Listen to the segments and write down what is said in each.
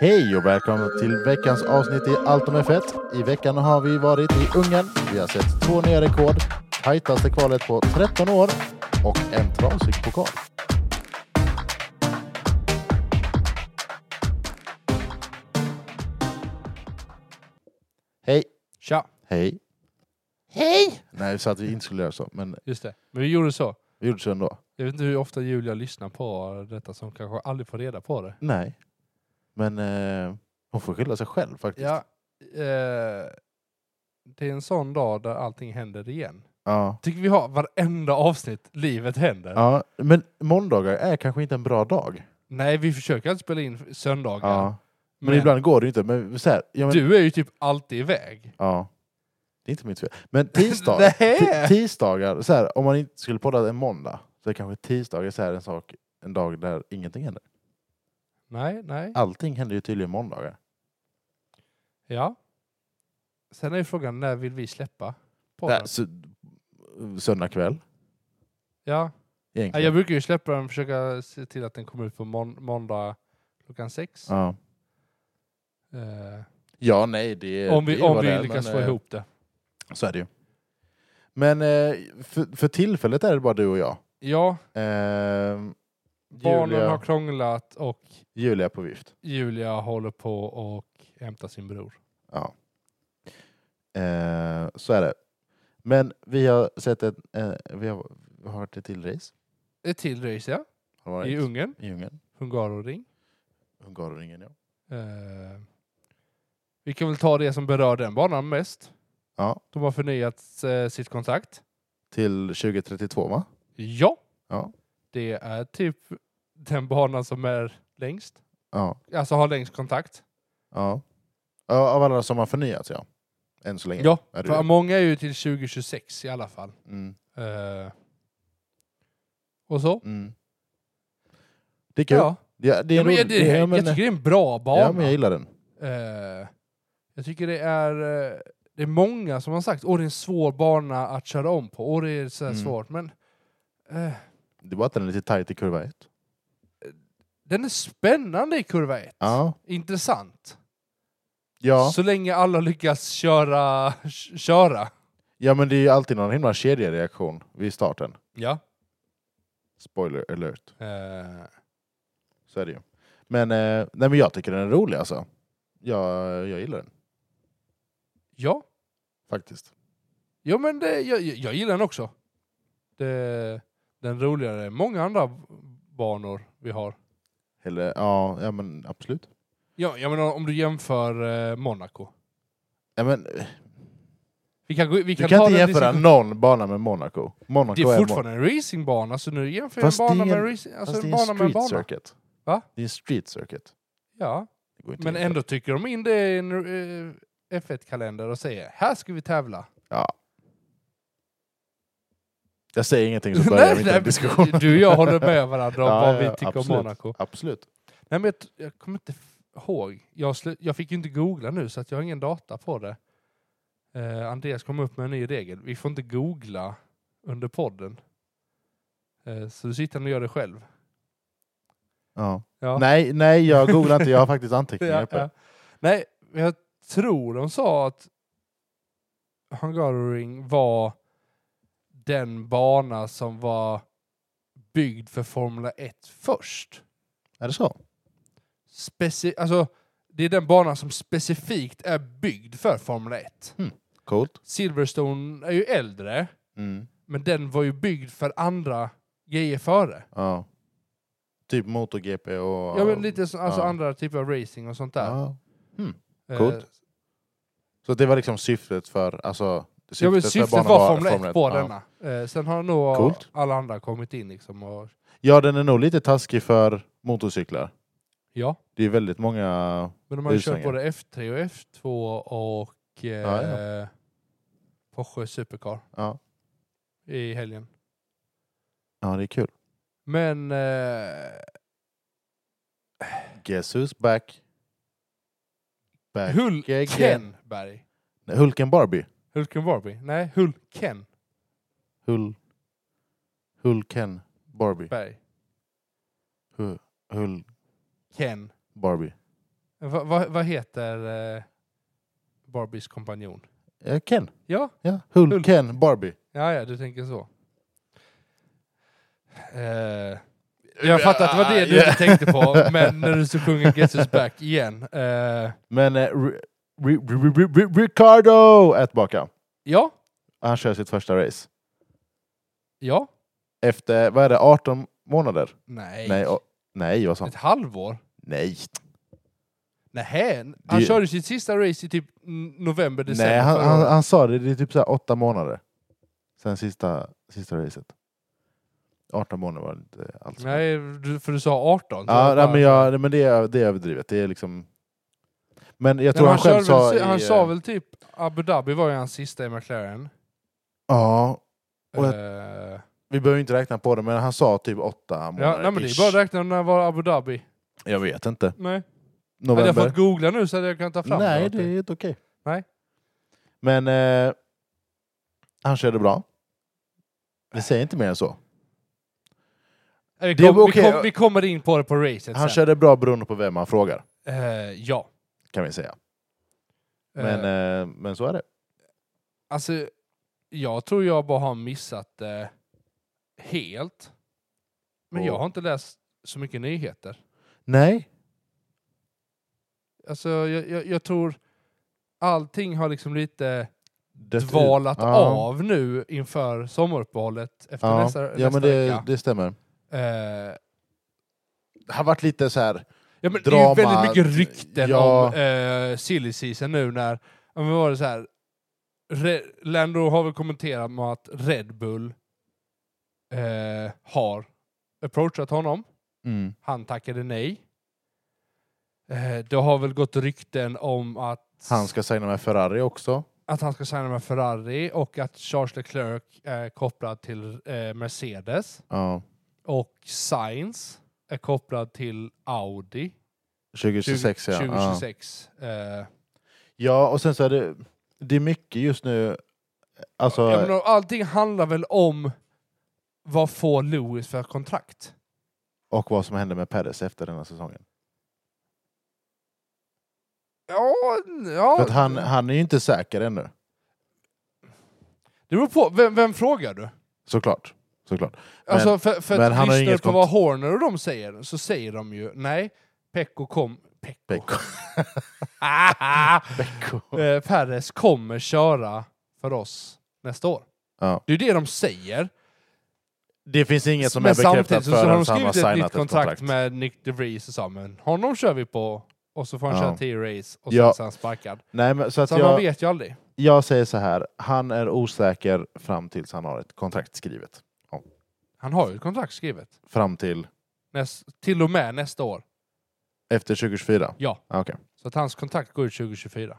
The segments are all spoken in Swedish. Hej och välkomna till veckans avsnitt i Allt om F1. I veckan har vi varit i Ungern. Vi har sett två nya rekord, tajtaste kvalet på 13 år och en trasig pokal. Hej! Tja, Hej! Hej! Nej, vi sa att vi inte skulle göra så, men just det. Men vi gjorde så. vi gjorde så ändå. Jag vet inte hur ofta Julia lyssnar på detta som kanske aldrig får reda på det. Nej. Men eh, hon får skylla sig själv faktiskt. Ja, eh, det är en sån dag där allting händer igen. ja. Tycker vi har varenda avsnitt livet händer. Ja, men måndagar är kanske inte en bra dag. Nej, vi försöker att spela in söndagar. Ja. Men, ibland går det ju inte. Men så här, ja, men, Du är ju typ alltid iväg. ja. Det är inte mitt fel. Men tisdagar, Nej. ti- tisdagar så här, om man inte skulle podda en måndag, så är kanske tisdagar så här en, sak, en dag där ingenting händer. Nej, nej. Allting händer ju tydligen måndagar. Ja. Sen är ju frågan, när vill vi släppa podden? Där, sö- Äh, söndag kväll, Ja. Ja, egentligen. Jag brukar ju släppa den och försöka se till att den kommer ut på mån- måndag klockan sex. ja. Eh, ja, nej, det om det vi, är om vad det vi är, lyckas men, få eh, ihop det. Så är det ju. Men eh, för, för tillfället är det bara du och jag. Ja, Ehm, barnen Julia- har krånglat och Julia på vift. Julia håller på och hämtar sin bror. Ja. Eh, så är det. Men vi har sett ett, eh, vi har, vi har varit ett till race. Ett till race, ja. Har varit I Ungern. I Ungern. Hungaroring. Hungaroringen, ja. Eh, vi kan väl ta det som berör den banan mest. Ja, De har förnyat eh, sitt kontrakt. till 2032 va? Ja, Ja. det är typ den banan som är längst. Ja. Alltså har längst kontrakt. ja. ja av alla som har förnyats, ja. Än så länge. Ja, Är det för ju. många är ju till 2026 i alla fall. Mm, Eh, och så. mm. Det är kul. Ja. Ja. det är Ja, men roligt. jag, det, ja, jag men, eh, tycker det är en bra bana. ja, men jag gillar den. Eh, jag tycker det är, eh, det är många som har sagt åh det är en svår bana att köra om på, åh det är så här Mm. svårt. Men eh, Det är bara att den är lite tight i kurva 1. den är spännande i kurva 1. Ja. Intressant. Ja. Så länge alla lyckas köra. köra. ja, men det är ju alltid någon himla kedjereaktion vid starten. Ja. Spoiler alert. Eh, Så är det ju. Men, eh, nej, men jag tycker den är rolig alltså. Jag, jag gillar den ja. faktiskt. Jo men det, jag, jag- jag gillar den också. Det, den roligare än många andra b- banor vi har. Eller, ja, ja men absolut. Ja, jag menar om du jämför eh, Monaco. Ja, men, eh, Vi kan, gå- vi du kan, kan ta inte den jämföra diskussionen. någon bana med Monaco. Monaco Det är Mon- fortfarande en racingbana, så nu jämför jag en Fast bana det är med en- en racing... Alltså fast en det är bana en med en street bana. circuit. Va? Det är en street circuit. Ja, Det går inte men att jämföra. ändå tycker de in det i en eh, F1-kalender och säger här ska vi tävla. Ja. Jag säger ingenting så börjar vi inte en diskussion. Du och jag håller med varandra om Ja, vad ja, vi ja, tycker absolut. om Monaco. Absolut. Nej, men jag, t- jag kommer inte f- ihåg. Jag, slu- jag fick ju inte googla nu så att jag har ingen data på det. Eh, Andreas kom upp med en ny regel. Vi får inte googla under podden. Eh, så du sitter och gör det själv. Ja. Ja. Nej, nej, jag googlar inte. Jag har faktiskt anteckningar Ja, uppe. ja. Nej, men jag tror de sa att Hungaroring var den bana som var byggd för Formula 1 först. Är det så? Speci alltså, det är den banan som specifikt är byggd för Formula 1. Coolt. Silverstone är ju äldre, Mm. men den var ju byggd för andra grejer före. Ja. Typ MotoGP och... Ja, men lite så, alltså ja. andra typer av racing och sånt där. Ja. Eh, coolt. Så det var liksom syftet för, alltså, syftet Ja, men för syftet banan var Formel 1 på ja. denna. Eh, sen har nog Coolt. alla andra kommit in liksom. Och, Ja, den är nog lite taskig för motorcyklar. ja, Det är väldigt många... men de har ju kört Ursvängen. både F3 och F2 och eh, Ja, ja. Porsche Supercar Ja, i helgen. ja det är kul. Men eh, Guess who's back? Back again. Hulkenberg. Nej, Hulken Barbie. Hulken Barbie? Nej, Hulken. Hull... Hulken Barbie. Berg. Hu- Hull Ken. Barbie. Va, va, vad heter eh, Barbies kompanjon? Eh, Ken. Ja, Ja. Hull. Hulken Barbie. ja, ja, du tänker så. Eh, jag fattar att det var det du Yeah. inte tänkte på, men när du så sjunger Get Us Back igen. Eh, Men eh, Ri- Ri- Ri- Ri- Ri- Ricardo är tillbaka. ja, Han kör sitt första race. ja, Efter, vad är det, 18 månader? nej. Nej, och, nej jag sa Ett halvår? nej. Nähä, han Det- körde sitt sista race i typ mm, november, december Nej, han, förra han, året. han sa det, det är typ så här åtta månader. Sen sista, sista racet. 18 månader var det inte alls. Nej, du- för du sa 18. så ja, jag nej, bara- men, jag, nej, men det, är, det är överdrivet. Det är liksom... Men jag Nej, men tror han, själv kör sa... väl, i, han eh, sa väl typ Abu Dhabi var ju hans sista i McLaren. Ja, Och jag- Eh, vi behöver inte räkna på det, men han sa typ åtta ja, månader. nej, men det är ish. bara att räkna när det var Abu Dhabi. Jag vet inte. Nej. Hade jag November? fått googla nu så hade jag kunnat ta fram Nej, åt det dig. är helt okej. Nej. Men eh, han körde bra. Vi säger inte mer än så. Eh, Vi, det är kom, vi, okej. kom, vi kommer in på det på racet Han sen. körde bra beroende på vem man frågar, Eh, ja. kan vi säga. Eh, Men, eh, men så är det. Alltså, jag tror jag bara har missat det helt. Men Och- jag har inte läst så mycket nyheter. Nej. Alltså, jag, jag, jag tror allting har liksom lite Det, dvalat Ja. av nu inför sommaruppehållet efter Ja, nästa, ja nästa men det, vecka. det stämmer. Eh, Det har varit lite så här... ja, men Drama, Det är ju väldigt mycket rykten ja. om eh, silly season nu när, ja, men vad var det så här, Re, Lando har väl kommenterat med att Red Bull eh, har approachat honom. Mm. Han tackade nej. Eh, det har väl gått rykten om att Han ska signa med Ferrari också. att han ska signa med Ferrari och att Charles Leclerc är kopplad till eh, Mercedes Ja. och Sainz är kopplad till Audi 2026 ja. ja. 2026. Eh, Ja, och sen så är det... Det är mycket just nu. Alltså, ja, men allting handlar väl om vad får Lewis för kontrakt? och vad som händer med Perez efter denna säsongen. Ja, ja. För att han, han är ju inte säker ännu. Det beror på, vem, vem frågar du? Såklart. Såklart. Alltså för, för men han att har lyssnar du inget på vad Horner och de säger så säger de ju nej, Pecco kom... Pecco? Pecco. Becko. eh, Perez kommer köra för oss nästa år. Ja. Det är ju det de säger. Det finns inget som men är bekräftat samtidigt så, så har förrän de han har skrivit ett signat nytt kontrakt, med Nick DeVries och sa men honom kör vi på och så får han Ja. köra tio race och Ja. sen så är han sparkad. Nej, men, så att Så man jag, vet ju aldrig. jag säger så här. Han är osäker fram tills han har ett kontrakt skrivet. Han har ju ett kontrakt skrivet. Fram till Näst, till och med nästa år. efter 2024? Ja. Ah, Okej, Så att hans kontrakt går ut 2024.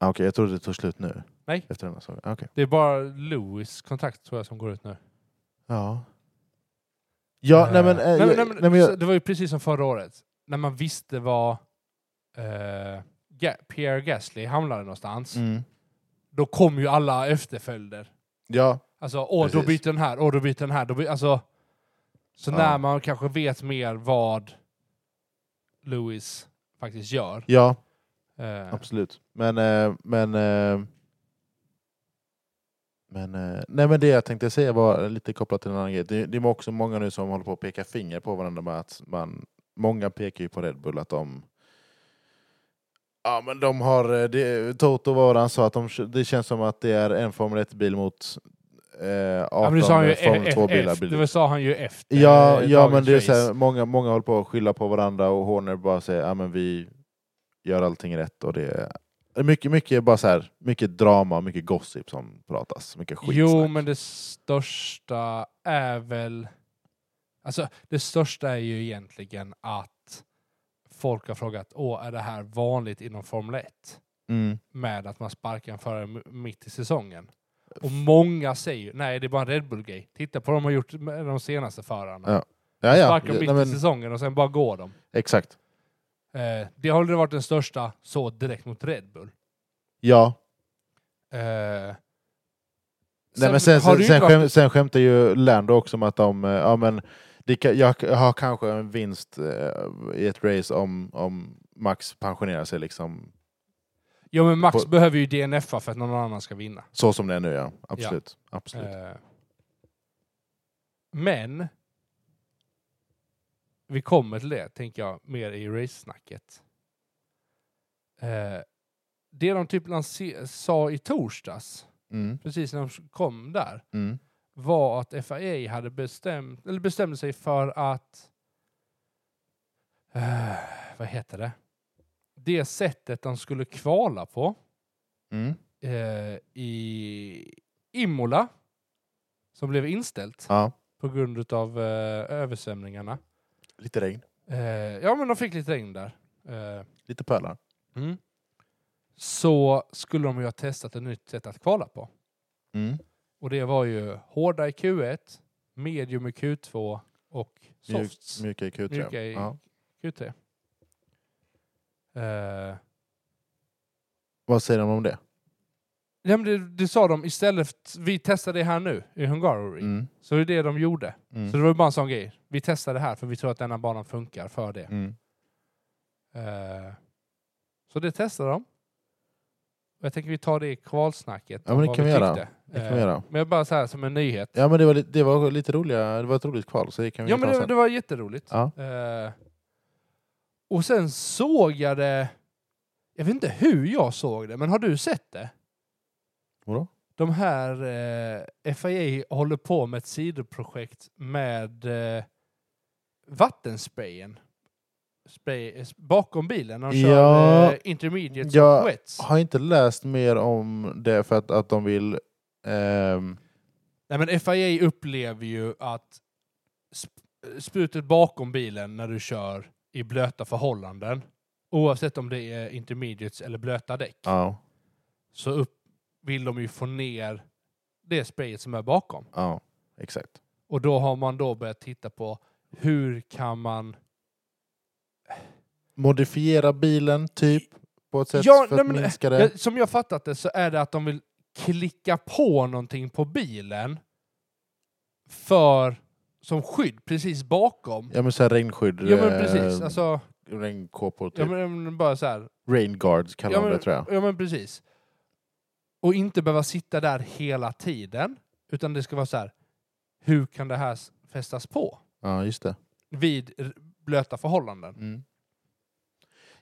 Ah, okej, jag trodde det tog slut nu. Nej. Efter denna säsong. Ah, Okej. Det är bara Lewis kontrakt tror jag som går ut nu. Ja. Ja, Eh, nej men... eh, nej, men- jag- nej, men, nej, men jag- Det var ju precis som förra året. När man visste var eh, Ga- Pierre Gasly hamnade någonstans. Mm. Då kom ju alla efterföljder. Ja, Alltså, åh, då Precis. byter den här, åh, då byter den här. Då byter, alltså, så Ja. när man kanske vet mer vad Lewis faktiskt gör. ja Eh, absolut. Men... eh, men eh, men, eh, nej men det jag tänkte säga var lite kopplat till en annan grej. Det, det är också många nu som håller på att peka finger på varandra med att man... Många pekar ju på Red Bull att de... Ja men de har... eh, Det, Toto var han sa att de, det känns som att det är en Formel 1-bil mot eh, 18 ja, men det sa han ju Formel e- e- 2-bilar. efter, det sa han ju efter. Ja, eh, ja dagens men det är så race. här, många, många håller på att skylla på varandra och Horner bara säger ja men vi gör allting rätt och det är mycket, mycket, bara så här, mycket drama och mycket gossip som pratas. Mycket skitsnack. Jo, men det största är väl... Alltså, det största är ju egentligen att folk har frågat Åh, är det här vanligt inom Formel 1? Mm. Med att man sparkar en förare m- mitt i säsongen. Och många säger ju, nej det är bara en Red Bull-grej. Titta på vad de har gjort med de senaste förarna. Ja, Ja, ja. Sparkar mitt Nej, i men, säsongen och sen bara går de. exakt. Eh, det har aldrig varit den största så direkt mot Red Bull. Ja, Eh, Nej, men sen, har sen, du ju sen, varit- skäm, sen skämtar ju Lando också om att de, eh, ja men, det, ka- jag har kanske en vinst eh, i ett race om, om Max pensionerar sig liksom, Ja men Max på- behöver ju DNFa för att någon annan ska vinna. så som det är nu ja. Absolut. Absolut. Eh, Men vi kommer till det, tänker jag, mer i race-snacket. Eh, Det de typ lanse- sa i torsdags, Mm, precis när de kom där, mm, var att FIA hade bestämt, eller bestämde sig för att... Eh, vad heter det? Det sättet de skulle kvala på mm. eh, i Imola, som blev inställt Ja. på grund av eh, översvämningarna. Lite regn, Eh, ja, men de fick lite regn där. Eh, lite pölar. Så skulle de ju ha testat ett nytt sätt att kvala på. Mm. Och det var ju hårda i Q1, medium i Q2 och Mjuk, softs mjuka i Q3. Mjuka i- Ja. Q3. Eh, Vad säger de om det? ja, men det, det sa de istället, vi testar det här nu i Hungaroring. Mm. Så det är det de gjorde. Mm. Så det var ju bara en sån grej. Vi testar det här för vi tror att denna banan funkar för det. Mm. Eh, så det testar de. Jag tänker vi tar det i kvalsnacket. Ja, om men det vad kan vi göra. tyckte. Det kan Eh, vi göra. Men jag bara så här som en nyhet. Ja men det var, li- det var lite roliga, det var ett roligt kval så det kan vi Ja, ta men det, sen. det var jätteroligt. Ja. Eh, och sen såg jag det... Jag vet inte hur jag såg det, men har du sett det? Vadå? De här eh, FIA håller på med ett sidoprojekt med eh, vattensprayen. Spray, eh, s- bakom bilen när de kör Ja. eh, intermediates Ja. och wets. Har inte läst mer om det för att, att de vill ehm, Nej, men FIA upplever ju att sp- sprutet bakom bilen när du kör i blöta förhållanden, oavsett om det är intermediates eller blöta däck, Ja, så upp, vill de ju få ner det sprayet som är bakom. ja, exakt. Och då har man då börjat titta på hur kan man... Modifiera bilen typ på ett sätt Ja, för nej, att men- minska det. Ja, som jag fattat det så är det att de vill klicka på någonting på bilen för som skydd precis bakom. Ja men såhär regnskydd, Ja men precis, eh, alltså... regnkåpor typ. Ja men bara så här. Rain guards kallar Ja, de det men- tror jag. Ja men precis. Och inte behöva sitta där hela tiden. Utan det ska vara så här. Hur kan det här s- fästas på? Ja just det. Vid r- blöta förhållanden. Mm.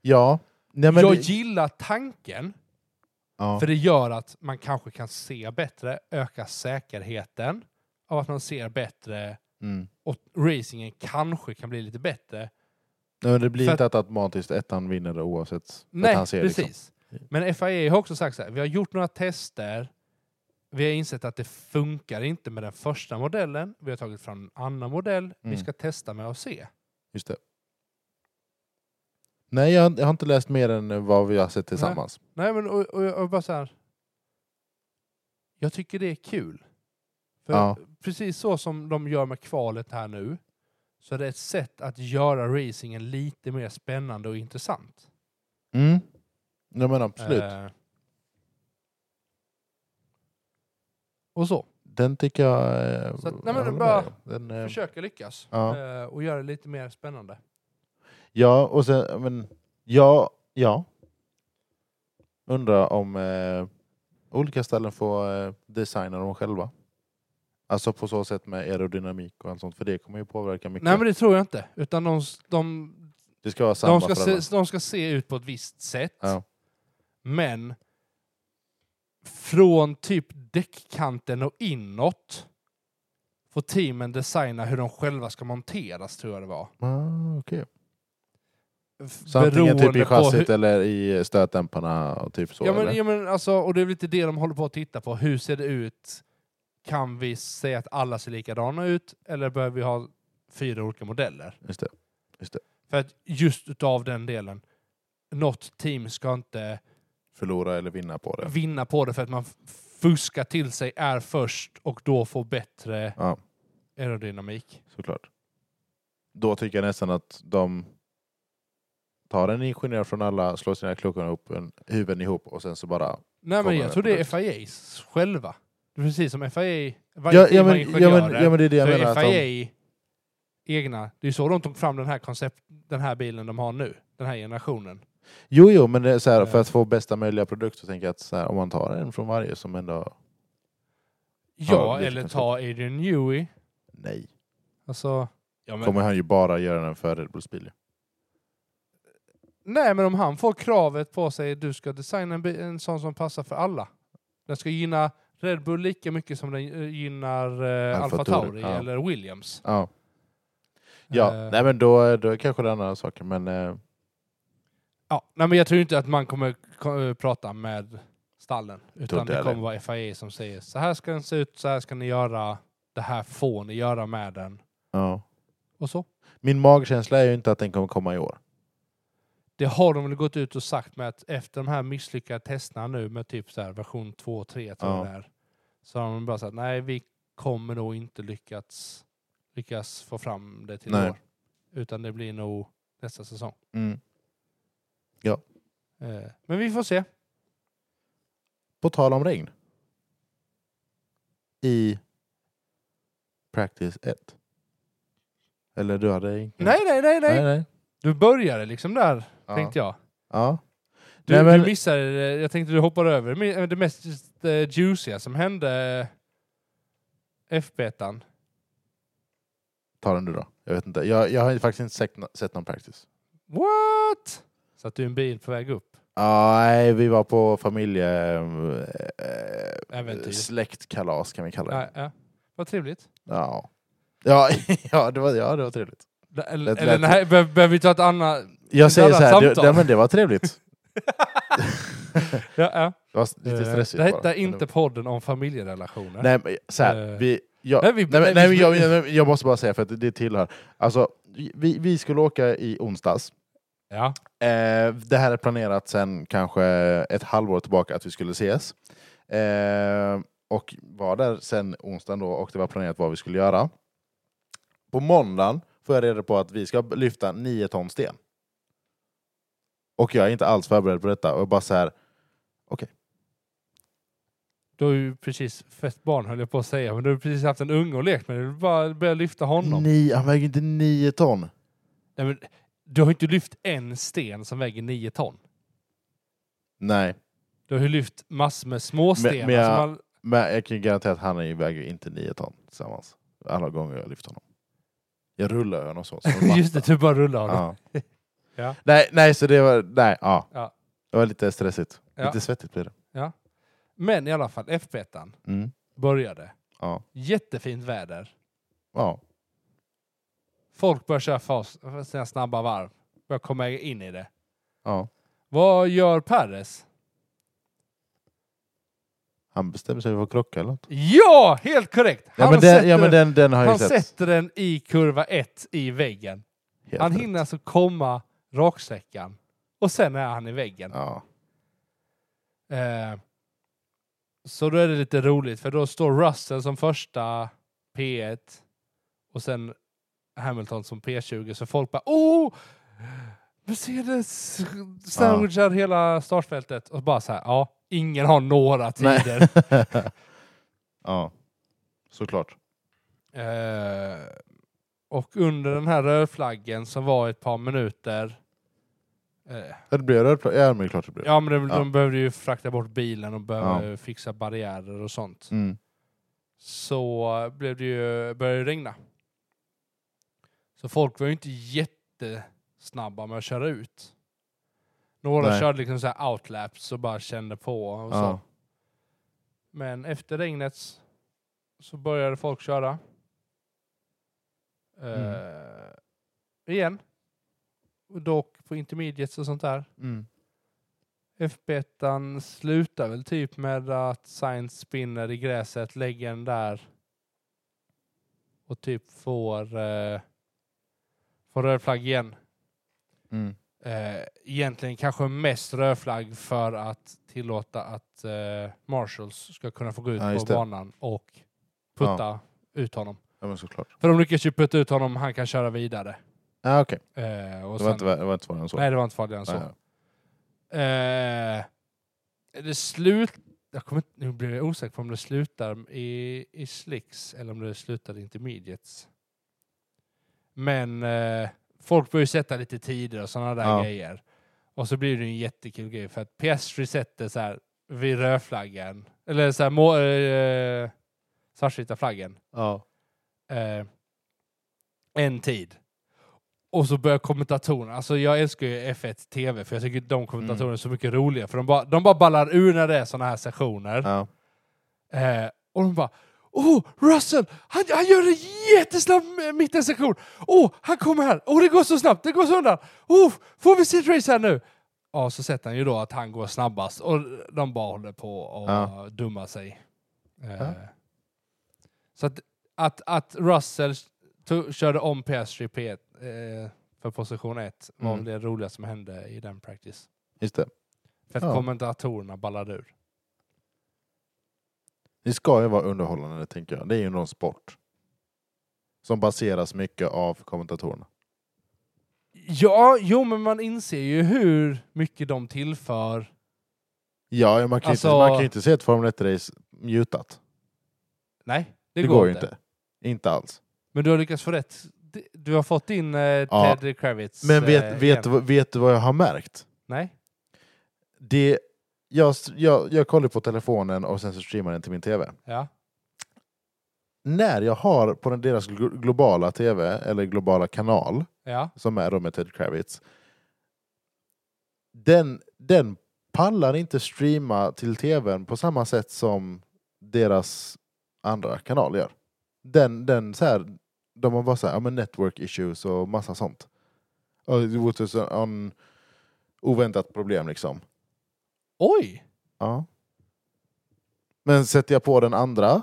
Ja, nej men... Jag det, gillar tanken. ja. För det gör att man kanske kan se bättre. Öka säkerheten. Av att man ser bättre. mm. Och racingen kanske kan bli lite bättre. nej, men det blir för inte att automatiskt ettan vinner det oavsett för Nej, att han ser precis. liksom. Men FIA har också sagt så här, vi har gjort några tester. Vi har insett att det funkar inte med den första modellen. Vi har tagit fram en annan modell. Vi Mm. ska testa med och se. Just det. Nej jag, har- jag har inte läst mer än vad vi har sett tillsammans. Nej, men och, och, och bara så här. Jag tycker det är kul. För Ja. Precis så som de gör med kvalet här nu, så är det ett sätt att göra racingen lite mer spännande och intressant. Mm. Ja men absolut. Eh. Och så. Den tycker jag... eh, Så att- nej, jag men håller bara- med om. Den, eh, Försöka lyckas. Ja. Eh, och göra det lite mer spännande. Ja, och sen, men, ja, ja. Undrar om eh, olika ställen får eh, designa dem själva. Alltså på så sätt med aerodynamik och allt sånt, för det kommer ju påverka mycket. Nej men det tror jag inte. Utan de, de, det ska vara samma de, ska, för alla. se, de ska se ut på ett visst sätt. Ja. Men från typ däckkanten och inåt får teamen designa hur de själva ska monteras tror jag det var. Ah, okej. F- Så antingen typ i beroende på chassit hur- eller i stötdämparna och typ så? Ja men, eller? ja, men alltså, och det är väl lite det de håller på att titta på. Hur ser det ut? Kan vi säga att alla ser likadana ut? Eller behöver vi ha fyra olika modeller? Just det. För att just utav den delen, något team ska inte Förlora eller vinna på det. vinna på det för att man f- fuskar till sig, är först och då får bättre Ja, aerodynamik. såklart. Då tycker jag nästan att de tar en ingenjör från alla, slår sina klockan upp, en, huvuden ihop och sen så bara Nej Kommer men jag det tror på det är det. FIAs själva. Det är precis som FIA, varje Ja, team ja, har men, ja, men, ingenjörer. ja, men det är det jag så menar. Att FIA de, egna, det är så de tog fram den här koncept, den här bilen de har nu, den här generationen. jo, jo, men det är så här, för Eh. att få bästa möjliga produkt så tänker jag att så här, om man tar en från varje som ändå... Ja, Ja, det är eller kanske- ta Adrian Newey. Nej. Alltså, ja, men, kommer han ju bara göra den för Red Bulls bil. ju. nej, men om han får kravet på sig du ska designa en, bi- en sån som passar för alla. Den ska gynna Red Bull lika mycket som den eh, gynnar eh, Alfa Alfa Tauri, Tauri ja. eller Williams. Ja, ja. Eh, nej men då, då är kanske det är andra saker. Men eh, Ja, nej, men jag tror inte att man kommer ko- eh, prata med stallen. Tror Utan inte det jag kommer det. vara FIA som säger så här ska den se ut, så här ska ni göra, det här får ni göra med den. ja. Och så. Min magkänsla är ju inte att den kommer komma i år. Det har de väl gått ut och sagt med att efter de här misslyckade testerna nu med typ så här version 2 och 3 tror Ja. jag det är, så har de bara sagt nej vi kommer nog inte lyckats, lyckas få fram det till Nej. år. Utan det blir nog nästa säsong. Mm. Eh, men vi får se. Mm. På tal om regn. I practice 1. Eller du hade ingen- Nej, nej, nej, nej. nej. nej. Du började liksom där Ja. tänkte jag. Ja. Du, Nej, men- du missade, det. jag tänkte du hoppar över Men det mest eh, juiciga som hände eh, FB1. Ta den du då. Jag vet inte. Jag, jag har faktiskt inte sett, no- sett någon practice. What? Så att du är en bil på väg upp. Ja, nej, vi var på familje... eh, Äventyr. släktkalas kan vi kalla det. Ja, ja. Vad trevligt. Ja. Ja, ja, det var, ja, det var trevligt. D- Eller, Det eller lät- nej, be- behöver vi ta ett annat? Jag säger Blandat så här, det, samtal. nej, men det var trevligt. Ja, ja. Det var lite Eh, stressigt Det bara. heter Men inte podden om familjerelationer. Nej, men så här, Eh, vi... Jag, nej, vi- nej, men- nej, nej, vi- men jag, nej, men jag måste bara säga, för att det tillhör... Alltså, vi, vi skulle åka i onsdags. Ja. Eh, det här är planerat sedan kanske ett halvår tillbaka att vi skulle ses. Eh, och var där sen onsdagen då och det var planerat vad vi skulle göra. På måndagen får jag reda på att vi ska lyfta 9 ton sten. Och jag är inte alls förberedd på detta och jag bara så här, Du har ju precis fött barn höll jag på att säga, men du har precis haft en unge och lekt med. Du vill bara börja lyfta honom. ni, han väger inte 9 ton. Nej, men, du har ju inte lyft en sten som väger nio ton. Nej, Du har ju lyft massor med små stenar. men jag- som man, men jag kan garantera att han är- väger inte 9 ton tillsammans. Alla gånger jag lyft honom. Jag rullar honom så. som en Just det, matta. du bara rullar honom. Ja. Ja. Nej, nej, så det var... Nej, ja. Ja. Det var lite stressigt. Ja. Lite svettigt blir det. Men i alla fall, FP1 Mm. började. Ja. Jättefint väder. Ja. Folk börjar köra fast, sina snabba varv. Börjar komma in i det. ja. Vad gör Perres? Han bestämmer sig för att krocka eller något. Ja, helt korrekt! Ja, men, den, ja, men den, den har jag han ju sett. sätter den i kurva 1 i väggen. Helt han rätt. hinner alltså komma raksträckan. Och sen är han i väggen. Ja. Eh, så då är det lite roligt, för då står Russell som första P1 och sen Hamilton som P20, så folk bara oh! Mercedes sandwichar hela startfältet och bara så här, ja, ingen har några Nej. tider. ja. Såklart. Eh, och under den här rödflaggen som var ett par minuter eh, Ja, Det blir röd flagg. Ja, men det är klart det blir. Ja men de, Ja. de behövde ju frakta bort bilen och behövde fixa barriärer och sånt. Mm. så blev det ju, började det regna. Så folk var ju inte jättesnabba med att köra ut. Några Nej. körde liksom så här outlaps och bara kände på och så. Ja. Men efter regnet s- så började folk köra. Mm. Eh, igen. Och Dock på intermediates och sånt där. Mm. FB1 slutar väl typ med att Sainz spinner i gräset, lägger den där och typ får, eh, får röd flagg igen. Mm. Eh, egentligen kanske mest röd flagg för att tillåta att eh, Marshalls ska kunna få gå ut Ja, på just det. banan och putta ut honom. Ja, men såklart. För de lyckas ju putta ut honom, han kan köra vidare. Ja, okej. Eh, och Det var sen, inte, det var inte svårare än så. nej, det var inte farligare än så. Nej. Eh, det slutar jag kommer, inte- nu blir jag osäker på om det slutar i, i slicks eller om det slutar i intermediates. Men eh, folk börjar ju sätta lite tider och sådana där Ja. grejer. Och så blir det ju en jättekul grej för att PS3 sätter så här vid rödflaggan, eller så här må, eh, svartvita flaggen, Ja. eh, en tid. Och så börjar kommentatorerna, alltså jag älskar ju F1 TV för jag tycker de kommentatorerna är så mycket roliga för de bara, de bara ballar ur när det är sådana här sessioner. ja. Eh, och de bara Åh, oh, Russell! Han, han gör en jättesnabb eh, mittensektion! Åh, oh, han kommer här! Åh, oh, det går så snabbt! Det går så undan! Åh, oh, får vi se ett race här nu? Ja, så sätter han ju då att han går snabbast och de bara håller på och Ja. dumma sig. Eh, Ja. Så att, att, att Russell to, körde om PS3 P1 eh, för position 1 var Mm. väl det roligaste som hände i den practice. Just det. För att Ja. kommentatorerna ballade ur. Det ska ju vara underhållande, tänker jag. Det är ju någon sport. Som baseras mycket av kommentatorerna. Ja, jo men man inser ju hur mycket de tillför. Ja, ja, man kan ju Alltså- inte, man kan ju inte se ett Formel 1-race mutat. Nej, det, Det, går ju inte. Inte alls. Men du har lyckats få rätt. Du har fått in eh, Ja. Ted Kravitz. Men eh, vet, vet, igen. du vad- vet du vad jag har märkt? Nej? det, jag, jag, jag kollar på telefonen och sen så streamar den till min tv. Ja. När jag har på den, deras glo- globala tv, eller globala kanal, Ja. som är då med Ted Kravitz, den, den pallar inte streama till tvn på samma sätt som deras andra kanal gör. Den, den så här, de har bara så här, ja, men network issues och massa sånt. Och det var ett så- en oväntat problem liksom. Oj! Ja. Men sätter jag på den andra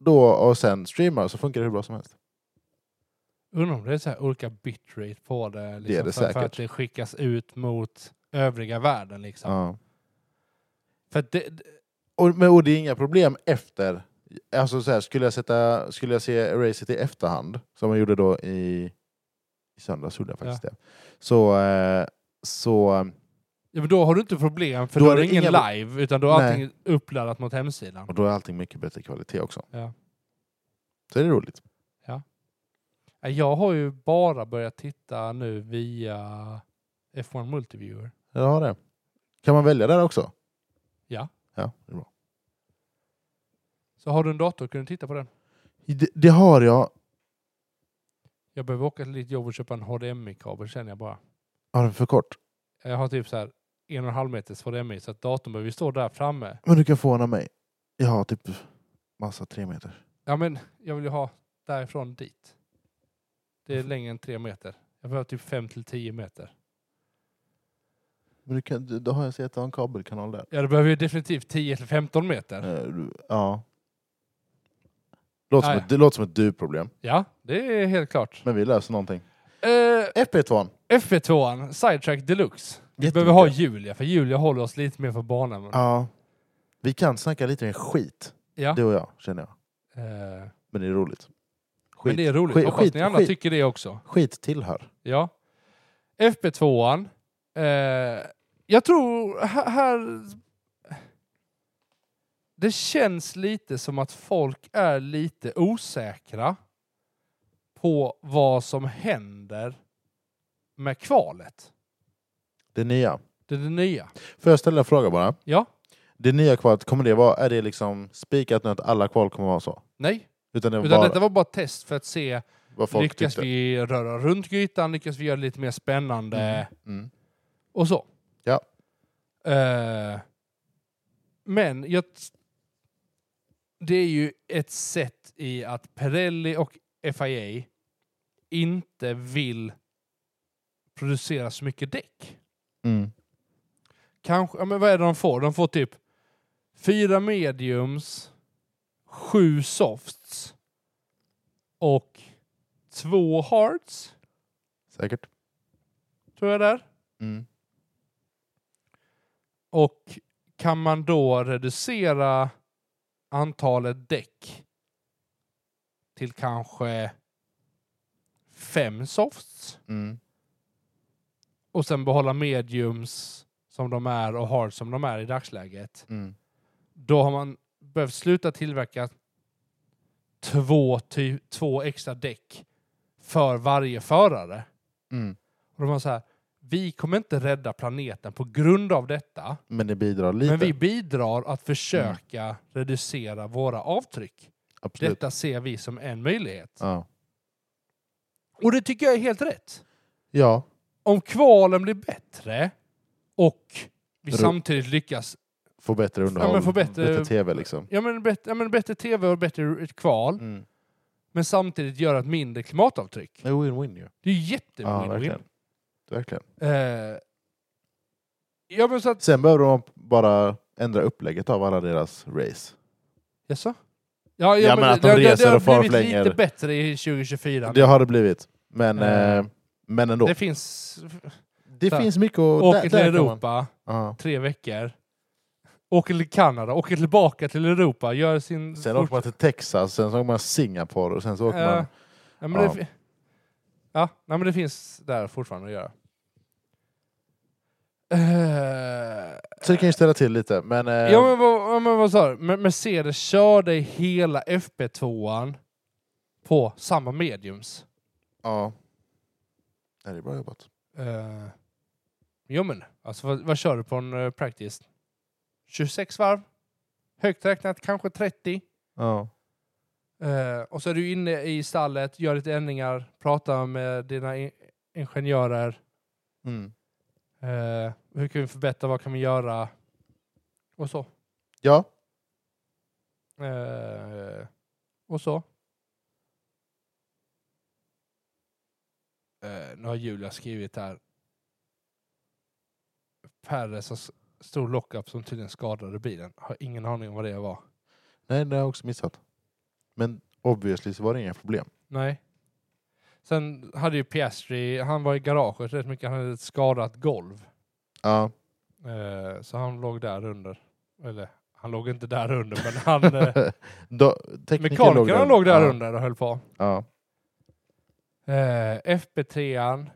då och sen streamar så funkar det hur bra som helst. Undrar om det är så här olika bitrate på det. Liksom, Det är det för, För säkert. att det skickas ut mot övriga världen liksom. Ja. För att det, det- Och, men, och det är inga problem efter. Alltså så här, skulle, jag sätta, skulle jag se racet i efterhand, som jag gjorde då i, i söndags, gjorde jag faktiskt det. Så, eh, så ja, men då har du inte problem för Då då, är är det det ingen inga- live utan då är Nej. allting uppladdat mot hemsidan. och då är allting mycket bättre kvalitet också. Ja. Så är det roligt. Nej, Jag har ju bara börjat titta nu via F1 Multiviewer. Jag har det. Kan man välja där också? Ja. Ja, det är bra. Så har du en dator kan du titta på den. Det, det har jag. Jag behöver åka till ditt jobb och köpa en HDMI-kabel känner jag bara. Har den för kort? Jag har typ så här en och en halv meters HDMI så att datorn behöver ju stå där framme. Men du kan få en av mig. Jag har typ massa tre meter. Ja men jag vill ju ha därifrån dit. Det är Mm. längre än tre meter. Jag behöver typ fem till tio meter. Men du kan, du- då har jag sett att jag har en kabelkanal där. Ja det behöver ju definitivt 10 till 15 meter. Eh, du- Ja. Låter som, Ah, ett, det låter som ett du-problem, Ja, det är helt klart. men vi löser någonting. Eh, FP2. FP2, Sidetrack Deluxe. Vi Jättemycket. behöver ha Julia, för Julia håller oss lite mer för banan. Ja. Vi kan snacka lite mer skit, Ja. du och jag, känner jag. Eh, Men det är roligt. Skit, men det är roligt. skit- Hoppas skit- ni andra skit- tycker det också. skit tillhör. Ja. FP2an. Eh, jag tror här, här... Det känns lite som att folk är lite osäkra på vad som händer med kvalet. Det nya. Det är det nya. Får jag ställa en fråga bara? Ja? Det nya kvalet, kommer det vara, är det liksom spikat nu att alla kval kommer vara så? Nej? Utan det är Utan bara detta var bara ett test för att se vad folk lyckas tyckte? vi röra runt grytan, lyckas vi göra det lite mer spännande Mm. och så. Ja. Eh, men jag... t- Det är ju ett sätt i att Pirelli och FIA inte vill producera så mycket däck. Mm. Kanske, ja, men vad är det de får? De får typ fyra mediums, sju softs och två hearts, Säkert. tror jag där. Mm. Och kan man då reducera antalet däck till kanske fem softs Mm. och sen behålla mediums som de är och hard som de är i dagsläget Mm. Då har man behövt sluta tillverka två, ty- två extra däck för varje förare. Mm. Och de var så här, vi kommer inte rädda planeten på grund av detta, Men det bidrar lite. men vi bidrar Mm. att försöka reducera våra avtryck. Absolut. Detta ser vi som en möjlighet. Ja. Och det tycker jag är helt rätt. ja, Om kvalen blir bättre och vi Ro- samtidigt lyckas, få bättre underhåll. få bättre- tv liksom. ja men, bättre, ja men bättre tv och bättre kval, Mm. men samtidigt göra ett mindre klimatavtryck. Det är win-win ju. Det är ju Ja, jättewin-win. verkligen. verkligen. Eh, ja men så att, Sen behöver de bara ändra upplägget av alla deras race. jaså? Ja, Ja, men att de det- det- det reser har och far blivit flänger. lite bättre i 2024. Det har det blivit. Men, Eh. eh, men ändå. Det Det, finns... så här. finns mycket att... Åker till kan man- Europa, Ja. tre veckor. Åker till Kanada, åker tillbaka till Europa, gör sin... Sen åker man till Texas, sen så åker man till Singapore och sen så åker Ja. man... Ja, men Ja. Det, fi- ja, nej, men det finns där fortfarande att göra. Eh, Så det kan ju ställa till lite. Men, eh, ja, men vad, ja, men vad sa du? Me- Mercedes körde hela FP2an på samma mediums. ja. Nej, det är bra jobbat. Uh, jo men, alltså, vad, vad kör du på en eh, practice? 26 varv? Högt räknat kanske 30? Ja. Eh, och så är du inne i stallet, gör lite ändringar, pratar med dina in- ingenjörer. Mm. Eh, hur kan vi förbättra? Vad kan vi göra? Och så. Ja, Eh, och så. Eh, nu har Julia skrivit här. Perres har s- stor lockup som tydligen skadade bilen. Har ingen aning om vad det var. nej det har jag också missat. Men obviously så var det inga problem. Nej. Sen hade ju Piastri, han var i garaget rätt mycket, han hade ett skadat golv. Ja. Eh, så han låg där under. Eller, han låg inte där under, men han... Eh, Då, tekniker Mekanikern låg där ja. under och höll på. Ja. Eh, FP3an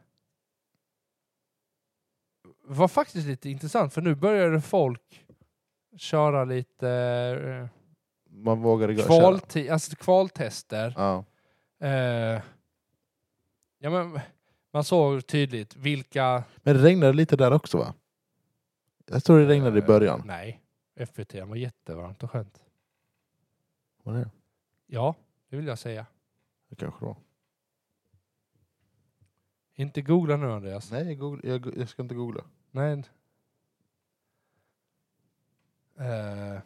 var faktiskt lite intressant för nu började folk köra lite eh, Man vågade gå köra. kvalti- alltså kvaltester. Ja. Eh, ja, men man såg tydligt vilka... Men det regnade lite där också va? Jag tror det regnade i eh, början. Nej, FP3 var jättevarmt och skönt. Var det? Ja, det vill jag säga. det kanske det var. Inte googla nu Andreas. Nej, googla- jag, jag ska inte googla. Nej. Eh.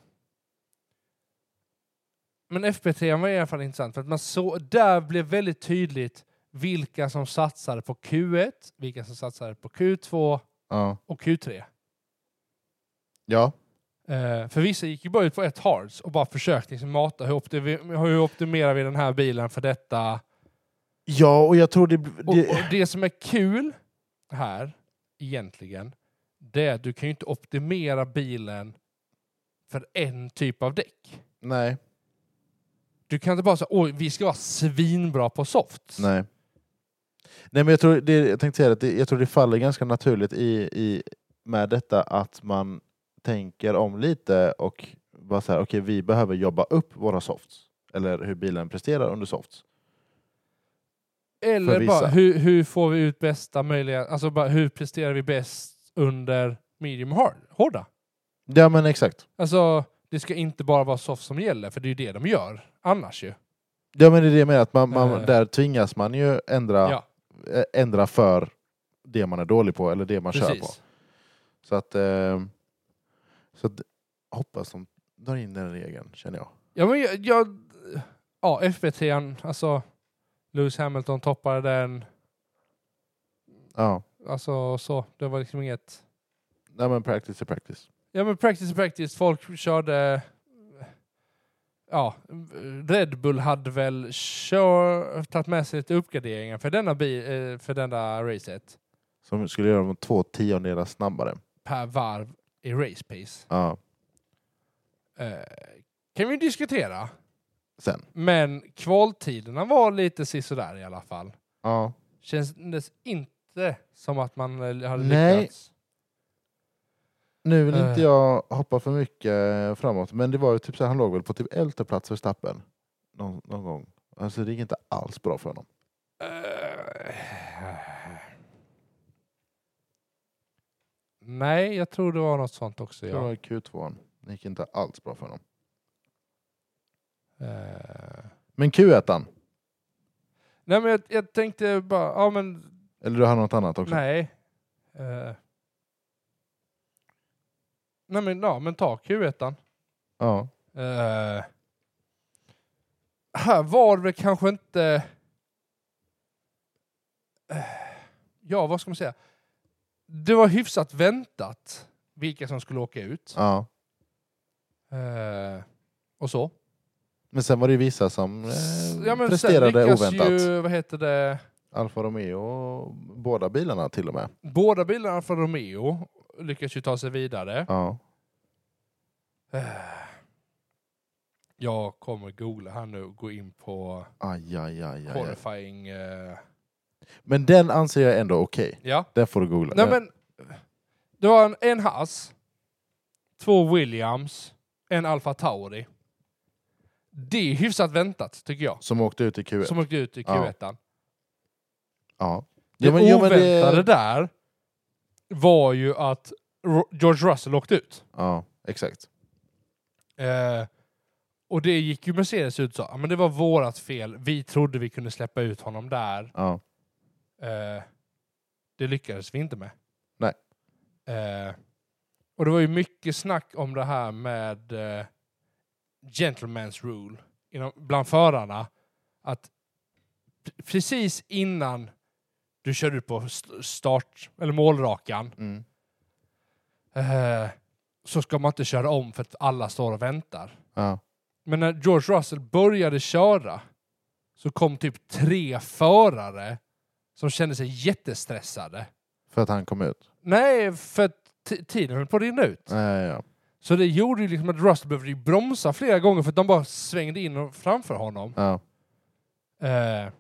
Men FP3 var i alla fall intressant för att man så, där blev väldigt tydligt vilka som satsade på Q1, vilka som satsade på Q2 Ja. och Q3. Ja. Eh, för vissa gick ju bara ut på ett hards och bara försökte liksom mata hur, optimi- hur optimerar vi den här bilen för detta. Ja, och jag tror det... det Och, och det som är kul här, egentligen, det är att du kan ju inte optimera bilen för en typ av däck. nej. Du kan inte bara säga oj, vi ska vara svinbra på softs. Nej. Nej, men jag tror det, jag tänkte säga det, att det, jag tror det faller ganska naturligt i, i, med detta att man tänker om lite och bara så här, okej, vi behöver jobba upp våra softs. Eller hur bilen presterar under softs. för Eller vissa. bara hur, hur får vi ut bästa möjliga, alltså bara, hur presterar vi bäst under medium och hard, hårda? Ja, men exakt. Alltså, det ska inte bara vara soft som gäller, för det är ju det de gör annars ju. Ja, men det är det med att man, man, Eh. där tvingas man ju ändra, eh, ändra för det man är dålig på eller det man kör på. precis. Så att, eh, så att hoppas de drar in den regeln, känner jag. Ja, men jag... jag ja, FB3, alltså Lewis Hamilton toppade den. Ja, Alltså så, det var liksom inget... Nej, men practice är practice. Ja men practice is practice, folk körde... Ja, Red Bull hade väl kör, tagit med sig lite uppgraderingar för denna, bi, eh, för denna racet Som skulle göra dem två tiondelar snabbare. per varv i race pace. Ja, Eh, kan vi ju diskutera, sen. men kvaltiderna var lite sisådär i alla fall. Ja. Kändes inte som att man eh, hade Nej. lyckats. Nu vill inte Eh. jag hoppa för mycket framåt, men det var ju typ så här, han låg väl på typ elfte plats för Stappen någon, någon gång. Alltså det gick inte alls bra för honom. Eh, Nej, jag tror det var något sånt också. Det var Ja. i Q2, det gick inte alls bra för honom. Eh, Men Q1, Nej, men jag, jag tänkte bara, ja men eller du har något annat också? nej. Eh, Nej men, ja, men ta Q1. Ja. Eh, här var det väl kanske inte... Eh, ja, vad ska man säga? Det var hyfsat väntat vilka som skulle åka ut. ja. Eh, och så. Men sen var det ju vissa som eh, S- ja, men presterade sen lyckas oväntat. Ju, vad heter det? Alfa Romeo, och båda bilarna till och med. Båda bilarna från Romeo lyckas ju ta sig vidare. Ja. Jag kommer googla här nu och gå in på Aj, aj, aj, aj, aj. qualifying. eh, Men den anser jag ändå okej. ja. Den får du googla. Nej, men, det var en, en Haas, två Williams, en Alfa Tauri. Det är hyfsat väntat, tycker jag. Som åkte ut i Q1. Som åkte ut i Ja. Q1. Ja. Det Ja, men- ja, men det- oväntade där var ju att Ro- George Russell åkte ut. Ja, exakt. Eh, och det gick ju Mercedes ut så. "Ja, Men det var vårat fel. Vi trodde vi kunde släppa ut honom där. Ja. Eh, det lyckades vi inte med. Nej. Eh, och det var ju mycket snack om det här med eh, gentleman's rule inom, bland förarna. Att p- precis innan du kör ut på st- start eller målrakan Mm. eh, så ska man inte köra om för att alla står och väntar. Ja. Men när George Russell började köra så kom typ tre förare som kände sig jättestressade. För att han kom ut. Nej, för att ti- tiden höll på att rinna ut. Ja, ja, ja. Så det gjorde ju liksom att Russell behövde ju bromsa flera gånger för att de bara svängde in och framför honom. ja. Eh,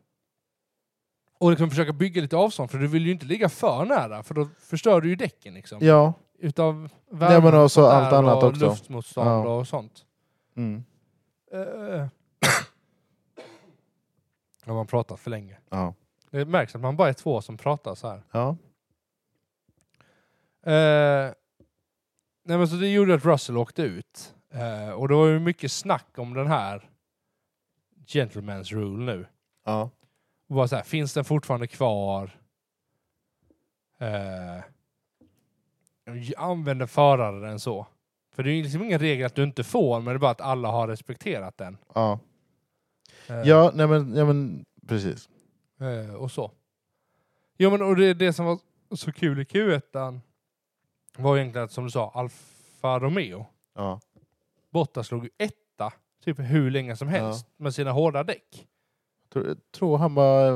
och liksom försöka bygga lite avstånd, för du vill ju inte ligga för nära, för då förstör du ju däcken liksom. ja. Utav Nej, men och också sånt allt där annat och också. luftmotstånd Ja. och sånt. Mm. Eh. Har man pratat för länge? Ja. Det märks att man bara är två som pratar så här. Ja. Eh, nej men så det gjorde att Russell åkte ut. Eh, och det var ju mycket snack om den här gentleman's rule nu. Ja. Och bara så här, finns den fortfarande kvar? Eh, använder förare den så? För det är ju liksom ingen regel att du inte får, men det är bara att alla har respekterat den. Ja. Eh, Ja, nej men, ja, men precis. Eh, och så. Jo men och det, det som var så kul i Q1 var egentligen att som du sa, Alfa Romeo. Ja. Bottas slog ju etta typ hur länge som helst med sina hårda däck. Tror, jag tror han var,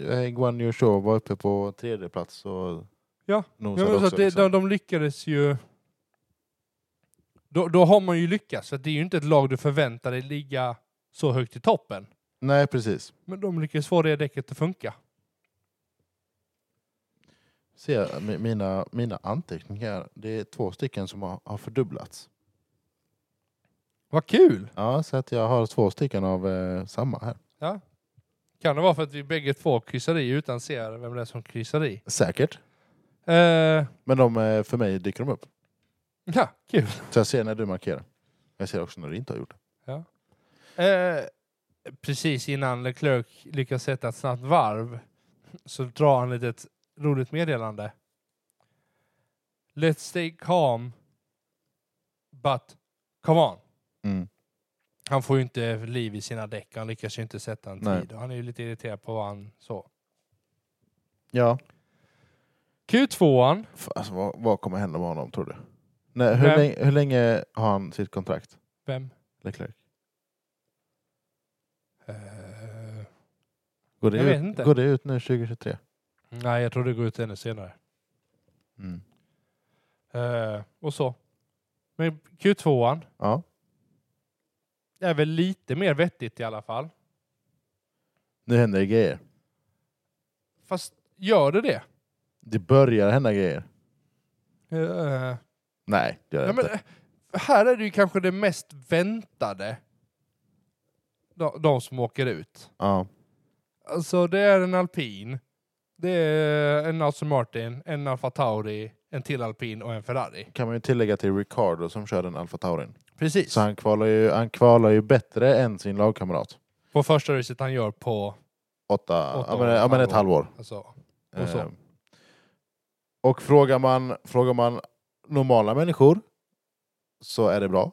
eh, Guan Yu Zhou var uppe på tredje plats och Ja. Ja, nosade men så också. att det, liksom. de, de lyckades ju... Då, då har man ju lyckats, för det är ju inte ett lag du förväntar dig ligga så högt i toppen. Nej, precis. Men de lyckades få det däcket att funka. Se, mi- mina, mina anteckningar, det är två stycken som har, har fördubblats. Vad kul! Ja, så att jag har två stycken av eh, samma här. Kan det vara för att vi bägge två kryssar i utan ser vem det är som kryssar i? Säkert. Eh, Men de, eh, för mig dyker de upp. ja, kul! Så jag ser när du markerar. Jag ser också när du inte har gjort det. Eh, precis innan Leclerc lyckas sätta ett snabbt varv så drar han ett litet roligt meddelande. Let's stay calm but come on. Mm. Han får ju inte liv i sina däck, han lyckas ju inte sätta en Nej. tid. Han är ju lite irriterad på vad han så. Ja. Q2an, F- Alltså, vad, vad kommer hända med honom tror du? Nej, hur, Nej. länge, hur länge har han sitt kontrakt? vem? Leclerc? Eh, Går det, Jag vet ut, inte. Går det ut nu 2023? nej, jag tror det går ut ännu senare. Mm. Eh, och så. Men Q2an, Ja. det är väl lite mer vettigt i alla fall. Nu händer det grejer. Fast gör det det? Eh, Det börjar hända grejer. Nej, det gör jag Ja, men, inte. eh, här är det ju kanske det mest väntade. De, de som åker ut. Ja. Alltså det är en alpin. Det är en Aston Martin, en Alfa Tauri, en till alpin och en Ferrari. Kan man ju tillägga till Ricardo som kör den Alfa Taurin. Precis. Så han kvalar, ju, han kvalar ju bättre än sin lagkamrat. På första racet han gör på... Åtta, Åtta ja, år, men, ja, men ett halvår. Alltså, Och så. Ehm. och frågar man, frågar man normala människor så är det bra.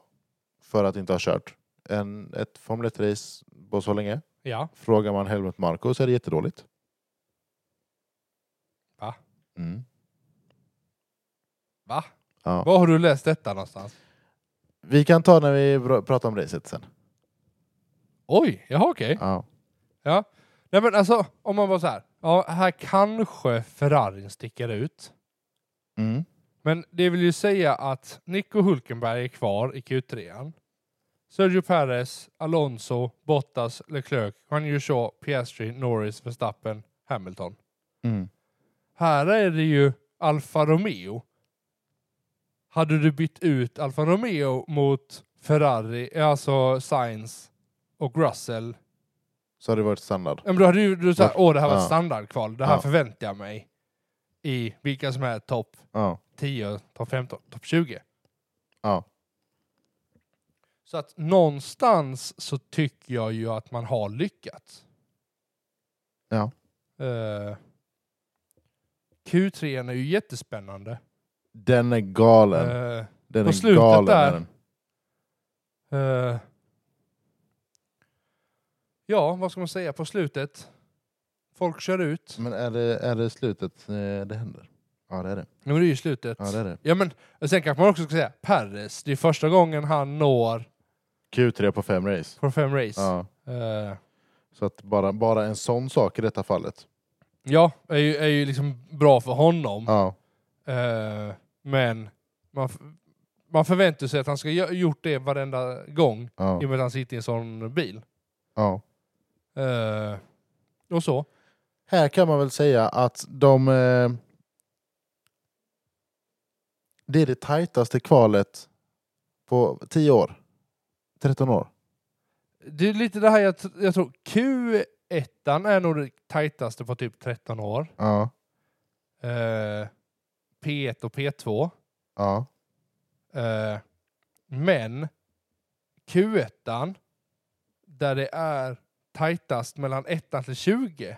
För att inte ha kört en, ett Formel 1-race på så länge. ja. Frågar man Helmut Marko så är det jättedåligt. Va? Mm. Va? Ja. Var har du läst detta någonstans? Vi kan ta när vi bra- pratar om racet sen. Oj, jaha okej. Ja. Ja. Nej men alltså, om man var så här. Ja, här kanske Ferrarin sticker ut. Mm. Men det vill ju säga att Nico Hulkenberg är kvar i Q3. Sergio Perez, Alonso, Bottas, Leclerc, Juan Yusho, Piastri, Norris, Verstappen, Hamilton. Mm. Här är det ju Alfa Romeo. Hade du bytt ut Alfa Romeo mot Ferrari, alltså Sainz och Russell Så har det varit standard. Ja, men då hade du, du sagt, åh det här var ett Ja. standardkval, det här Ja. förväntar jag mig i vilka som är topp Ja. 10, topp 15, topp 20. Ja. Så att någonstans så tycker jag ju att man har lyckats. Ja. Eh, Q3 är ju jättespännande. Den är galen. Eh, Den på är slutet galen. där. är Den. eh, ja, vad ska man säga på slutet? Folk kör ut. Men är det, är det slutet eh, det händer? Ja det är det. Ja, men det är ju slutet. Ja, det, är det. Ja men sen kanske man också ska säga Perez, det är första gången han når Q3 på fem race. på fem race. Eh, Ja, Ja. Så att bara, bara en sån sak i detta fallet. ja är, ju, är ju liksom bra för honom. Ja. Eh, men man, f- man förväntar sig att han ska gö- gjort det varenda gång Ja. i och med att han sitter i en sån bil. ja. Eh, och så. Här kan man väl säga att de... Eh, det är det tajtaste kvalet på 10 år. 13 år. Det är lite det här jag, tr- jag tror. Q1 är nog det tajtaste på typ 13 år. Ja. Eh, P1 och P2. Ja. Eh, men Q1, där det är tajtast mellan 1 till 20,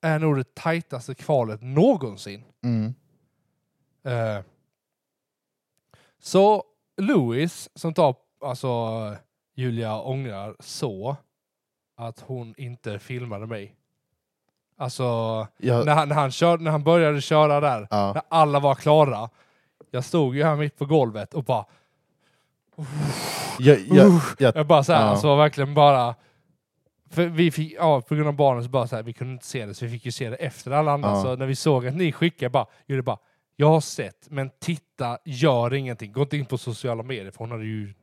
är nog det tajtaste kvalet någonsin. Mm. Eh, så Louis, som tar, alltså eh, Julia ångrar så att hon inte filmade mig. Alltså, Jag, när han, när han, kör, när han började köra där, ja. när alla var klara. Jag stod ju här mitt på golvet och bara Jag, jag, jag, Jag bara såhär, Ja. alltså verkligen bara... För vi fick, ja, på grund av barnen så bara såhär, vi kunde inte se det, så vi fick ju se det efter alla andra. Ja. Så när vi såg att ni skickade, bara, gjorde bara, jag har sett, men titta, gör ingenting. Gå inte in på sociala medier, för hon hade ju...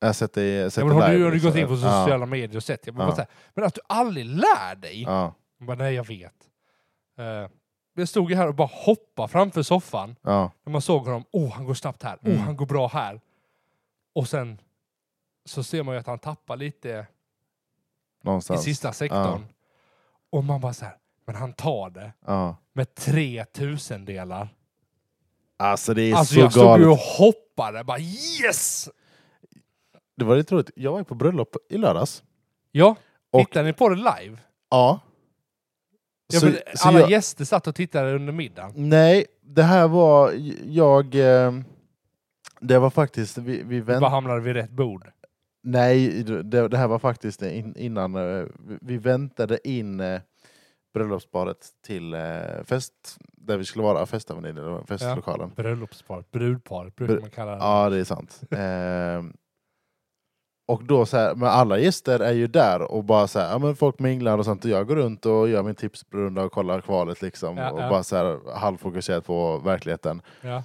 jag sätter, jag Ja, sätter men har du, live har du liksom. gått in på Ja. sociala medier och sett? Jag bara, Ja. bara såhär, men att du aldrig lär dig! Ja. Jag bara, nej jag vet. Uh, jag stod ju här och bara hoppade framför soffan, Ja. när man såg honom, oh han går snabbt här, oh Mm. han går bra här. Och sen så ser man ju att han tappar lite Någonstans. i sista sektorn. Och man bara så här, men han tar det Ja. med tre tusendelar. Alltså det är Alltså så jag stod ju galet. och hoppade, bara yes! Det var lite roligt. Jag var ju på bröllop i lördags. Ja, Och- tittar ni på det live? Ja. Ja, Så- men så alla jag- gäster satt och tittade under middagen. Nej, det här var jag... eh, Det var faktiskt... Vi, vi vänt, Bara hamnade vid rätt bord. Nej, det, det här var faktiskt in, innan... eh, vi- Vi väntade in eh, bröllopsparet till eh, fest där vi skulle vara, festavenyn eller festlokalen. Bröllopsparet, brudparet brukar Br- man kalla det. Ja, det är sant. Ehm, och då så här, men alla gäster är ju där och bara så här, ja, men folk minglar och sånt och jag går runt och gör min tipsrunda och kollar kvalet liksom Ja, och ja. bara så här halvfokuserad på verkligheten. Ja.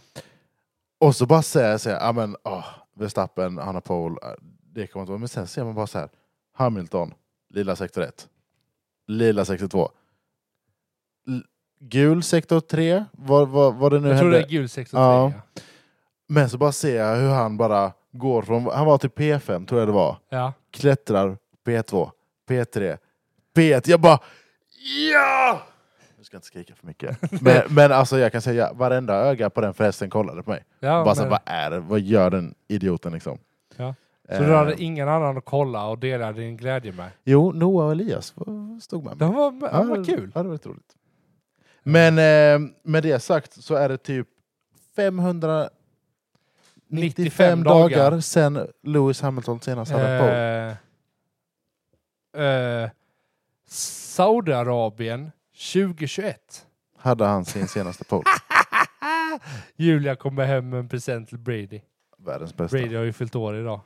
Och så bara säger jag, ja men åh, Verstappen, Hanna Paul, äh, det kommer inte vara, men sen ser man bara så här, Hamilton, lila sektor 1, lila sektor 2, L- gul sektor 3, vad, vad, vad det nu Jag tror hände. det är gul 63. Ja. Ja. Men så bara ser jag hur han bara går från, han var till P5 tror jag det var, Ja. klättrar P2, P3, P1. Jag bara ja! Nu ska jag inte skrika för mycket. Men, men alltså jag kan säga, varenda öga på den festen kollade på mig. ja bara så, men- vad är det? Vad gör den idioten liksom? Ja. Eh, så du hade ingen annan att kolla och dela din glädje med? Jo, Noah och Elias stod med mig. Det var, det var kul. Ja, det var lite roligt. Men eh, med det sagt så är det typ 595 95 dagar, dagar sedan Lewis Hamilton senast hade en pole. Eh, eh, Saudiarabien 2021. Hade han sin senaste pole. Julia kommer hem med en present till Brady. Världens bästa. Brady har ju fyllt år idag.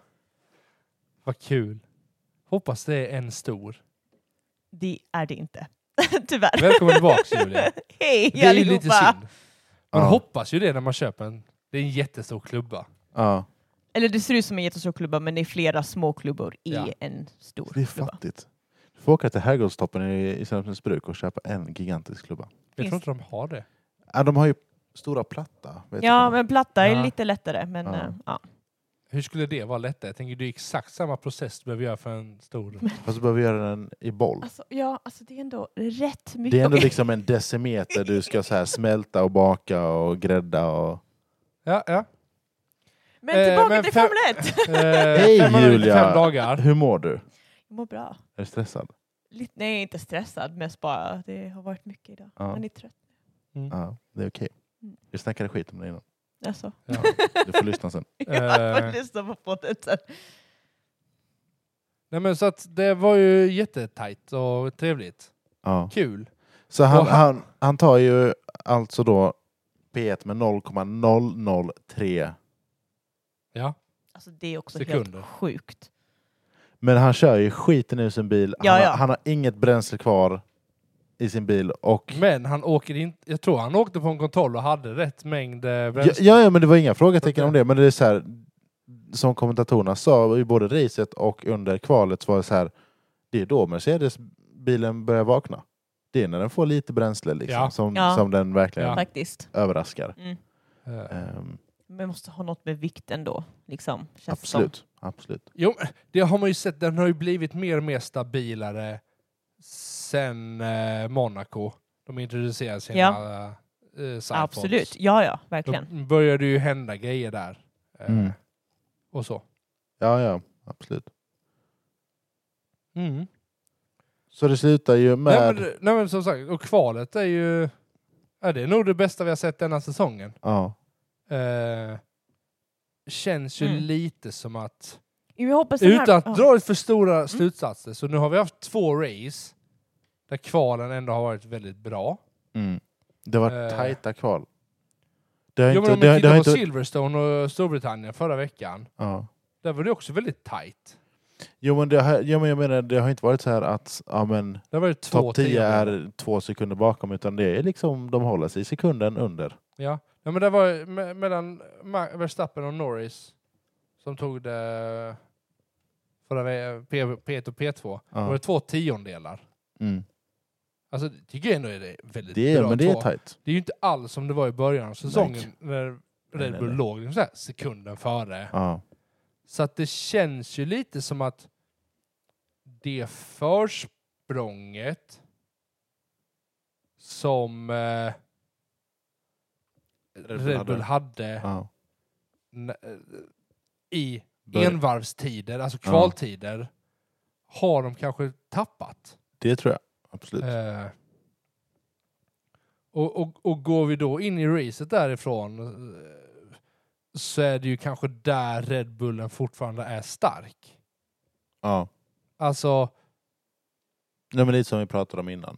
Vad kul. Hoppas det är en stor. Det är det inte. Tyvärr. Välkommen tillbaks Julia. Hej Det är ju lite synd. Man Ja. hoppas ju det när man köper en. Det är en jättestor klubba. Ja, Eller det ser ut som en jättestor klubba men det är flera små klubbor i Ja. en stor det är klubba. fattigt. Du får åka till Herrgårdstoppen i, i Sörmlands bruk och köpa en gigantisk klubba. Jag Finns- tror inte de har det. Ja, de har ju stora platta. Vet Ja, du. men platta är Ja. lite lättare. Men, Ja. eh, ja. Hur skulle det vara lättare? Jag tänker det är exakt samma process du behöver göra för en stor. Fast du behöver göra den i boll. Alltså, ja, alltså det är ändå rätt mycket. Det är ändå Okej. liksom en decimeter du ska så här smälta och baka och grädda och... Ja, ja. Men Eh, tillbaka men till fem- Formel 1! Eh, 595 Julia. dagar. Hur mår du? Är Jag mår bra. du stressad? Lite, nej, jag är inte stressad, mest bara det har varit mycket idag. Ja. Man är trött. Ja, det är okej. Mm. Vi snackade skit om det innan. Alltså. Ja. Du får lyssna sen. jag Eh. får lyssna på podden sen. Nej, men så att det var ju jättetajt och trevligt. Ja. Kul. Så han, Och han, han tar ju alltså då P1 med 0,003. Ja. Alltså det är också Sekunder. helt sjukt. Men han kör ju skiten ur sin bil. Han, Ja, ja. Har, han har inget bränsle kvar i sin bil. Och... Men han åker inte. Jag tror han åkte på en kontroll och hade rätt mängd eh, Ja, bränsle. ja, ja, men det var inga frågetecken Okej. om det. Men det är så här, som kommentatorerna sa i både racet och under kvalet så var det så här, det är då Mercedes-bilen börjar vakna. Det är när den får lite bränsle liksom, Ja. Som, Ja. som den verkligen Ja. Faktiskt. överraskar. Mm. Eh, Ehm, Men måste ha något med vikten då. Liksom, känns det absolut. absolut. Jo, det har man ju sett. Den har ju blivit mer och mer stabilare sen eh, Monaco. De introducerade sina Ja. eh, Som. Sidephones. Absolut. Ja, ja, verkligen. Då började ju hända grejer där. Eh, Mm. Och så. Ja, ja, absolut. Mm. Så det slutar ju Nej, med... men, nej men som sagt, och kvalet är ju... Ja, det är nog det bästa vi har sett denna säsongen. ja. Eh, känns ju Mm. lite som att... Jo, Jag hoppas den här... Utan att ja. Mm. dra för stora slutsatser, så nu har vi haft två race där kvalen ändå har varit välrit bra. mm. Det var Eh. tajta kval. Det har Ja, men inte... om Det man har, det har tittar på inte Silverstone och Storbritannien förra veckan, ja. där var det också väldigt tight. Jo, men det har, jo, men jag menar, det har inte varit så här att ja, men, Där var det två Topp 10 tiondelar. är två sekunder bakom utan det är liksom de håller sig sekunden under. Ja. ja, men det var me- mellan Ma- Verstappen och Norris som tog det förra ve- P- P1 och P2. Det var Ja. det två tiondelar. Mm. Alltså, det tycker jag ändå är det väldigt Det är, bra. men det är två. tajt. det är ju inte alls som det var i början av säsongen när nej, Red Bull nej. låg liksom så här, sekunden före. Ja. Så att det känns ju lite som att det försprånget som eh, Red Bull hade Ja. n- eh, i Bör- envarvstider, alltså Ja. kvaltider, har de kanske tappat. Det tror jag. Absolut. Eh, och, och, och går vi då in i racet därifrån eh, så är det ju kanske där Red Bullen fortfarande är stark. Ja. Alltså, Nej, men lite som vi pratade om innan.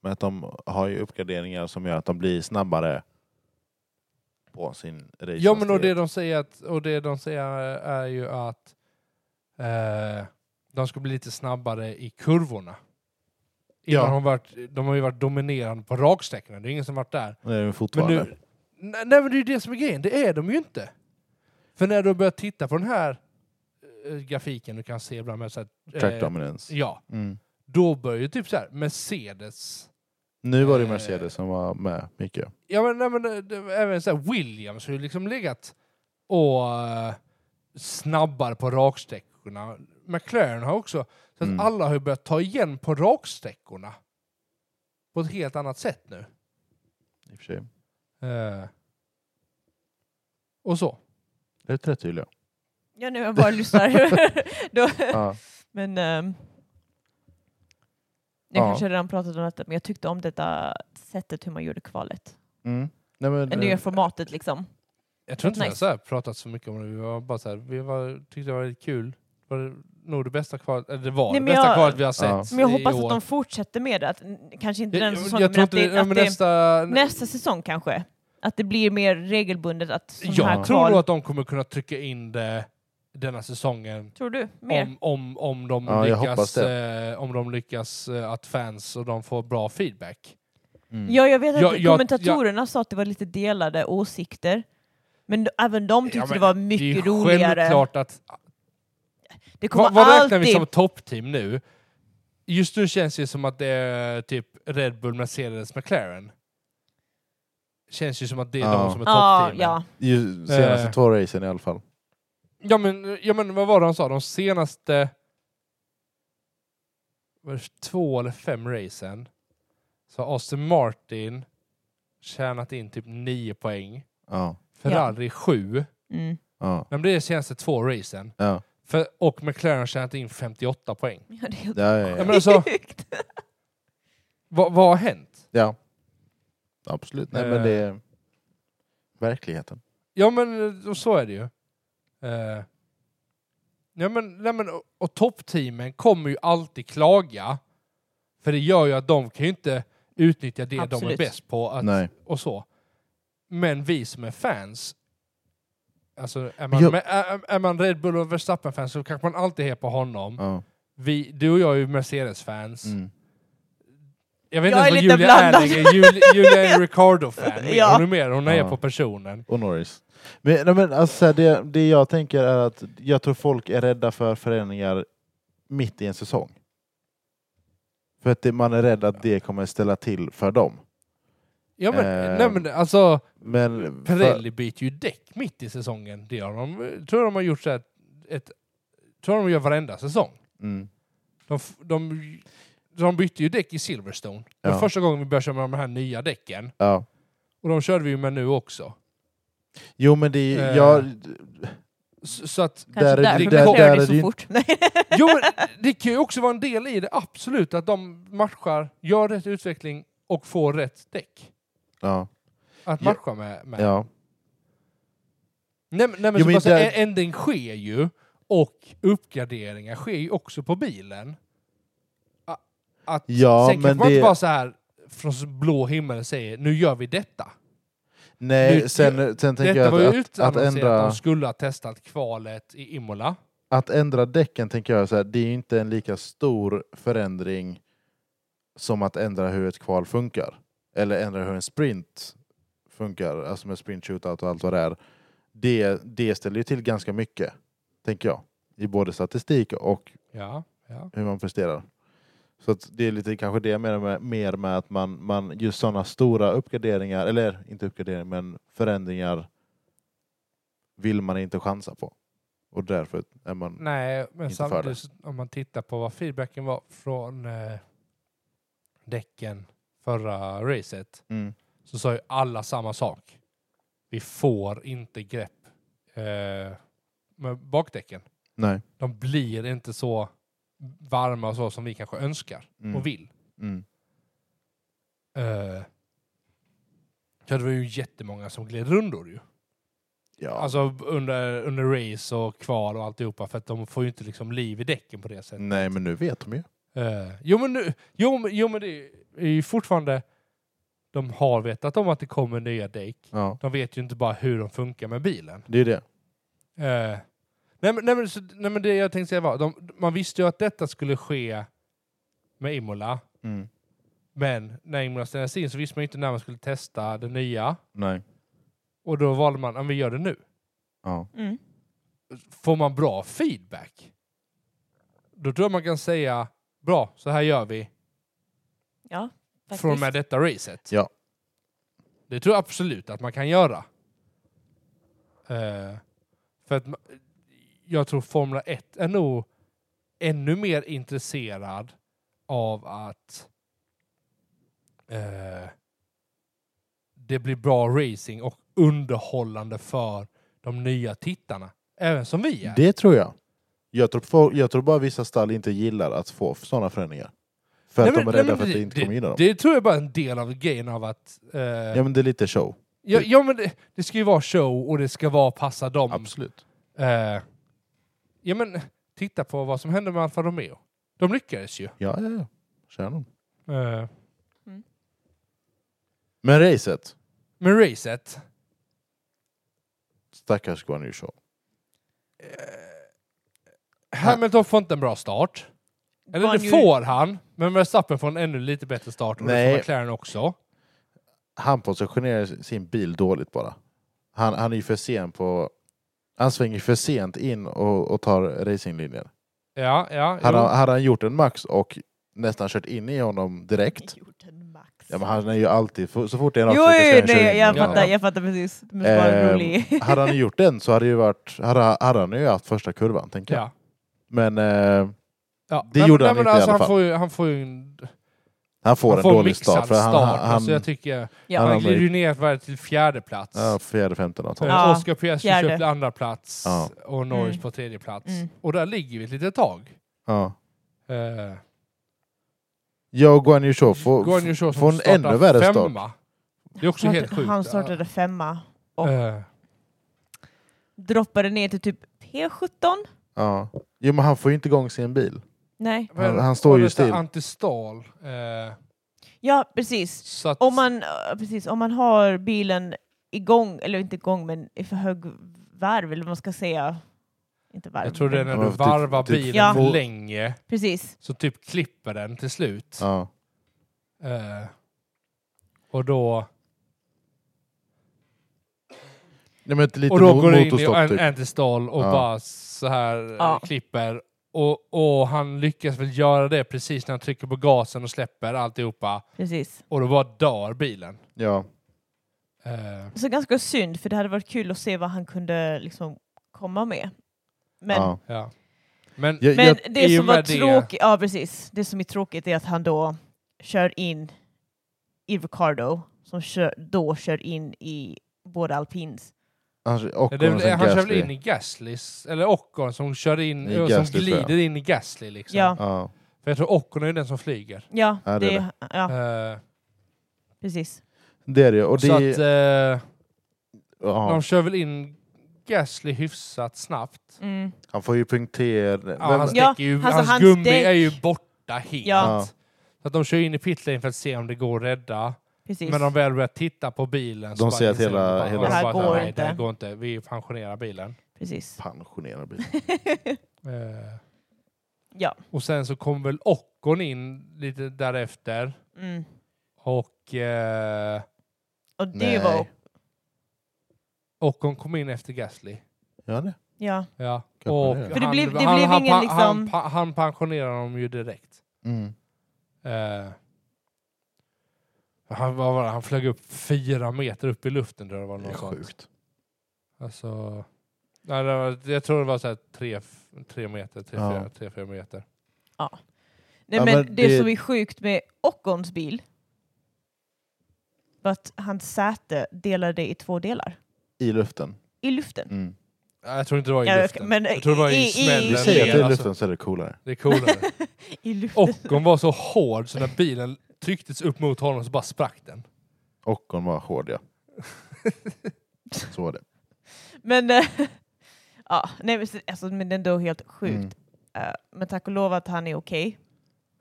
Men att de har ju uppgraderingar som gör att de blir snabbare på sin race. ja men och det de säger, att, och det de säger är ju att eh, de ska bli lite snabbare i kurvorna. Innan Ja. har de, varit, de har ju varit dominerande på raksträckorna, det är ingen som varit där. det är de Men fortfarande. du, nej, nej men det är ju det som är grejen, det är de ju inte. För när du börjar titta på den här eh, grafiken du kan se ibland med så här, eh, Track dominance. Ja, Mm. då börjar ju typ så här Mercedes. Nu var det eh, Mercedes som var med mycket. Ja men, nej, men eh, det, även så här Williams har ju liksom legat och eh, snabbare på raksträckorna. McLaren har också... Så att Mm. alla har ju börjat ta igen på raksträckorna. På ett helt annat sätt nu. I och för sig. Eh, och så. Det är rätt tydliga. Ja, nu jag bara lyssnar. Då, Ja. men... ehm, jag Ja. kanske redan pratat om detta, men jag tyckte om detta sättet hur man gjorde kvalet. Mm. Nej, men, Det nya formatet liksom. Jag tror inte vi har Nice. så här pratat så mycket om det. Vi var bara så här, vi var, tyckte det var väldigt kul. Det var nog det bästa kvalet, eller det var Nej, det men bästa jag- kvalet vi har sett Ja. Men jag i hoppas att år. de fortsätter med det. Att, n- kanske inte den Jag- säsongen, jag tror men att inte det, det, att men det nästa, nästa säsong kanske. Att det blir mer regelbundet att sådana här Jag tror kval... nog att de kommer kunna trycka in det denna säsongen. Tror du? Mer? Om, om, om, de Ja, jag hoppas lyckas, eh, om de lyckas eh, att fans och de får bra feedback. Mm. Ja, jag vet att Jag- jag- kommentatorerna sa att det var lite delade åsikter. Men d- även de tyckte Ja, men det var det är ju mycket roligare. självklart att... Det kommer Vad, vad räknar alltid... vi som toppteam nu? Just nu känns det som att det är typ Red Bull, Mercedes, McLaren. Känns ju som att det är Ja. de som är ja, toppteamen. ja. Ju senaste Eh. två racen i alla fall. Ja men, ja men vad var det de sa? De senaste var det två eller fem racen så har Aston Martin tjänat in typ nio poäng. Ja. Ferrari sju. Mm. Ja. Men det är de senaste två racen. Ja. För, och McLaren har tjänat in 58 poäng. ja det är helt Ja, ja, ja. Ja, men alltså, sjukt. vad, vad har hänt? ja. Absolut. Nej, men det Eh. är verkligheten. Ja men eh, så är det ju. Eh, ja, men, nej, men, och, och toppteamen kommer ju alltid klaga. För det gör ju att de kan ju inte utnyttja det de är Absolut. bäst på. Att, Nej. och så. Men vi som är fans, alltså är man, Jag- men är, är man Red Bull och Verstappen-fans så kanske man alltid är på honom. Ja. Vi, du och jag är ju Mercedes-fans. Mm. Jag vet Jag inte är ens lite vad Julia är blandad. längre. Jul- Julia är en Ricardo-fan. Ja. Hon är mer, hon är Ja. på personen. Och Norris. Men, nej, men alltså, så här, det, det jag tänker är att jag tror folk är rädda för förändringar mitt i en säsong. För att det, man är rädd att det kommer ställa till för dem. Ja men, Eh, nej men alltså, Men för, Pirelli byter ju däck mitt i säsongen. Det har de, tror de har gjort så här, ett, tror de gör varenda säsong. mm, De, f- de, de bytte ju däck i Silverstone. Det var Ja. första gången vi började köra med de här nya däcken. ja. Och de körde vi ju med nu också. Jo men det är Eh, ju... Jag, Så, så att, Kanske Där är- därför där- man där kör är det det så ju- fort. Nej. jo, men det kan ju också vara en del i det, absolut, att de matchar, gör rätt utveckling och får rätt däck ja, att Ja. matcha med. med. ja, Nej, men- nej, men Jo, så men bara så här, där- ä- ändring sker ju och uppgraderingar sker ju också på bilen. A- Att, Ja, sen kan men man det- inte bara så här från blå himmel säger nu gör vi detta. Nej, Nu- sen, sen tänker Detta jag var ju att, att, att, utannonserat att ändra, de skulle ha testat kvalet i Imola. att ändra däcken tänker jag så här, det är ju inte en lika stor förändring som att ändra hur ett kval funkar. Eller ändra hur en sprint funkar, alltså med sprint shootout och allt vad det är. Det, det ställer ju till ganska mycket, tänker jag. I både statistik och Ja, ja. hur man presterar. Så att det är lite kanske det jag menar med, mer med att man, man just sådana stora uppgraderingar, eller inte uppgraderingar, men förändringar vill man inte chansa på. Och därför är man... Nej, men Inte för samtidigt så- om man tittar på vad feedbacken var från eh, däcken förra racet Mm. så sa ju alla samma sak. Vi får inte grepp eh, med bakdäcken. Nej. De blir inte så varma och så som vi kanske önskar Mm. och vill. Mm. Eh, ja, det var ju jättemånga som gled rundor ju. Ja. Alltså under, under race och kval och alltihopa för att de får ju inte liksom liv i däcken på det sättet. Nej, men nu vet de ju. Mm. Eh, jo, men nu, jo, men- jo, men det är ju fortfarande... De har vetat om att det kommer nya däck. Ja. De vet ju inte bara hur de funkar med bilen. Det är det. Eh, nej, men, nej, men, så, nej, men det jag tänkte säga var, de, man visste ju att detta skulle ske med Imola, Mm. men när Imola ställdes in så visste man ju inte när man skulle testa det nya. Nej. Och då valde man, ja, men vi gör det nu. Ja. Mm. Får man bra feedback, då tror jag man kan säga, bra, så här gör vi, Ja, från och faktiskt. med detta racet. Ja. Det tror jag absolut att man kan göra. Eh, För att ma- jag tror Formula 1 är nog ännu mer intresserad av att eh, det blir bra racing och underhållande för de nya tittarna. Även som vi är. Det tror jag. Jag tror, folk, jag tror bara vissa stall inte gillar att få sådana förändringar. För Nej, att men- de är nej, rädda men för att det inte kommer gynna dem. Det tror jag bara är en del av grejen av att... Eh, Ja men det är lite show. ja, ja, men det, det ska ju vara show och det ska vara passa dem. Absolut. Eh, ja men titta på vad som hände med Alfa Romeo. De lyckades ju. Ja, ja, ja. Kör dem. Eh, Men racet. men racet. Stackars Guan Yu Zhou. Hamilton får inte en bra start. Eller Guan det Yu- får han, men Verstappen får en ännu lite bättre start. Och det Nej. får McLaren också. Han positionerar sin bil dåligt bara. Han, han är ju för sen på... Han svänger för sent in och, och tar racinglinjen. Ja, ja. Hade jo. han, hade han gjort en Max och nästan kört in i honom direkt. gjort en max. Ja, men han är ju alltid... Så fort det är en Jo, rakt jo, så försöker han jo köra nej, in jag i honom. fattar, jag fattar precis. Men det var en Ehm, rolig. Hade han gjort den så hade, det ju varit, hade, hade han ju haft första kurvan, tänker jag. ja. Men eh, ja. Det gjorde han inte i alla alltså, han fall. Får ju, han får ju en, han får han en får en dålig mixad start. start. För han, han, alltså, han, jag tycker, han han har Ja. glider ju blivit- ner varje till fjärde plats. ja, fjärde, femte något sånt. Eh, Ja, Oscar Piastri fjärde. kör till andra plats Ja. och Norris Mm. på tredje plats. Mm. Och där ligger vi ett litet tag. Ja. Eh, Jag och Guan Yu Zhou får, Guan Yu Zhou som får en startar ännu värre start. femma. Det är också Han helt startade- sjukt. Han startade femma. Ja. och- Eh, Droppade ner till typ P17? Ja. Jo, men han får ju inte igång sin bil. Nej. Han- men- han står och ju detta still. Antistal. Eh, Ja, precis. så att, Om man, ja, precis. Om man har bilen igång, eller inte igång, men i för hög varv, eller vad man ska säga. Inte varv. jag tror det är när Ja, du men typ- varvar typ bilen Ja. för länge Precis. så typ klipper den till slut. Ja. Eh, och då, Nej, men ett litet och då mo- går det in i motorstopp an- typ. antistal och Ja. bara så här eh, Ja. klipper. Och, och han lyckas väl göra det precis när han trycker på gasen och släpper alltihopa. precis. Och då bara dör bilen. Ja. Eh, Så ganska synd, för det hade varit kul att se vad han kunde liksom komma med. Men, ja. ja. Men Jag, men jag, det i och som var med det- tråkigt, ja precis. Det som är tråkigt är att han då kör in i Ricardo, som kör, då kör in i båda alpins. han, och Ja, det, är väl- han kör väl in i... i Gaslys, eller Ockon som kör in, I och Gasly, som tror jag. glider in i Gasly liksom. Ja, Ja. För jag tror Ockon är ju den som flyger. ja, Ja, det det, är ja Eh, precis. Det är det ju. Och det... så att eh, ja. de kör väl in Gasly hyfsat snabbt. Mm. Han får ju punktera... Ja, hans, Vem- Ja, däck är ju, alltså, hans, hans gummi däck- är ju borta helt. Ja. Så att de kör in i pitlane för att se om det går att rädda. Precis. Men de väl börjar titta på bilen De bara ser att inser hela- bara- hela- de Det här bara, går nej, Det här inte." går inte. Vi pensionerar bilen. precis. Pensionerar bilen. Eh, Ja. Och sen så kom väl Ockon in lite därefter. Mm. Och eh, Och det Nej. var... Ockon kom in efter Gasly. Gör han det? Ja, Ja. Kanske Och det är. För det blev- det han, blev han, ingen han, liksom- han, pa- han pensionerade dem ju direkt. Mm. Eh, han, vad var det? han flög upp fyra meter upp i luften. Tror jag det var Det är något sånt. sjukt. Alltså, nej, det var, jag tror det var så här tre, f- tre meter, tre, Ja. fyra, tre, fyra meter. Nej, Ja, men men det, det- som är sjukt med Ockons bil var att hans säte delade i två delar. I luften. I luften. Mm. Nej, Jag tror inte det var i Ja, jag- luften. men jag tror det var i, i- i- smällen. Vi säger att det är i Alltså, luften så är det coolare. det är coolare. I luften. Ockon var så hård så när bilen trycktes upp mot honom så bara sprack den. Och hon var hård ja. Så var det. Men, eh, ja, nej, men, alltså, men det är ändå helt sjukt. Mm. Eh, men tack och lov att han är okej.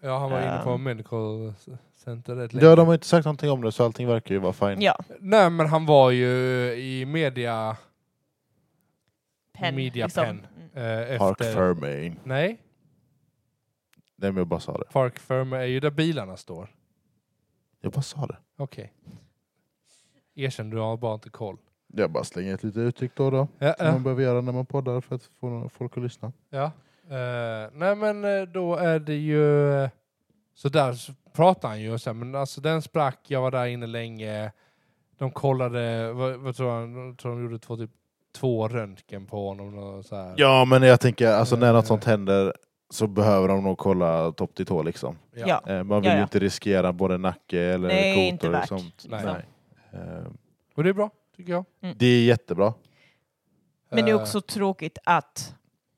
Ja, han var inne på Ehm. medical center rätt länge. Ja, de har inte sagt någonting om det så allting verkar ju vara fine. Ja, Nej, men han var ju i media pen. Media pen. Mm. eh, Park efter... Fermain. Nej, Nej men jag bara sa det. Park Ferme är ju där bilarna står. Jag bara sa det. Okej. Erkänn, du har bara inte koll. Jag bara slänger ett litet uttryck då och då. Ja, Som ja, man behöver göra när man poddar för att få några folk att lyssna. ja. Eh, nej, men eh, då är det ju... eh, Så där s- pratar han ju. och Sen, men alltså den sprack, jag var där inne länge. De kollade, vad, vad tror han, tror de gjorde två typ två röntgen på honom. Och så här. Ja, men jag tänker alltså när något Eh. sånt händer så behöver de nog kolla topp till tå liksom. Ja. Eh, Man vill Ja, ju ja. inte riskera både nacke eller Nej, inte kotor eller värt, sånt. liksom. Nej. Eh, Och det är bra, tycker jag. Det är jättebra. Men det är Eh, också tråkigt att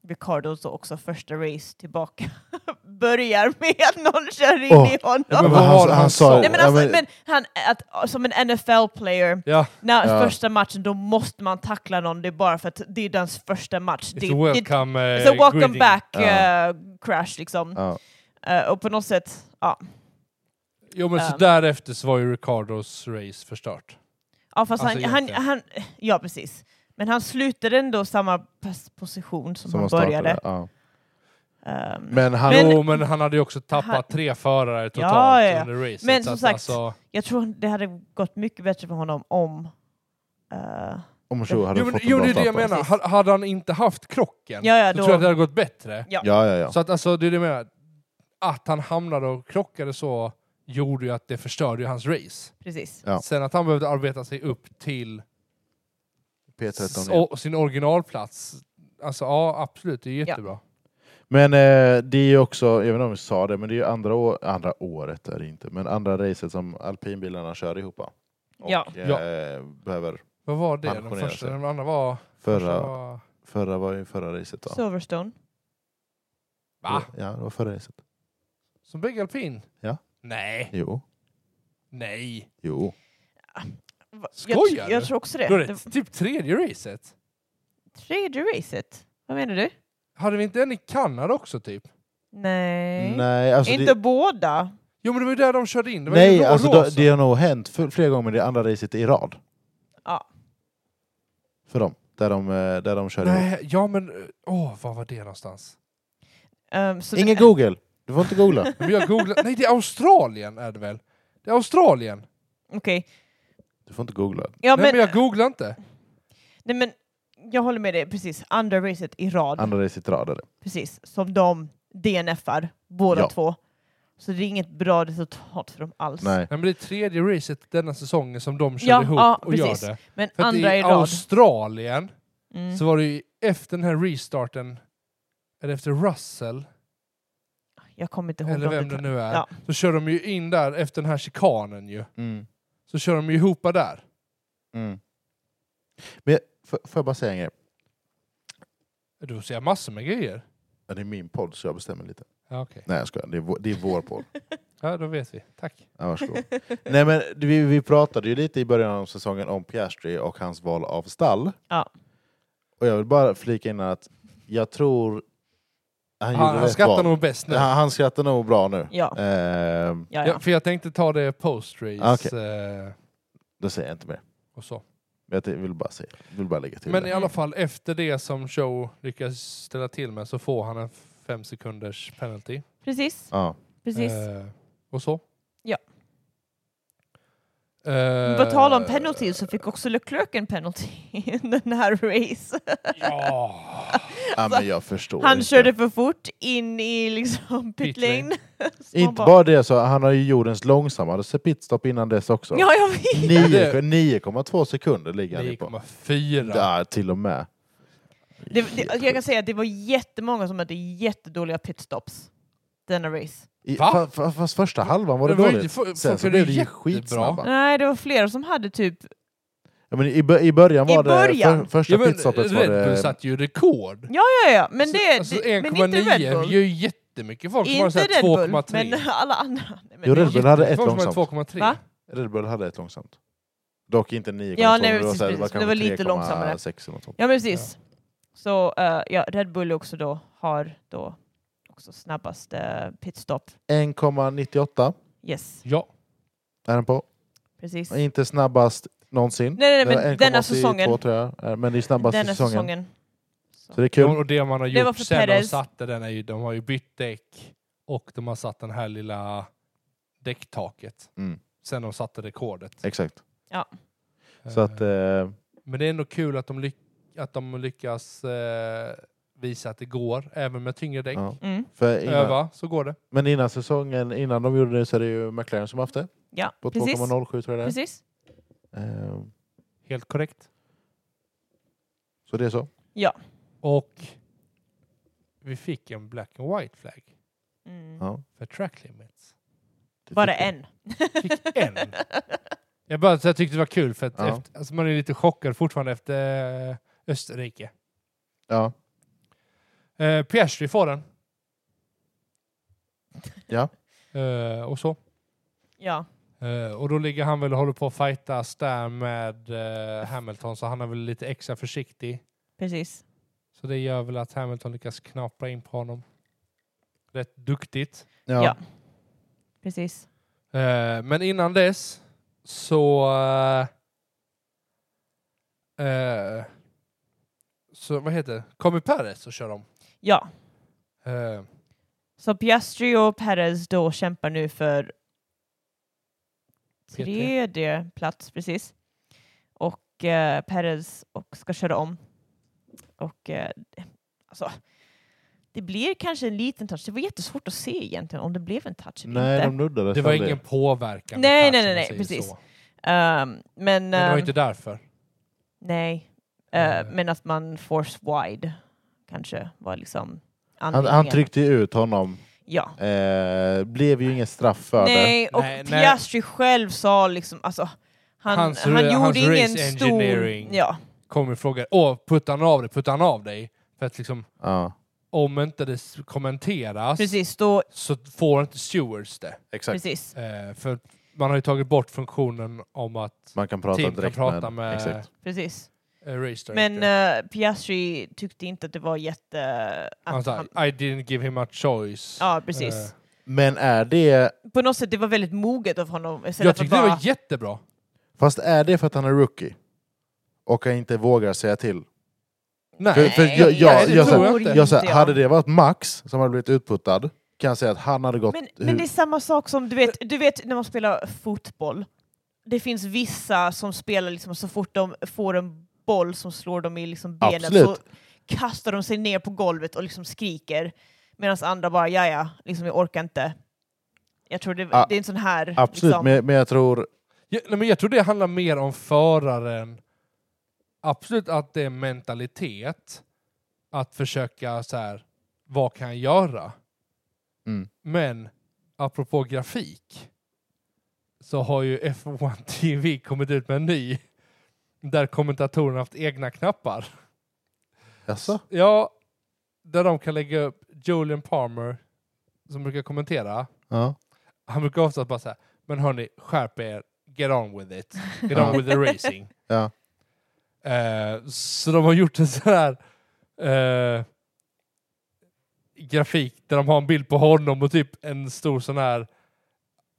Ricardo så också första race tillbaka börjar med att någon kör in Åh, i honom. Ja, men Men vad var det han sa? Nej, men ja, alltså, men- men han, att, som en NFL-player, Ja, när Ja. första matchen då måste man tackla någon, det är bara för att det är dens första match. it's det, a det, welcome eh, it's a welcome greeting. back Ja. eh, crash liksom. ja. Eh, och på något sätt, ja. Jo men så Um. därefter så var ju Ricardos race förstört. ja fast Alltså, han, egentligen. han, han, ja precis. Men han slutade ändå samma pos- position som, Som han han startade, började. Ja. Ehm, Men han... Men- jo men han hade ju också tappat Han- tre förare totalt Ja, ja, ja. under racet. Men så som att sagt- Alltså, jag tror det hade gått mycket bättre för honom om... eh, om Cho hade jo men, fått en jo bra det är det start jag på. menar, Precis. Ha- hade han inte haft krocken ja, ja, så tror jag att det då, hade gått bättre. Ja, ja, ja. Så att alltså det är det jag menar. Att han hamnade och krockade så gjorde ju att det förstörde ju hans race. precis. Ja. Sen att han behövde arbeta sig upp till s- P13 igen. o- sin originalplats. Alltså ja, absolut, det är jättebra. Men eh, det är ju också, jag vet inte om vi sa det, men det är ju andra, å- andra året är det inte, men andra racet som alpinbilarna kör ihop. Och Ja. eh, behöver, Vad var det? Den Pensionera första, sig. den andra var... första förra, var... förra var ju förra racet då. Silverstone. Va? Ja, det var förra racet. Som bägge alpin? Ja. Nej, Jo, nej. jo. Va- Skojar jag, du? jag tror också det. Då är det det typ tredje racet. tredje racet? Vad menar du? Hade vi inte en i Kanada också typ? Nej. Nej, alltså inte det, båda. Jo men det var ju där de körde in. Det var ju nej rå- alltså rosa. då, det har nog hänt f- flera gånger, men det är andra racet i rad. Ja. För dem, där de, eh, där de kör ihop. Nej, ja men... eh, Åh, var var det någonstans? Ehm, så Ingen det, Google! Du får inte googla. Men jag googlade... nej, det är Australien är det väl? Det är Australien. okej. Du får inte googla. Ja, nej men, men jag googlar inte. nej, men jag håller med dig, precis. Andra racet i rad, Andra racet i rad är det. precis, som de DNFar, båda Ja. två. Så det är inget bra resultat för dem alls. Nej. Nej men det är tredje racet denna säsongen som de kör Ja, ihop ja, och gör precis. det. Men För att andra i i rad. Australien Mm. så var det ju efter den här restarten, eller efter Russell, Jag kommer inte ihåg eller dem vem det- det nu är, Ja. så kör de ju in där efter den här chikanen ju. Mm. Så kör de ju ihop där. Mm. Men jag- får får jag bara säga en grej? Du ser massor med grejer. Ja, det är min podd så jag bestämmer lite. Ja, okej. Nej jag skojar, det är vår, det är vår podd. Ja, då vet vi. Tack. Ja, varsågod. Nej, men vi, vi pratade ju lite i början av säsongen om Piastri och hans val av stall. Ja. Och jag vill bara flika in att jag tror han, Han, gjorde han rätt skrattar val. nog bäst nu. Han, han skrattar nog bra nu. Ja. Ehm, Ja, Ja, ja. för jag tänkte ta det post-race Ah, Okej. eh, då säger jag inte mer. och så. Men Jag vill bara, säga, vill bara lägga till Men det. i alla fall, efter det som Joe lyckas ställa till med så får han en fem sekunders penalty. Precis. Ja. precis. Eh, och så. Ja. Eh, På tal om penalty så fick också Leclerc en penalty i den här race. Ja. ja, men jag förstår Han inte. körde för fort in i liksom Pit pit lane. lane. Så man Inte bara det, så han har ju jordens långsammaste pitstop innan dess också. Ja, jag vet. Nio- 9,2 sekunder ligger han ju på. 9,4. Ja, till och med. Det, det, jag kan säga att det var jättemånga som hade jättedåliga pitstops denna race. I, Va? fa, fa, fast första halvan var det, Det var ju dåligt. inte- fu- Sen så funkade blev det det ju jättebra. skitsnabba. Nej, det var flera som hade typ... Ja, men i, bö- I början var I början? det... För, första Ja, men pitstoppet var Red Bull det... satt ju rekord. Ja, ja, ja, men, Alltså- det, alltså det, men inte Red 1,9 Bull. gör ju jättemycket folk som har inte såhär Red Bull, 2,3. men alla andra. Nej, men Jo, det- Red Bull hade ett Folk som har långsamt. 2,3. Va? Red Bull hade ett långsamt. Dock inte 9,2. Ja, nej, det var, precis, så här, det var precis. Det kanske var lite långsammare. 3,6 eller något sånt. Ja, men precis. Så eh, ja, Red Bull också då har då också snabbaste pitstop. 1,98 Yes, Ja. är den på. precis. Och Inte snabbast någonsin. Nej, nej, Det nej var men denna 1,82 säsongen. tror jag. Eh, Men det är snabbast i Denna säsongen. säsongen. Så. Så det är Ja, kul. Och det man har Det var gjort för sen de Perez. satte den är ju, de har ju bytt däck och de har satt den här lilla däcktaket Mm, sen de satte rekordet. exakt. Så Eh, att... Eh, Men det är ändå kul att de, lyck att de lyckas eh, visa att det går, även med tyngre däck. ja. Mm. För innan, Öva, så går det. Men innan säsongen, innan de gjorde det så är det ju McLaren som haft det. Ja, På precis. 2,07 tror jag det är. precis. Eh, Helt korrekt. Så det är så. Och vi fick en black and white flagg Mm. Ja, för track limits. det Bara fick jag. en. Fick en. Jag, bara, så jag tyckte det var kul för att Ja. efter, alltså man är lite chockad fortfarande efter eh, Österrike. Ja, Eh, Piastri får den. Ja. Eh, och så. Ja. Eh, och då ligger han väl och håller på att fightas där med eh, Hamilton så han är väl lite extra försiktig. Precis. Så det gör väl att Hamilton lyckas knapra in på honom. Rätt duktigt. ja. Ja. Precis. Eh, men innan dess så... eh, eh, så vad heter det? Kommer Perez och kör om. Ja. Eh, Så Piastri och Perez då kämpar nu för P3. tredje plats, precis. Och eh, Perez och ska köra om. Och eh, alltså, det blir kanske en liten touch. Det var jättesvårt att se egentligen om det blev en touch eller Nej, typ inte. de nuddade det var aldrig. ingen påverkan. Nej, med nej, touchen, om man säger nej, nej, precis. så. Ehm, men, Men det var ehm, ju inte därför. nej, Eh, Eh. men att man force wide kanske var liksom Han, han anledningen. tryckte ju ut honom. Ja. Eh, blev ju ingen straff för det. Nej, och Nej, nej. Piastri själv sa liksom, alltså, han, Hans- han hans gjorde ingen race stor... engineering. Ja, Kommer och frågar, åh, puttar han av dig? Puttar han av dig? För att liksom, Ja, om inte det s- kommenteras precis. Då, så får inte stewards det. exakt. precis. Eh, för man har ju tagit bort funktionen om att Man kan prata team kan direkt prata med, Exakt. precis. eh, race director. Men eh, Piastri tyckte inte att det var jätte... han Att sa, han, I didn't give him a choice. ja, precis. Eh, Men är det... På något sätt, det var väldigt moget av honom. istället jag för tyckte att det bara- var jättebra. Fast är det för att han är rookie? Och jag inte vågar säga till? Nej. för jag- jag- jag tror tror inte. Jag säger, inte hade det varit Max som hade blivit utputtad kan jag säga att han hade gått... Men, hur- men det är samma sak som, du vet, du vet när man spelar fotboll, det finns vissa som spelar liksom så fort de får en boll som slår dem i liksom benen Absolut. så kastar de sig ner på golvet och liksom skriker medan andra bara ja ja, liksom, jag orkar inte. Jag tror det, Ja, det är en sån här... Absolut, liksom, men, men jag tror... Jag, nej, men jag tror det handlar mer om föraren. Absolut att det är mentalitet. Att försöka så här, vad kan jag göra? Mm. Men apropå grafik så har ju F1 TV kommit ut med en ny där kommentatorerna haft egna knappar. Jaså? Ja, där de kan lägga upp Julian Palmer som brukar kommentera. Ja. Han brukar ofta bara säga, men hörni, skärp er, get on with it, get Ja. on with the racing. Ja. Eh, så de har gjort en sån här eh, grafik där de har en bild på honom och typ en stor sån här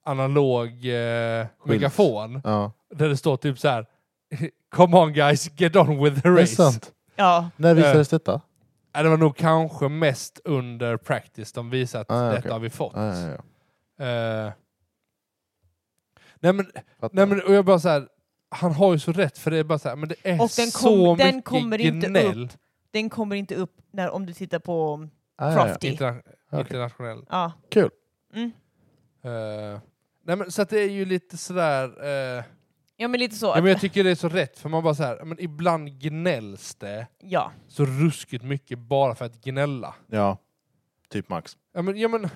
analog eh, megafon ja. där det står typ så här Come on guys, get on with the Det är race. sant. Ja, När visades visades detta? Ja, det var nog kanske mest under practice de visat att Ah, ja, detta okej. har vi fått. Ja, ja, ja. Eh, nej men, Fattar. nej men och jag bara så här, han har ju så rätt för det är bara så här, men det är Och den kom- så den mycket kommer inte gnäll. upp. den kommer inte upp när, om du tittar på... um, Ja, ja, ja. Crafty. Interna- Okej. Internationell. Ja. Kul. Mm. Eh, nej men så att det är ju lite sådär, uh, Ja men lite så. ja, men jag att- tycker det är så rätt för man bara så här, men ibland gnälls det ja. så ruskigt mycket bara för att gnälla. Ja. Typ Max. Ja men, ja, men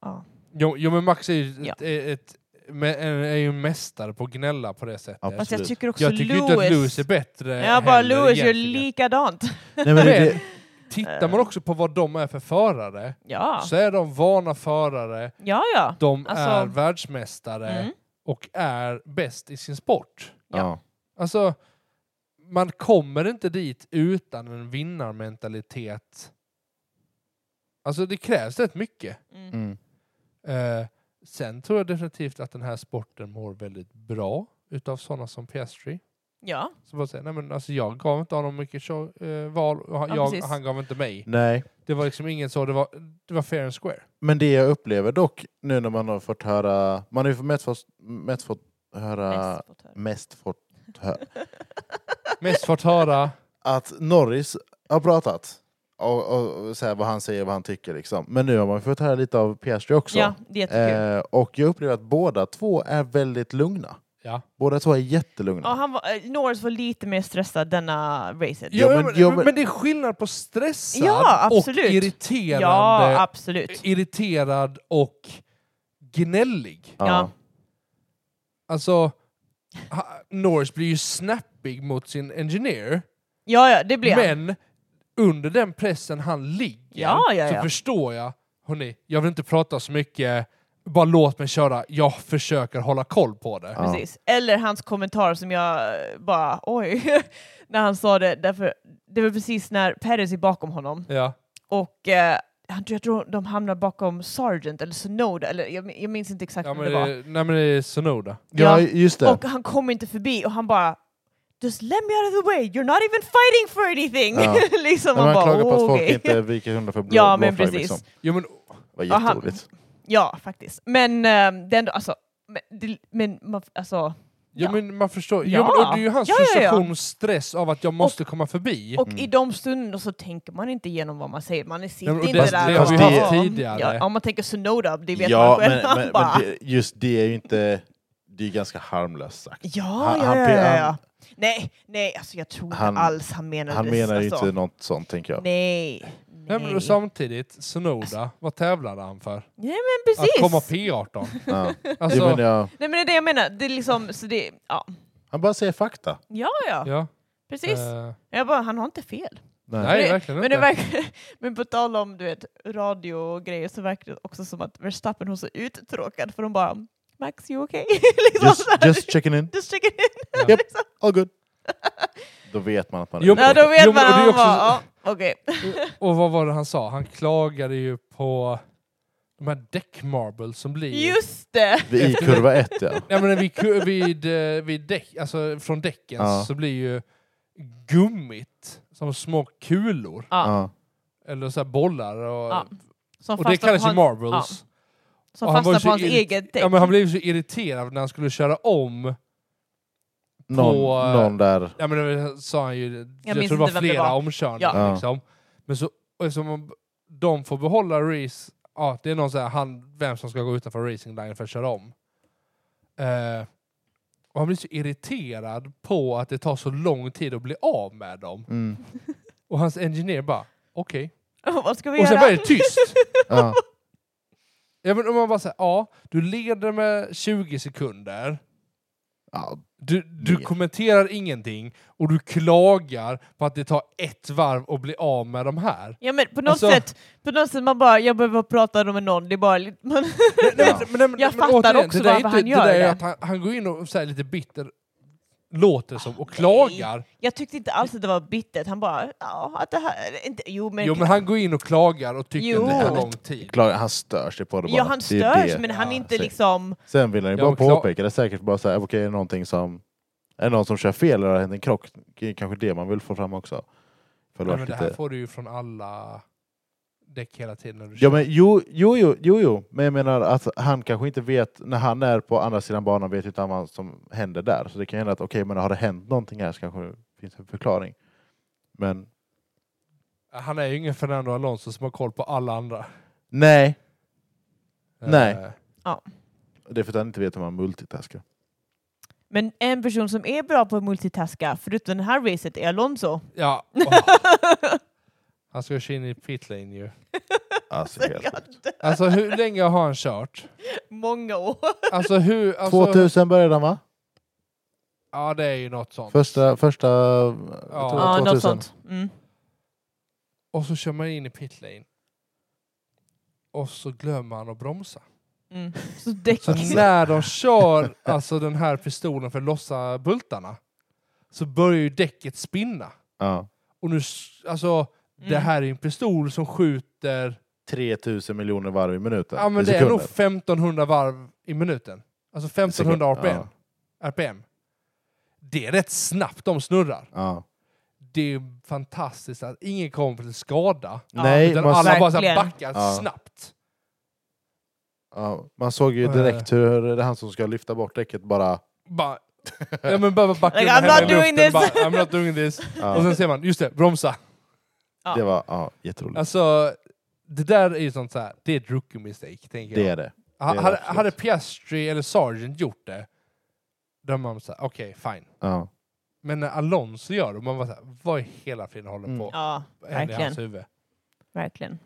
Ja. Jo, jo men Max är ju, Ja. ett, ett, men är är ju en mästare på att gnälla på det sättet. Absolut. Fast jag tycker också Jag tycker ju Lewis... inte att Lewis är bättre. Ja, bara heller Lewis gör egentligen. likadant. Nej, men det, det, Tittar man också på vad de är för förare Ja, så är de vana förare, ja, ja. de Alltså- är världsmästare Mm. och är bäst i sin sport. ja. Alltså, man kommer inte dit utan en vinnarmentalitet. Alltså det krävs rätt mycket. Mm. Mm. Eh, sen tror jag definitivt att den här sporten mår väldigt bra utav sådana som Piastri. Ja, Som bara säger, nej men alltså jag gav inte honom mycket cho- eh, val och han, Ja, jag, precis. han gav inte mig. Nej. Det var liksom ingen så, det var, det var fair and square. Men det jag upplever dock nu när man har fått höra... Man har ju mest fått, mest fått höra... mest fått höra. Mest fått höra... Mest fått höra. att Norris har pratat. Och, och, och så här, vad han säger och vad han tycker. Liksom. Men nu har man fått höra lite av Piastri också. Ja, det är jättekul. eh, och jag upplever att båda två är väldigt lugna. Ja. Båda två är jättelugna. Ja, han var, eh, Norris var lite mer stressad denna racet. Jo, Jo, men- men, jo, men- men, det är skillnad på stressad Ja, absolut. och irriterande. Ja, absolut. irriterad och gnällig. ja. Alltså, ha- Norris blir ju snappig mot sin engineer, Ja, ja, det blev han. men under den pressen han ligger Ja, ja, så ja. förstår jag, hörni, jag vill inte prata så mycket, bara låt mig köra, jag försöker hålla koll på det. Ja. Precis. Eller hans kommentar som jag eh, bara, oj, när han sa det. Därför, det var precis när Perez är bakom honom Ja. och eh, han- jag tror de hamnar bakom Sargent eller Sonoda, eller jag, min- jag minns inte exakt Ja, vad men, det det var. nej, men det är Sonoda. Ja, Ja. just det. Och han kommer inte förbi och han bara Just let me out of the way, you're not even fighting for anything! Ja. liksom, När man bara, klagar på att "Åh, folk okej." inte viker hundra för blå, Ja, blå men flagg, precis. Liksom. Jo, men, Det var Ja, han- jätteroligt. Ja, faktiskt. Men eh, det är ändå, alltså, men, det, men man, Mm. alltså, ja, Ja. men man förstår. Ja. Jo, men, och det är ju hans Ja, ja, ja. frustration och stress av att jag måste komma förbi. och i de stunderna så tänker man inte igenom vad man säger. Man sitter Nej, men- och inte det- där det har vi och bara, haft "Ja, tidigare." Ja, om man tänker Sonoda, det vet ja, man själv. men, Han men, bara, men det, just det är ju inte... Det är ganska harmlöst sagt. ja, han- ja, han- ja, ja, ja. han- Nej, nej, alltså jag tror Han- inte alls han menade Han det, menar ju alltså. inte något sånt, tänker jag. Nej, nej. Nej, men och samtidigt, Sonoda, vad tävlade han för? nej, men precis. Att komma P18? Ja. Alltså, Jo, men jag, Nej men det är det jag menar, det är liksom, så det, ja. han bara säger fakta. Ja, ja, ja, precis. eh, Jag bara, han har inte fel. Nej. nej, Men det- verkligen Men, det inte. verkar, men på tal om du vet, radio och grejer så verkar det också som att Verstappen hon så uttråkad för de bara Max, you okay? liksom Just, så här, just checking in. just check it in. Japp. liksom. All good. Då vet man att man är Jo, ute. Ja, då vet Jo, men- man och det är att hon också- bara, ja, okej. Och vad var det han sa? Han klagade ju på de här däckmarbles som blir... Just det! Vi är I kurva ett, ja. Nej, men vid, ku- vid, eh, vid däck, alltså från däcken Ja. så blir ju gummit som små kulor, Ja, ja. eller så här bollar. Och, Ja, som och det fastnar på kallas ju hans, marbles. som och han var fastnar ju på så hans irrit- eget Ja. däck. men han blev ju så irriterad när han skulle köra om. Någon, På, eh, någon där. Ja, men det sa han ju, jag, minns tror det var inte vem det flera var. omkörningar. Ja. Liksom. Men så, och eftersom man- de får behålla race, ja, det är någon så här, han, vem som ska gå utanför racingline för att köra om. Eh, och han blir så irriterad på att det tar så lång tid att bli av med dem. Mm. Och hans engineer bara, okej. Vad ska vi Och sen göra? blir det tyst. Ja. ja, men om man bara säger, ja, du leder med 20 sekunder. Ja. Du, du Mer. kommenterar ingenting och du klagar på att det tar ett varv att bli av med de här. Ja men på något Alltså- sätt, på något sätt man bara, jag behöver prata med någon, det är bara lite, man, Ja. Men, men, men, Jag men fattar återigen, också det där är varför han inte- gör där är det. Att han, han går in och så här, lite bitter, låter Ah, som, och klagar. Jag tyckte inte alls att det var bittert, han bara, ja, att det här, inte, jo men, Jo men han går in och klagar och tycker Jo. att det tar lång tid. Klar, han stör sig på det bara. ja han Det är störs det. men han är Ja, inte så- liksom, Sen vill han ju Ja, bara men klar- påpeka det. Säkert bara så här, okej, är det någonting som... Är det någon som kör fel eller har det hänt en krock? Det är kanske det man vill få fram också. För det Nej, har men varit det här lite... får du ju från alla däck hela tiden när du Ja, men jo, jo, jo, jo, jo, men jag menar att han kanske inte vet, när han är på andra sidan banan vet inte han vad som händer där. Så det kan hända att okej, men har det hänt någonting här så kanske det finns en förklaring. Men Han är ju ingen Fernando Alonso som har koll på alla andra. nej, Nej. Eh, det är för att han inte vet hur man multitaskar. men en person som är bra på att multitaska, förutom det här racet, är Alonso. ja. åh. Han ska ju köra in i pit lane ju. Alltså, helt sjukt. Alltså hur länge har han kört? Många år. Alltså hur... Alltså, 2000 började han va? Ja det är ju något sånt. Första, första jag Ja. tror det var Ja, 2000. något sånt. Mm. Och så kör man in i pit lane. Och så glömmer han att bromsa. Mm. Så däck. Så Alltså. när de kör alltså den här pistolen för att lossa bultarna så börjar ju däcket spinna. Ja. Och nu, s- alltså det här är ju en pistol som skjuter, 3000 miljoner varv i minuten. ja men i det är nog sekunden. 1500 varv i minuten. Alltså 1500 Sekund, RPM. RPM. Det är rätt snabbt de snurrar. ja. Det är ju fantastiskt att ingen kommer till skada. Ja, Nej, Utan man, alla bara så här backar verkligen. Ja. snabbt. ja, man såg ju direkt hur det är han som ska lyfta bort däcket bara... Bara, ja men bara backa Like, med I'm not händerna i doing luften, this. Bara, I'm not doing this. Och Ja, Mm. sen ser man, just det, bromsa. Ja. det var ja, jätteroligt. Alltså, det där är ju sånt så här, det är ett rookie mistake, tänker Det jag. är det. Ha- det är det hade, absolut. hade Piastri eller Sargent gjort det, Där man såhär, okej fine. Ja. Men när Alonso gör det, man bara såhär, vad i hela friden håller Mm. på Ja, händer i verkligen. hans huvud? verkligen.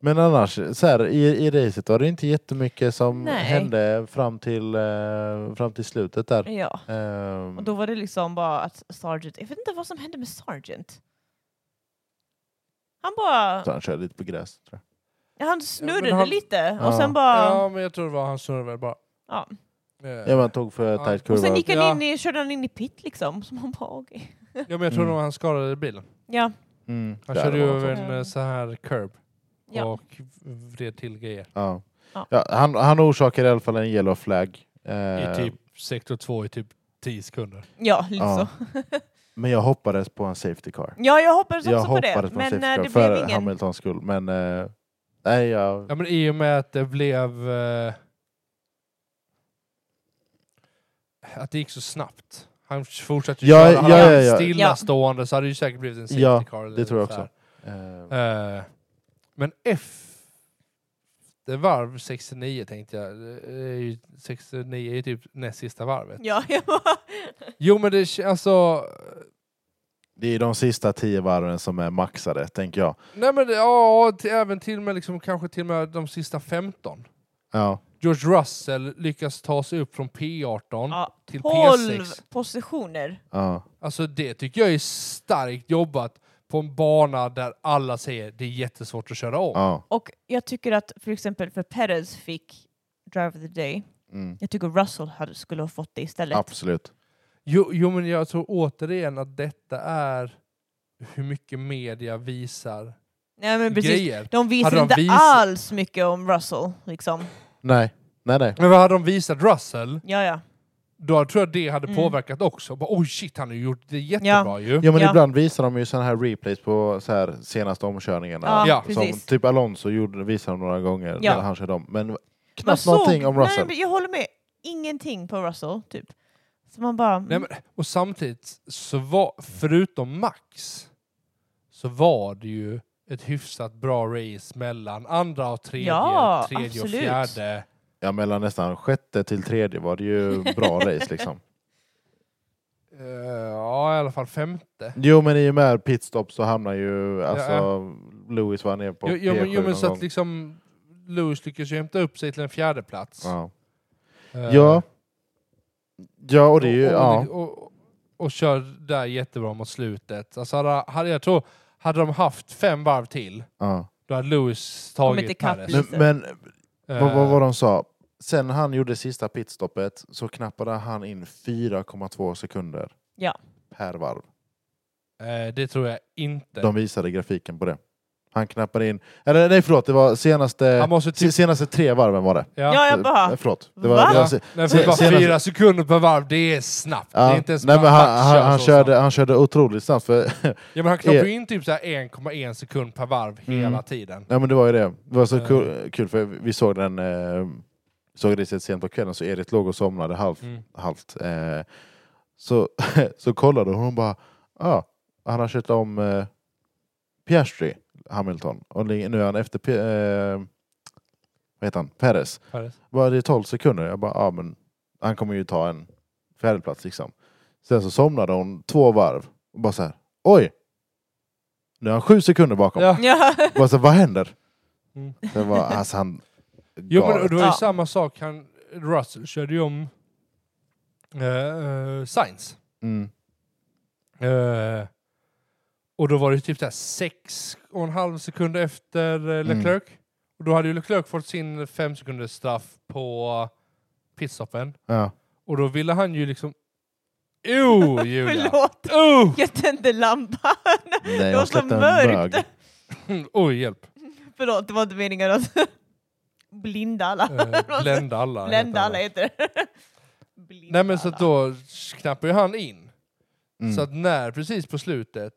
Men annars, så här, i, i racet var det inte jättemycket som Nej. hände fram till, eh, fram till slutet där. Ja. Ehm, Och då var det liksom bara att Sargent, jag vet inte vad som hände med Sargent. Han bara, så han körde lite på gräs. Tror han snurrade men han- lite och Ja. sen bara, Ja, men jag tror det var han snurrade väl bara. Ja. Eh, jag. Ja, men han tog för Ja. tajt och kurva. sen gick han Ja. in i, körde han in i pit liksom. Så man bara, okej. ja, men jag tror Mm. nog han skadade bilen. Ja, Mm, Han där körde ju var han över så. en eh, så här curb Ja. och vred till grejer. Ja. Ja. Ja, han, han orsakar i alla fall en yellow flag. I Ehm, typ sektor 2 i typ 10 sekunder. ja lite Ja. så. Men jag hoppades på en safety car. Ja, jag hoppades också Jag på hoppades det. på en Men safety eh, car det för blev ingen. Hamiltons skull. Men eh, nej, jag, Ja men i och med att det blev... Eh, att det gick så snabbt. Han fortsatte ju Ja, köra, hade ja, han ja, ja. stillastående så hade det ju säkert blivit en safety Ja, car. eller det tror jag så här. eh, Eh, men F... Det varv 69 tänkte jag. Det är ju- 69 är ju typ näst sista varvet. Ja, jag bara, Jo men det k- alltså... det är de sista tio varven som är maxade, tänker jag. Nej men det- ja, till, även till och med liksom, kanske till och med de sista 15. Ja, George Russell lyckas ta sig upp från P18 ja, till 12 P6. positioner. ja. Alltså det tycker jag är starkt jobbat på en bana där alla säger det är jättesvårt att köra om. ja. Och jag tycker att för exempel för Perez fick Drive of the Day. Mm, Jag tycker Russell hade, skulle ha fått det istället. absolut. Jo, jo men jag tror återigen att detta är hur mycket media visar Nej, men precis. grejer. De visar Hade de inte visat- alls mycket om Russell. Liksom. Nej, nej, nej. Men vad hade de visat Russell, Ja, ja. då tror jag det hade Mm. påverkat också. Bara, Oj shit, han har ju gjort det jättebra ju. Ja, men Ja. ibland visar de ju sådana här replays på så här senaste omkörningarna. Ja, Som Ja. precis. typ Alonso gjorde, visade de några gånger Ja. när han körde om. Men Man knappt såg- någonting om Nej, Russell. men jag håller med. Ingenting på Russell, typ. Så man bara... Nej, men, och samtidigt, så var, förutom Max, så var det ju ett hyfsat bra race mellan andra och tredje, Ja, tredje och absolut. fjärde. Ja, mellan nästan sjätte till tredje var det ju bra race liksom. Eh, ja, i alla fall femte. Jo, men i och med pitstop så hamnar ju alltså Ja. Lewis var ner på Jo, jo, P7 men, jo, men någon så gång. att liksom Lewis lyckas ju hämta upp sig till en fjärde plats. ja. Eh, ja. Ja, och det är ju... och, ja. och, och, och kör där jättebra mot slutet. Alltså, hade, hade, jag tror, hade de haft fem varv till, ja. då hade Lewis Kommit tagit ikapp Perez. Men, Precis. men Eh, vad, vad, vad de sa? Sen han gjorde sista pitstoppet så knappade han in 4,2 sekunder Ja. per varv. eh, det tror jag inte. De visade grafiken på det. Han knappade in... Eller nej, förlåt. Det var senaste, Han måste se- typ... senaste tre varven var det. Ja. ja, jag Eh, bara... Förlåt. Det var, Va? det var, se- Nej, för bara Senast- fyra sekunder per varv, det är snabbt. Det ja. är inte ens nej, men han, Max han, kör han, så körde, snabbt. han körde otroligt snabbt. För Ja, men han knoppar Eh. ju in typ så här 1,1 sekund per varv Mm. hela tiden. Ja men det var ju det. Det var så Eh. kul, kul för vi såg den eh, såg det så sent på kvällen så Edith låg och somnade halvt. Mm. halvt eh, så, så kollade hon och bara ja, ah, han har kört om eh, Piastri, Hamilton och li- nu är han efter P- eh, vad heter han? Perez. Perez. Bara det är 12 sekunder. Jag bara ja men han kommer ju ta en fjärdeplats liksom. Sen så somnade hon två varv och bara så här oj! Nu är han sju sekunder bakom. Ja. Ja. Bara så, här, Alltså, vad händer? Mm. Det var alltså han... Jo, men det galet. var ju Ja. samma sak. Han, Russell körde ju om eh, eh, Sainz. Mm. Eh, och då var det typ så här sex och en halv sekund efter eh, Leclerc. Och då hade ju Leclerc fått sin fem sekunders straff på pitstoppen. Ja. Och då ville han ju liksom... Jo, Julia! Förlåt. Oh! Jag tände lampan. Nej, var jag så släppte en mörkt. bög. Oj, hjälp. Förlåt, det var inte meningen att blinda alla. Eh, blända alla. heter Blända det. alla heter det. Blinda Nej men så att alla. då knappar ju han in. Mm. Så att när precis på slutet...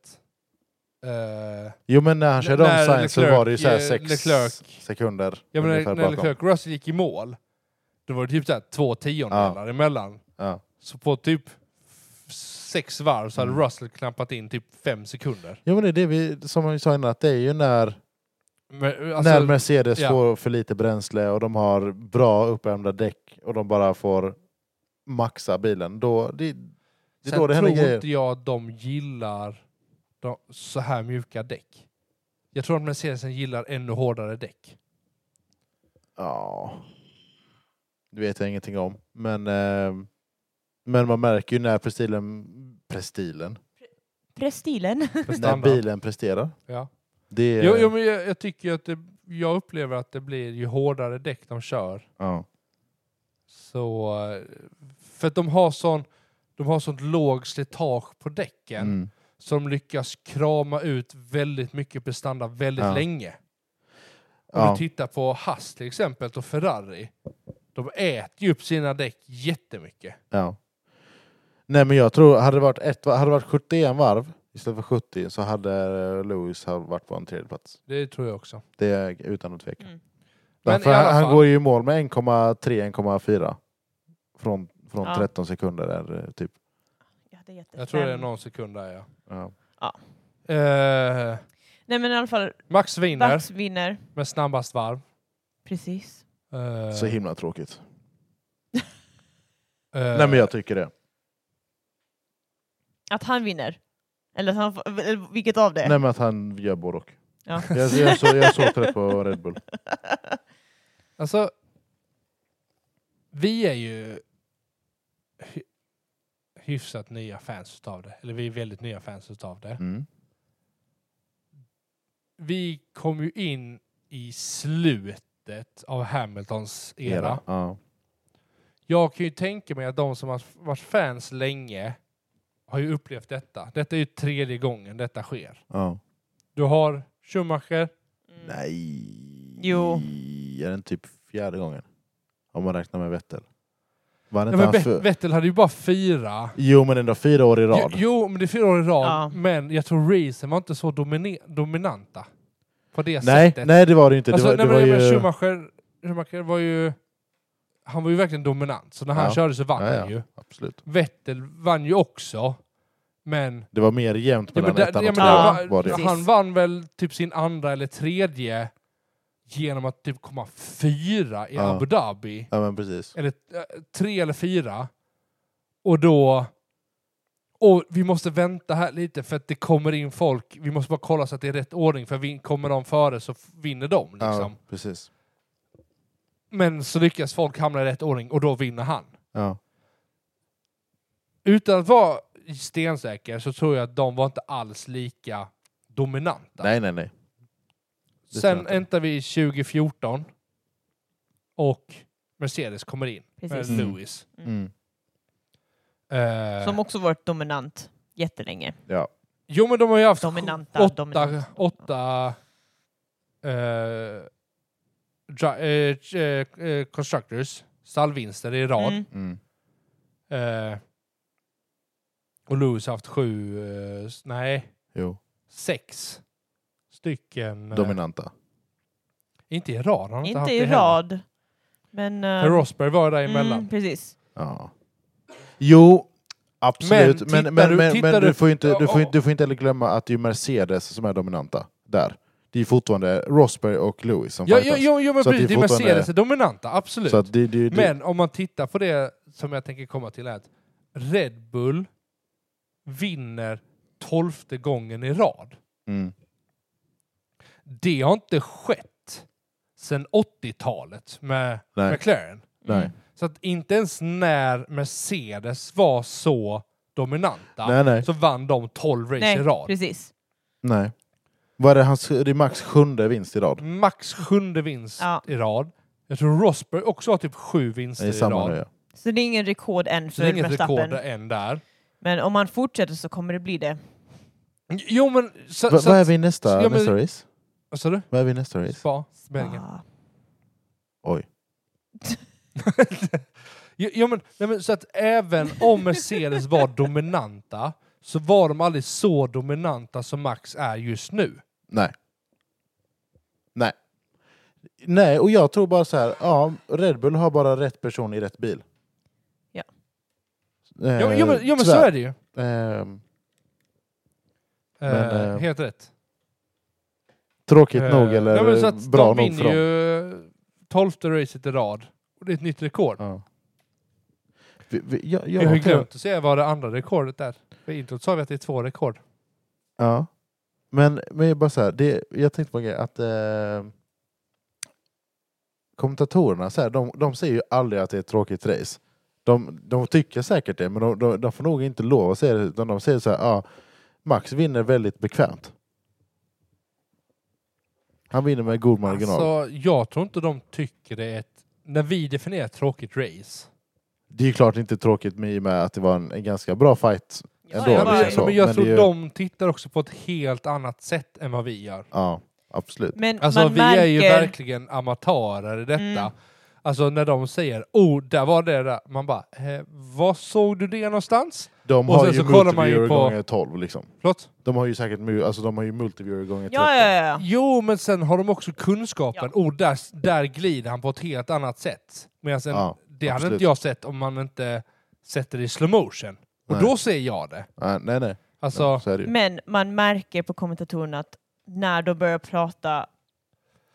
eh, Jo men när han körde När om Sainz så Leclerc- var det ju såhär eh, sex Leclerc- sekunder ja, men när ungefär när Leclerc och Russell gick i mål, då var det typ så här två tiondelar emellan. Ja. Så på typ f- sex varv så hade Mm. Russell knappat in typ fem sekunder. Jo men det är det vi, som vi sa innan, att det är ju när, Men, alltså, när Mercedes ja. får för lite bränsle och de har bra uppvärmda däck och de bara får maxa bilen. Då, det, det är Sen då det händer tror grejer. inte jag att de gillar de, så här mjuka däck. Jag tror att Mercedesen gillar ännu hårdare däck. Ja. Det vet jag ingenting om. Men, eh, men man märker ju när prestilen, prestilen, Prestilen. För när standard. bilen presterar. Ja. Det är, Jo, jo, men jag, jag tycker att det, jag upplever att det blir ju hårdare däck de kör. ja. Så, eh, för att de har sån de har sånt låg slitage på däcken Mm. som lyckas krama ut väldigt mycket prestanda väldigt Ja. länge. Om Ja. du tittar på Haas till exempel och Ferrari. De äter ju upp sina däck jättemycket. Ja. Nej men jag tror, hade det varit, ett, var- hade det varit 71 varv istället för 70 så hade eh, Lewis ha varit på en tredje plats. Det tror jag också. Det är utan att tveka. Mm. Men Därför i alla han, han fall- går ju i mål med 1,3-1,4 från, från Ja. 13 sekunder där, eh, typ. Jag, hade gett Jag tror det är fem. någon sekund där ja. Ja. Eh, Nej men i alla fall, Max vinner Max vinner. med snabbast varv. Precis. Eh, Så himla tråkigt. eh, Nej men jag tycker det. Att han vinner. Eller, att han, får- eller vilket av det? Nej men att han gör både och. Ja. Jag, jag, är så, jag är så trött på Red Bull. Alltså, vi är ju hy- hyfsat nya fans utav det. Eller vi är väldigt nya fans utav det. Mm. Vi kom ju in i slutet av Hamiltons era. Ja. Jag kan ju tänka mig att de som har varit fans länge har ju upplevt detta. Detta är ju tredje gången detta sker. ja. Du har Schumacher, Mm. Nej. Jo. Är den typ fjärde gången? Om man räknar med Vettel. Var det ja, inte men han Ve- för... Vettel hade ju bara fyra Jo men ändå fyra år i rad. Jo, jo, men det är fyra år i rad. Ja. Men jag tror racen var inte så domine- dominanta. På det nej, sättet. nej det var det ju inte. alltså, det var, nej, men det jag var menar, ju... Schumacher, Schumacher var ju... Han var ju verkligen dominant. Så när han Ja. körde så vann Ja, ja. han ju. Absolut. Vettel vann ju också. Men... Det var mer jämnt Ja, mellan men där, ettan ja, och men där trean. Ja. Var det. ju. var, han vann väl typ sin andra eller tredje genom att typ komma fyra i Ja. Abu Dhabi. Ja men precis. eller eh, tre eller fyra. Och då... Och vi måste vänta här lite för att det kommer in folk. Vi måste bara kolla så att det är rätt ordning för vin- kommer de före så f- vinner de. Liksom. Ja, precis. Men så lyckas folk hamna i rätt ordning och då vinner han. Ja. Utan att vara stensäker så tror jag att de var inte alls lika dominanta. Nej nej nej. det tror jag Sen inte. äntar vi 2014 och Mercedes kommer in Precis. Mm. med Mm. Lewis. Mm. Eh, Som också varit dominant jättelänge. Ja. Jo, men de har ju haft Dominanta, sju- åtta, dominanta. åtta eh, dra, eh, eh, eh, constructors, stallvinster i rad. Mm. Mm. Eh, och Lewis har haft sju, eh, s- nej, Jo. sex stycken. eh, Dominanta. inte i rad, han har inte, haft det Inte i heller. rad. Men... eh, Men Rosberg var ju där emellan. mm, precis. Ja. Jo. Absolut. Men Men, men, tittar men, du- men, tittar du, du- får ju inte, du, får, ju- Ja. du får inte heller glömma att det är Mercedes som är dominanta där. Det är ju fortfarande Rosberg och Lewis som Ja, ja, fightas. ja, ja, men Så att det precis, det är Mercedes fortfarande- är dominanta, absolut. Så att det, det, det, Men om man tittar på det som jag tänker komma till är att Red Bull vinner tolfte gången i rad. Mm. Det har inte skett sedan 80-talet med Nej. McLaren. Nej. Mm. Så att inte ens när Mercedes var så dominanta nej, nej. så vann de 12 race Nej, i rad. precis. nej. Vad är det, hans, det är Max sjunde vinst i rad. Max sjunde vinst Ja. i rad. Jag tror Rosberg också har typ sju vinster Det är i samma rad. nu ja. Så det är ingen rekord än Så det är för inget rekord Verstappen. än där. Men om han fortsätter så kommer det bli det. Jo men... Så, Va, så vad är att- vi i nästa, ja, men- nästa race? Vad sa du? Vad är vi i nästa race? Spa, Belgien. Ah. Oj. Jo, jo, men, nej, men, så att även om Mercedes var dominanta så var de aldrig så dominanta som Max är just nu. Nej. Nej. Nej, och jag tror bara så här. Ja, Red Bull har bara rätt person i rätt bil. Ja. Eh, Jo, jo, men, jo, men så tyvärr. är det ju. Eh, Ehm, Men, eh, helt rätt. tråkigt Eh, nog eller ja, men så att bra de nog för vinner dem. ju tolfte racet i rad. Och det är ett nytt rekord. Ja. Vi, vi, jag, Vi har ju jag, glömt att säga vad det andra rekordet är. För idrott sa vi att det är två rekord. Ja. Men, men jag bara så här, det, jag tänkte på en grej att eh, kommentatorerna så här, de, de säger ju aldrig att det är ett tråkigt race. De, de tycker säkert det, men de, de, de får nog inte lov att säga det, utan de säger så här, ah, Max vinner väldigt bekvämt. Han vinner med god marginal. Alltså, jag tror inte de tycker det är ett... När vi definierar ett tråkigt race. Det är ju klart inte tråkigt med, i och med att det var en, en ganska bra fight. Ja, Ändå, jag Ja, det är men, så. men jag Men tror det är ju- de tittar också på ett helt annat sätt än vad vi gör. Ja, absolut. Men Alltså man vi märker... är ju verkligen amatörer i detta. Mm. Alltså när de säger oh, där var det där. Man bara, eh, var såg du det någonstans? De Och har sen ju så kollar man ju multiviewer på- gånger 12 liksom. Förlåt? De har ju säkert mu- alltså, de har ju multiviewer gånger 13. Ja, ja, ja. Jo, men sen har de också kunskapen. Oh, där, där glider han på ett helt annat sätt. Medan en, Ja, det hade absolut. inte jag sett om man inte sätter det i slow motion. Och Nej. då ser jag det. Nej, nej, nej. Alltså, Så är det ju. Men man märker på kommentatorerna att när de börjar prata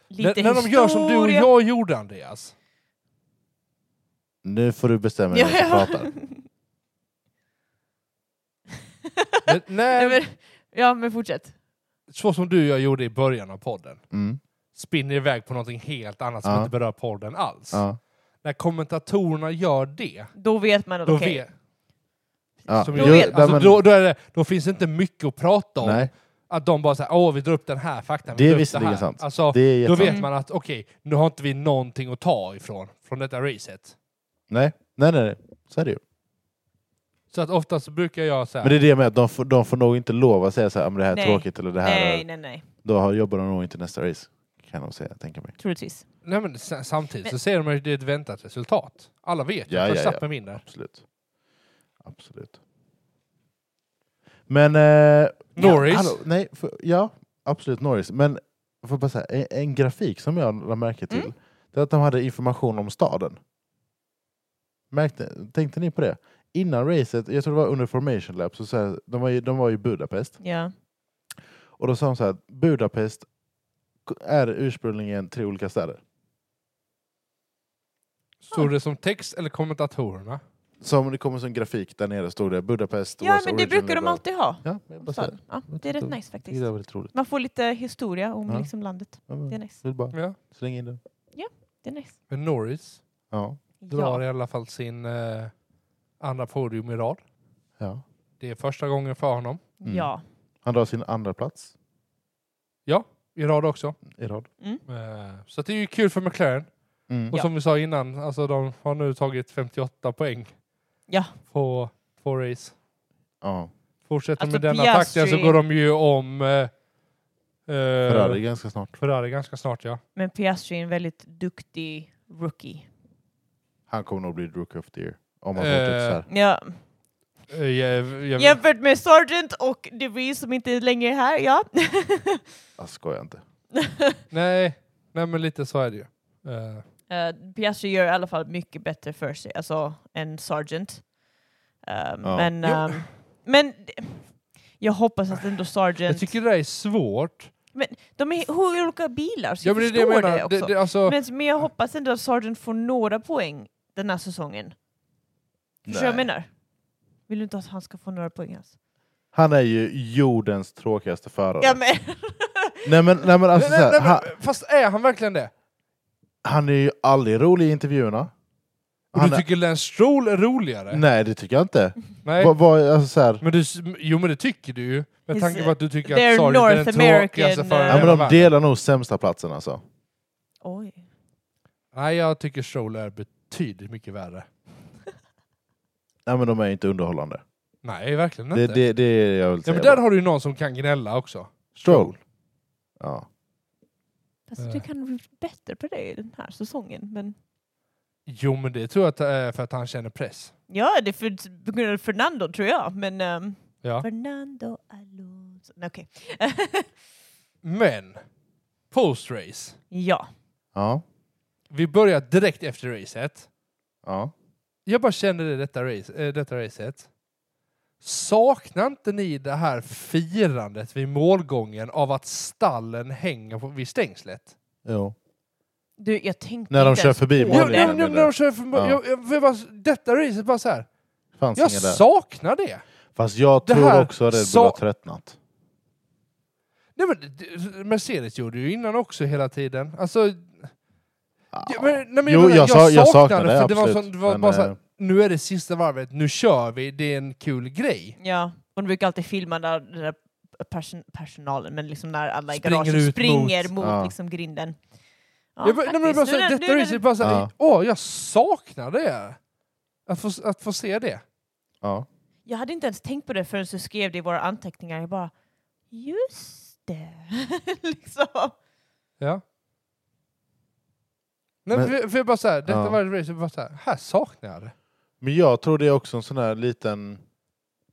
lite när, när de gör som du och historia- jag gjorde Andreas. Nu får du bestämma dig Ja, vem som ja. pratar. Men, Nej, nej, men, ja, men fortsätt. Så som du och jag gjorde i början av podden. Mm. Spinner iväg på någonting helt annat som Ja. inte berör podden alls. Ja. När kommentatorerna gör det, Då vet man att då, okej. vet, Ja. som Då jag- vet- alltså, Nej, men- då, då, är det, då finns det inte mycket att prata om. Nej, Att de bara säger åh vi drar upp den här faktan. Det vi drar är upp visserligen här." sant. Alltså, det är då jättesant. vet man att okej, nu har inte vi någonting att ta ifrån, från detta racet. Nej. Nej, nej, nej. Så är det ju. Så att oftast så brukar jag säga Men det är det med att de får, de får nog inte lov att säga så här, "Ah, men det här är Nej. tråkigt eller det här Nej, är... nej, nej. Då har- jobbar de nog inte nästa race. Kan de säga, tänka mig. Troligtvis. nej men sa- samtidigt Men- så säger de att det är ett väntat resultat. Alla vet ju Ja, att ja, Verstappen ja. vinner. Absolut. Absolut. Men... Eh, Norris. Ja, hallå, nej, för, ja, absolut Norris. Men jag får bara säga, en, en grafik som jag lade märke till, Mm. det är att de hade information om staden. Märkte, tänkte ni på det? Innan racet, jag tror det var under Formation Lab, så, så här, de, var ju, de var i Budapest. Ja. Och då sa de så här, att Budapest är ursprungligen tre olika städer. Stod det som text eller kommentatorerna? Som det kommer som grafik där nere stod det Budapest. ja, was men det originally brukar de blah- alltid ha. Ja, jag bara säger. Så, ja, det är rätt nice Det faktiskt. är väldigt roligt. Man får lite historia om Ja. liksom landet. Ja, men, Det är jag nice. vill bara Ja. slänga in det. Det är nice. Men Norris Ja. drar Ja. i alla fall sin eh, andra podium i rad. ja. Det är första gången för honom. Mm. ja. Han drar sin andra plats I rad också. i rad. Mm. Eh, så att det är ju kul för McLaren. Mm. Och Ja. som vi sa innan, alltså de har nu tagit 58 poäng Ja. på två race. Ja. Fortsätter Alltså, med denna Piastri- takten så går de ju om eh, eh, Ferrari Ferrari. ganska snart. ganska snart ja. Men Piastri är en väldigt duktig rookie. Han kommer nog bli Rookie of the Year. Om han Eh, fortsätter så här. Ja. Eh, jag, jag, Jämfört med Sargent och DeVries som inte längre är här, ja. Jag Ah, skojar inte. nej, nej, men lite så är det ju. Eh, Eh, Piastri gör i alla fall mycket bättre för sig, alltså, än Sargent. Ehm, Ja. Men, Jo. ehm, men d- jag hoppas att ändå Sargent... jag tycker det där är svårt. De är hur olika bilar, så Ja, jag men det är det förstår jag det, menar. Det, också. det, alltså, Men, men jag hoppas ändå att Sargent får några poäng den här säsongen. Förstår du vad jag menar? Vill du inte att han ska få några poäng ens? Han är ju jordens tråkigaste förare. Ja, men... Nej men, nej, men alltså nej, så här, nej, nej, men, han, fast är han verkligen det? han är ju aldrig rolig i intervjuerna. Och Han du är- tycker Lance Stroll är roligare? Nej det tycker jag inte. Nej. Vad- vad- alltså, så här, Men du, s- jo men det tycker du ju. Med He's- tanke på att du tycker they're att Sargent är North den American, tråkigaste eh, föraren ja, i men de världen. delar nog sämsta platsen alltså. Oj. Nej jag tycker Stroll är betydligt mycket värre. Nej men de är inte underhållande. Nej verkligen Det, inte. det, det är det jag vill ja, säga. men där bara. har du ju någon som kan gnälla också. Stroll. Ja. Alltså, Eh. du kan bli bättre på det den här säsongen. Men... Jo men det tror jag att det är för att han känner press. Ja, det är för, på grund av Fernando tror jag. Men ehm, Ja. Fernando Alonso. Nej, Okej. Men, post-race. ja. Ja. Vi börjar direkt efter racet. Ja. Jag bara kände det i detta, race, eh, detta racet. Saknar inte ni det här firandet vid målgången av att stallen hänger på, vid stängslet? Jo. Du, jag tänkte När de inte kör ens förbi på Ja, målet. det. ja, men när de kör för, Ja. jag, jag, för bara, detta racet bara så här. Fanns Jag ingen där. saknar det. Fast jag Det tror här också att Red Bull sa- har tröttnat. Nej, men, d- Mercedes gjorde ju innan också hela tiden. Alltså, ja, men, nej, men, Jo, menar, jag sa- jag saknar det, för det var, absolut. sån- det var Men, bara så här, eh, nu är det sista varvet, nu kör vi, det är en kul grej. Ja, och de brukar alltid filma där, den där person, personalen, men liksom när alla i Springer ut garaget springer mot- mot, Ja. liksom grinden. Ja, jag, bara- nej, men bara, faktiskt. så Nu här, är den- detta nu är racet den- bara så här, Ja. åh, jag saknar det. Att få, att få se det. Ja. Jag hade inte ens tänkt på det förrän du skrev det i våra anteckningar. Jag bara, just det. liksom. Ja. Nej, Men- för, för jag bara så här, detta Ja. var ett race, jag bara så här, här saknar jag det. Men jag tror det är också en sån här liten...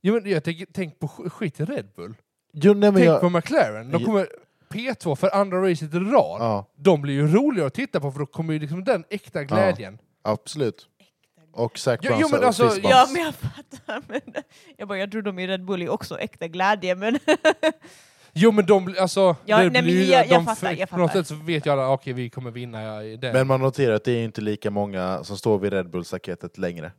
Jo, men jag tänk, tänk på sk- skit i Red Bull. Jo, nej, men tänk på jag... McLaren, de Ja. kommer P2 för andra racet i rad. Ja, de blir ju roliga att titta på för då kommer ju liksom den äkta glädjen. absolut. Och Zac Jo, Brown jo, men och alltså- Fistbumps. Ja, men jag fattar. Men jag bara, jag tror de i Red Bull är också äkta glädje, men Jo men de blir- alltså... Ja, det nej, men blir ju- jag- jag de, fattar, jag På något fattar. sätt så vet ju alla, okej vi kommer vinna i den. Men man noterar att det är inte lika många som står vid Red Bull-staketet längre.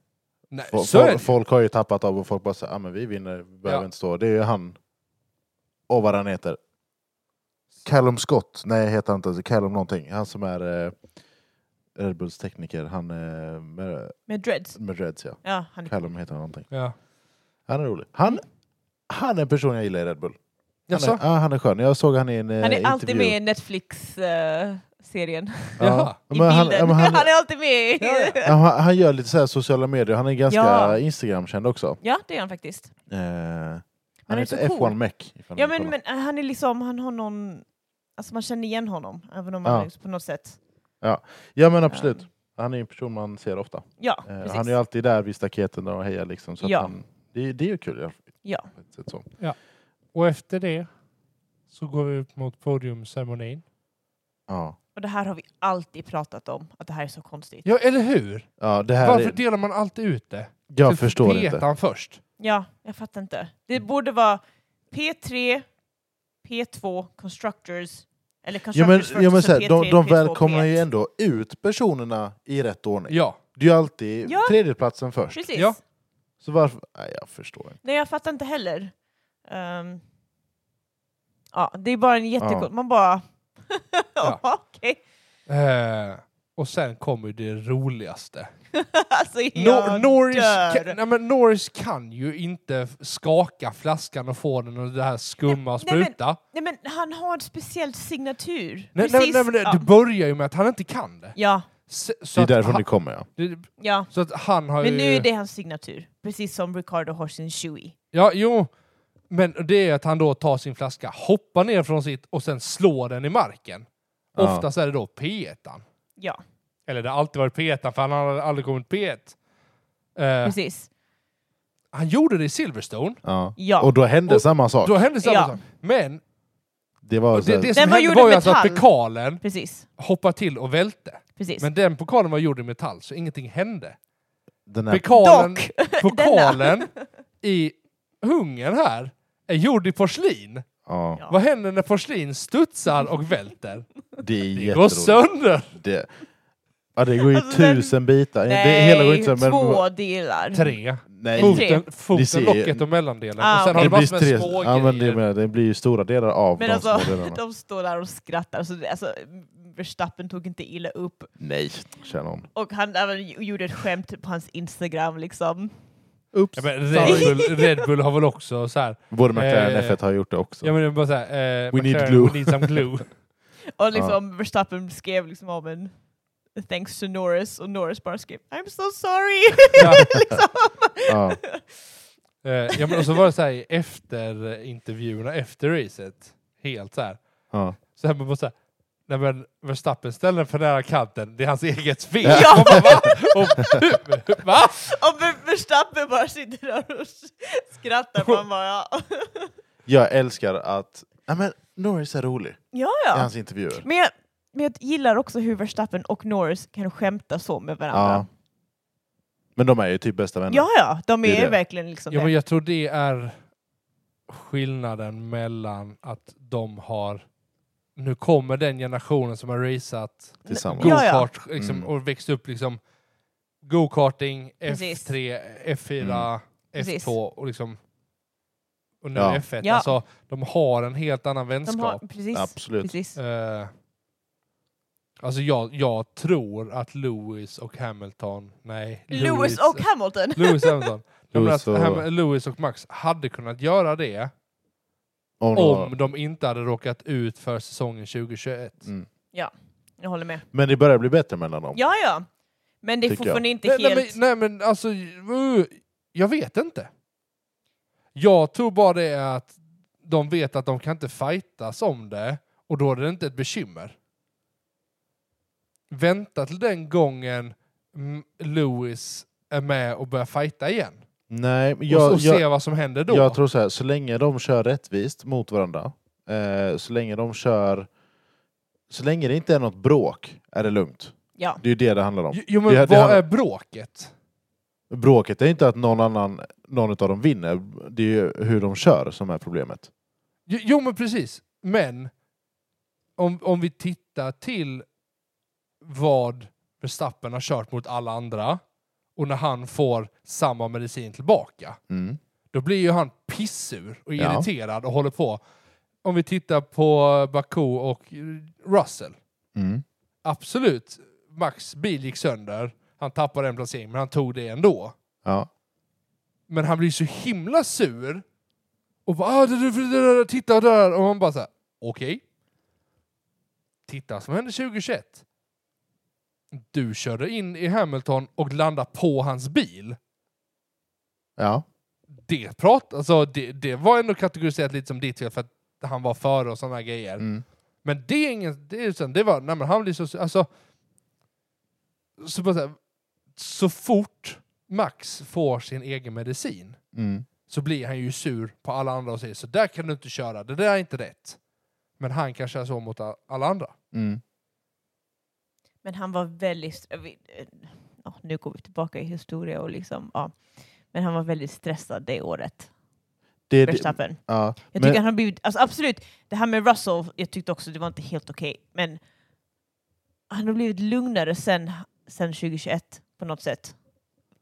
nej, Fo- så är fol- det. folk har ju tappat av och folk bara säger ah, men vi vinner, vi behöver Ja. inte stå. Det är ju han. Och vad han heter. Callum Scott. Nej, heter han inte. Callum någonting. Han som är eh, Red Bulls tekniker. Han eh, med, med dreads. med Reds, ja. Ja, han är Callum heter han någonting. Ja. Han är rolig. Han, han är en person jag gillar i Red Bull. Han är, Jaså? ah, han är skön. Jag såg han i en eh, Han är alltid intervju. med i Netflix-serien. Ja. Jaha. I Men han, bilden. ja, men han, är alltid med! Ja, ja. ja, han, han gör lite så här sociala medier. Han är ganska Ja. Instagram-känd också. Ja, det är han faktiskt. Eh, han, är heter så cool. F1 Mech. ifall Ja, ni kollar. men, men han är liksom, han har någon... Alltså man känner igen honom, även om Ja. han är på något sätt... ja men absolut. ehm, Han är en person man ser ofta. Ja, Eh, precis. han är ju alltid där vid staketen och hejar. Liksom, så Ja. att han, det, det är ju kul. i alla fall, Ja. på ett sätt Så. Och efter det så går vi upp mot podiumceremonin. Ja. Och det här har vi alltid pratat om, att det här är så konstigt. Ja eller hur? Ja, det här Varför är, delar man alltid ut det? jag För förstår petar inte. han först. Ja, jag fattar inte. Det Mm. borde vara P3, P2, Constructors, eller Ja, men, Constructors ja, men, först, så här, sen P3, de de P2, välkomnar ju P1. ändå ut personerna i rätt ordning. Ja. Det är ju alltid Ja. tredjeplatsen först. Precis. Ja. Så varför? Nej, jag förstår inte. Nej, jag fattar inte heller. Ehm, ja, det är bara en jättekort... Ja. Man bara... Ja. Okej. Eh, och sen kommer ju det roligaste. alltså, jag Nor- Norris, dör. kan, nej, men Norris kan ju inte f- skaka flaskan och få den att det här skumma nej, men- spruta. Nej, men han har en speciell signatur. Nej, nej, Precis. nej, men det, ja. det börjar ju med att han inte kan det. ja, Så, så Det är att därifrån han, det kommer, ja. det- ja. Så att han har Men ju... nu är det hans signatur. Precis som Ricardo har sin Chewie. Ja, jo. Men det är att han då tar sin flaska, hoppar ner från sitt och sen slår den i marken. Ja. Oftast är det då P1. Ja, Eller det har alltid varit P1, för han har aldrig kommit P1. Eh, precis. han gjorde det i Silverstone. ja. Ja. Och då hände Och- samma sak. Då hände samma Ja. sak. Men Det var så det, här, det som var hände gjord var i ju alltså att metall. pokalen Precis. hoppade till och välte. precis. Men den pokalen var gjord i metall, så ingenting hände. den här, Pokalen, Dock, pokalen i hungern här är gjord i porslin. ja, Ja. Vad händer när porslin studsar och välter? det är Det går jätteroligt. sönder! Det, ja, det går ju Alltså, den- tusen bitar. det, Nej, hela går inte, så, men, två delar. Tre. Nej, Foten. Foten, Ni foten ser- locket och mellandelen. Ah, och sen okej. har det du blir massor tre, med små ja, men det, grejer. menar jag, det blir ju stora delar av Men de alltså, små delarna. de står där och skrattar. Så det, alltså, Verstappen tog inte illa upp. Nej, känner hon. Och han även gjorde ett skämt på hans Instagram liksom. Oops. Ja, men Red, Bull, Red Bull har väl också så här. Både McLaren och Eh, F1 har gjort det också. Ja, men det är bara så här eh, We need McLaren, glue. We need some glue. Och liksom Verstappen skrev liksom om en Thanks to Norris och Norris bara skrev I'm so sorry! ja. liksom. ja. Eh, ja, men och så var det så här i efter intervjuerna, efter racet. Helt så här. Ja. Så här man bara så här. Nej men Verstappen ställer den för nära kanten, det är hans eget fel. Ja. Man bara, va? Och, va? och Ver- Verstappen bara sitter där och skrattar. Man bara, ja. Jag älskar att ja, men Norris är rolig ja, i ja. hans intervjuer. Men jag, men jag gillar också hur Verstappen och Norris kan skämta så med Ja. varandra. Men de är ju typ bästa vänner. Ja, ja, de Det är, är det. verkligen liksom Ja, det. men jag tror det är skillnaden mellan att de har nu kommer den generationen som har raceat tillsammans. Ja, ja. go-kart liksom, Mm. och växt upp liksom go-karting, Precis. Mm. F3, F4, Precis. F2 och liksom och nu Ja. F1. Ja. Alltså, de har en helt annan De har, vänskap. precis, Absolut. precis. Eh, alltså jag, jag tror att Lewis och Hamilton, nej. Lewis och Hamilton! Lewis och Hamilton. Jag menar Lewis att Ham- och- Lewis och Max hade kunnat göra det Om det var- om de inte hade råkat ut för säsongen 2021. Mm. Jag håller med. Men det börjar bli bättre mellan dem. Ja, ja. Men det är Tycker jag. fortfarande inte Nej, helt... nej, men, nej men alltså, uh, jag vet inte. Jag tror bara det är att de vet att de kan inte fightas om det och då är det inte ett bekymmer. Vänta till den gången mm, Lewis är med och börjar fighta igen. Nej, men och, jag, och jag, se vad som händer då. jag tror så här, så länge de kör rättvist mot varandra, eh, så länge de kör... Så länge det inte är något bråk är det lugnt. Ja. Det är ju det det handlar om. jo men det- det vad handlar- är bråket? Bråket är inte att någon annan, någon av dem vinner, det är ju hur de kör som är problemet. Jo, jo men precis. Men om, om vi tittar till vad Verstappen har kört mot alla andra och när han får samma medicin tillbaka, Mm. då blir ju han pissur och Ja. irriterad och håller på. Om vi tittar på Baku och Russell. Mm. Absolut, Max bil gick sönder. Han tappade en placering, men han tog det ändå. Ja. Men han blir så himla sur. Och bara ah, det, det, det, det, det, titta där. Och man bara så här, okej. Titta vad som hände 2021. Du körde in i Hamilton och landade på hans bil. Ja. Det prat, alltså det, det var ändå kategoriserat lite som ditt fel för att han var före och sådana grejer. Mm. Men det är ingen, det är sen, det var, nej men han blir så, sur. alltså. Så, bara så, här, så fort Max får sin egen medicin Mm. så blir han ju sur på alla andra och säger så där kan du inte köra, det där är inte rätt. Men han kan köra så mot a- alla andra. Mm. Men han var väldigt... stre- vi- eh, ja, nu går vi tillbaka i historia och liksom... Ja. Men han var väldigt stressad det året, Det, är det, Verstappen. ja. Jag Men- tycker han har blivit... Alltså absolut, det här med Russell, jag tyckte också det var inte helt okej. men han har blivit lugnare sen, sen 2021 på något sätt.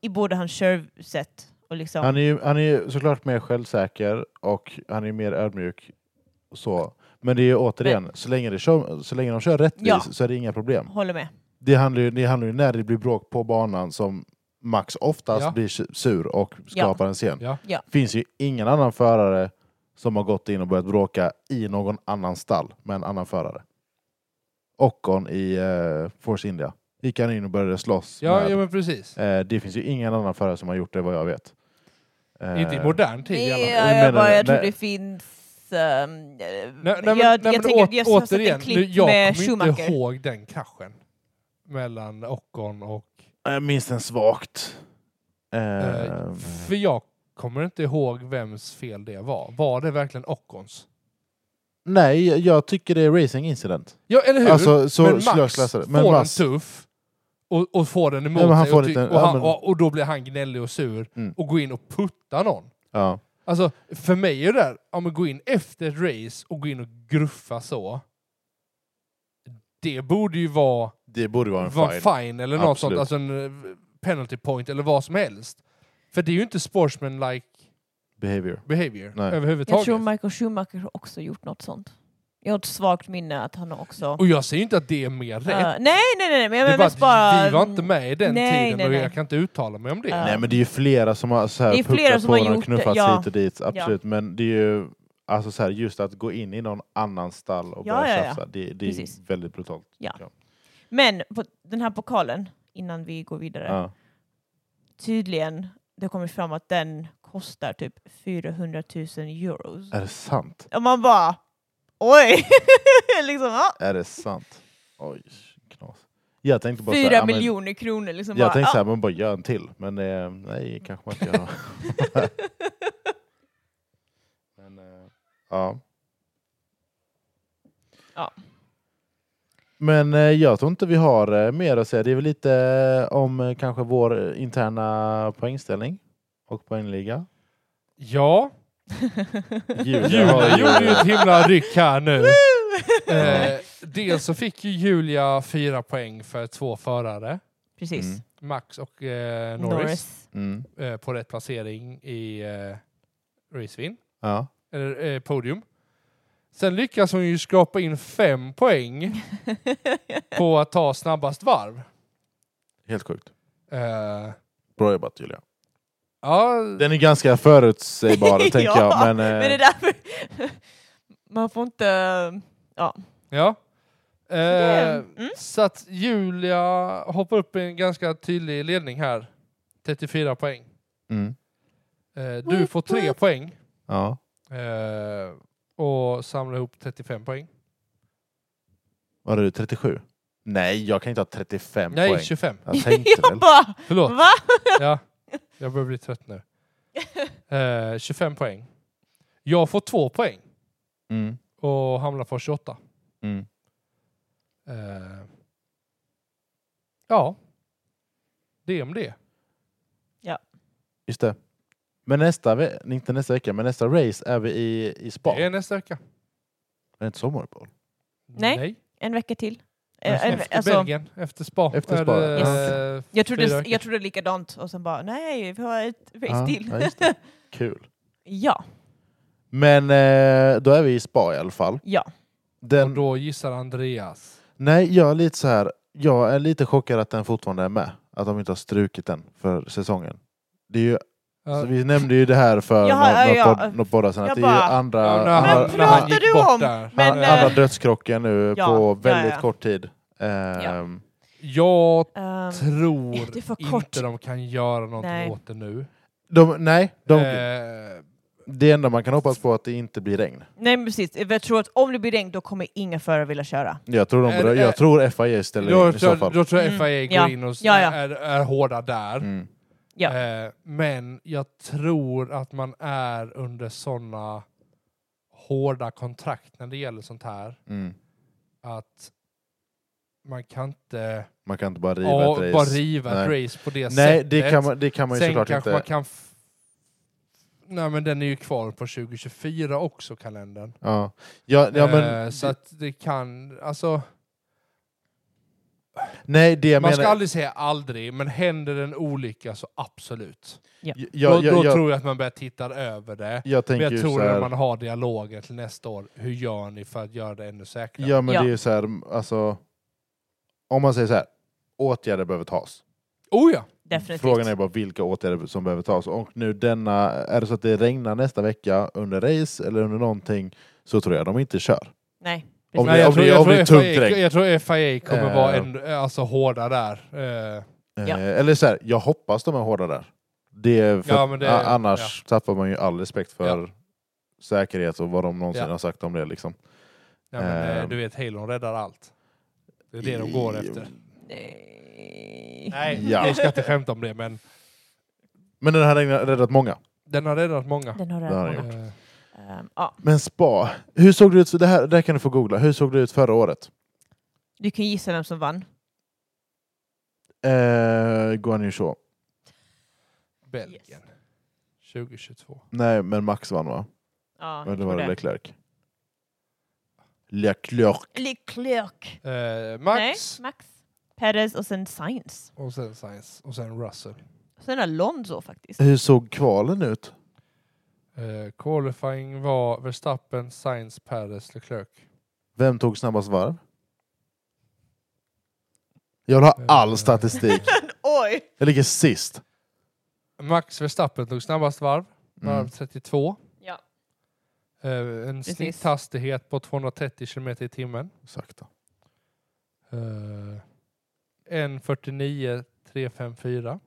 I både hans körsätt och liksom... Han är, ju, han är ju såklart mer självsäker och han är mer ödmjuk. och Så. Men det är ju återigen, så länge, det kör, så länge de kör rättvist Ja. så är det inga problem. Håller med. Det handlar, ju, det handlar ju när det blir bråk på banan som Max oftast Ja. blir su- sur och skapar en scen. Ja. Ja. finns ju ingen annan förare som har gått in och börjat bråka i någon annan stall med en annan förare. Ockon i eh, Force India gick han in och började slåss. Ja, med, ja men precis. eh, det finns ju ingen annan förare som har gjort det vad jag vet. Eh, Inte i modern tid i alla fall. hur Ja, menar jag, bara, du? jag tror Nej. det finns... Um, nej, Nej, nej, men, nej, men åt, återigen, nu, jag kommer inte ihåg den kraschen. Mellan Ockon och... Jag minns den svagt. Eh, Eh, för jag kommer inte ihåg vems fel det var. Var det verkligen Ockons? nej, jag tycker det är Racing Incident. Ja, eller hur? Alltså, så men Max slösklassare. Men får Max, den tuff och, och får den emot Ja, men han sig får och, ty- lite- och, ja, han, men- och, och då blir han gnällig och sur Mm. och går in och puttar någon. ja. Alltså, för mig är det där, ja, men gå in efter ett race och gå in och gruffa så. Det borde ju vara Det borde vara en vara fine. fine. eller något sånt, Absolut. alltså en eh, penalty point eller vad som helst. För det är ju inte sportsman-like Behavior. behavior Nej. Jag överhuvudtaget. tror Michael Schumacher har också gjort något sånt. Jag har ett svagt minne att han har också... och jag säger ju inte att det är mer Eh, rätt. nej, nej, nej, men jag det är menar bara, mest bara... mm, att vi var inte med i den nej, tiden nej, och nej. jag kan inte uttala mig om det. Ja. Nej men det är ju flera som har så här Det är flera pucklat som på har varandra och gjort det, knuffats ja. hit och dit. Absolut. Men det är ju alltså så här, just att gå in i någon annan stall och Ja, börja ja, ja. tjafsa. Det, det är Precis. väldigt brutalt. Men på den här pokalen, innan vi går vidare. Ja. Tydligen, det har kommit fram att den kostar typ 400 000 euros. Är det sant? Och man bara... Oj! liksom, ja. Är det sant? Oj, knas. Jag tänkte bara så här, Fyra ja, men- miljoner kronor. Liksom Jag bara, tänkte ja. så här, man bara gör en till. Men eh, nej, kanske man inte gör. men, eh, ja. Ja. Men eh, jag tror inte vi har eh, mer att säga. Det är väl lite eh, om eh, kanske vår eh, interna poängställning och poängliga. Ja, Julia Julia gjorde ju ett himla ryck här nu. Woo! Eh, dels så fick ju Julia fyra poäng för två förare, Precis. Mm. Max och eh, Norris, Norris. Mm. Eh, på rätt placering i eh, racevin, Ja. eller eh, podium. Sen lyckas hon ju skrapa in fem poäng på att ta snabbast varv. Helt sjukt. Eh, Bra jobbat Julia. ja, Den är ganska förutsägbar tänker Ja, jag. Men, eh, Men det är därför... Man får inte... Ja. Ja. Eh, Det- mm. Så att Julia hoppar upp i en ganska tydlig ledning här. 34 poäng. mm. Eh, Mm, du får 3 poäng ja. eh, och samlar ihop 35 poäng. Var det 37? Nej, jag kan inte ha 35 Nej, poäng. 25. Jag tänkte väl. Jag bara, Förlåt. va? Ja, jag börjar bli trött nu. Eh, 25 poäng. Jag får 2 poäng Mm. och hamnar på 28. Mm. Eh, ja, det om det. Just det. Men nästa, ve- inte nästa vecka, men nästa race är vi i, i Spa. Det är nästa vecka. Det är inte sommaruppehåll. Nej. En vecka till. Eh, en, Efter alltså, Belgien, efter spa. Efter är spa, det, ja. eh, jag, fyra trodde, veckor. jag trodde likadant och sen bara nej, vi har ett race Ja, till. ja, just det. Kul. Ja, Men eh, då är vi i Spa i alla fall. ja. Och Den, då gissar Andreas. Nej, jag är lite så här. Jag är lite chockad att den fortfarande är med. Att de inte har strukit den för säsongen. Det är ju, Ja, så vi nämnde ju det här för Jaha, några, ja, några, ja. podd, några poddar sedan. Att Jag det bara- är ju andra, ja, andra, han- andra, när han- pratar gick du bort om? där. Men, han, andra eh, dödskrocken nu Ja, på ja, väldigt ja. kort tid. Ehm, Ja. jag Ehm, tror det är för kort. inte de kan göra någonting Nej. åt det nu. de, nej, de, Eh, det enda man kan hoppas på är att det inte blir regn. nej men precis, jag tror att om det blir regn då kommer inga förare vilja köra. Jag tror, de, Är- bör- är- jag tror FIA ställer då, in i så tror- fall. då tror Eh, jag Mm, FIA ja. går in och s- Ja, ja. Är, är hårda där. Mm. Ja. Eh, men jag tror att man är under sådana hårda kontrakt när det gäller sånt här Mm. att man kan inte Man kan inte bara riva ja, ett race. bara riva ett Nej. race på det Nej, sättet. det kan, man, det kan man ju Sen såklart kanske inte. man kan... F- Nej men den är ju kvar på 2024 också, kalendern. Ja. Ja, ja, men, eh, så att det kan, alltså, nej, det jag man menar... ska aldrig säga aldrig, men händer en olycka så absolut. Jag, då jag, då jag, jag, tror jag att man börjar titta över det. Men tänker jag ju tror så att här, man har dialogen till nästa år, hur gör ni för att göra det ännu säkrare? Ja, men Ja. det är ju så här, alltså... Om man säger så här, åtgärder behöver tas. Oh ja! Definitivt. Frågan är bara vilka åtgärder som behöver tas. Och nu denna, är det så att det regnar nästa vecka under race eller under någonting så tror jag de inte kör. Nej. Om Nej, det, jag, om tror, det, jag, om det är tror tungt FIA, regn. jag tror FIA kommer Eh. vara en, alltså, hårda där. Eh, Eh, Ja. Eller så här, jag hoppas de är hårda där. Det är för Ja, att men det- a- annars tappar man ju all respekt för säkerhet och vad de någonsin Ja. har sagt om det. Liksom. ja, men, eh, Eh. du vet, Halon räddar allt. Det är det de går efter. Nej. Nej, Ja. jag ska inte skämta om det, men Men den här regnar räddat många. den har räddat många. Den har Det har den redan gjort. många. Eh, Ehm, ja. Men spa, hur såg det ut? för- Det här, det här kan du få googla. Hur såg det ut förra året? Du kan gissa vem som vann. Eh, Guan Yu Zhou. Belgien. 2022. Nej, men Max vann va? Ja, Men jag det tror var det det. Leclerc. Leclerc. Leclerc. Eh, Nej, Max, Max. Perez och sen Sainz. och sen Science, och sen Russell. Sen Alonso faktiskt. Hur såg kvalen ut? Eh, qualifying var Verstappen, Sainz, Perez, Leclerc. Vem tog snabbast varv? Jag vill ha all Eh. statistik. Oj! Jag ligger sist. Max Verstappen tog snabbast varv, varv Mm. 32. Ja. Eh, en Precis. snitthastighet på 230 km i timmen. Sakta. Eh, 1.49 354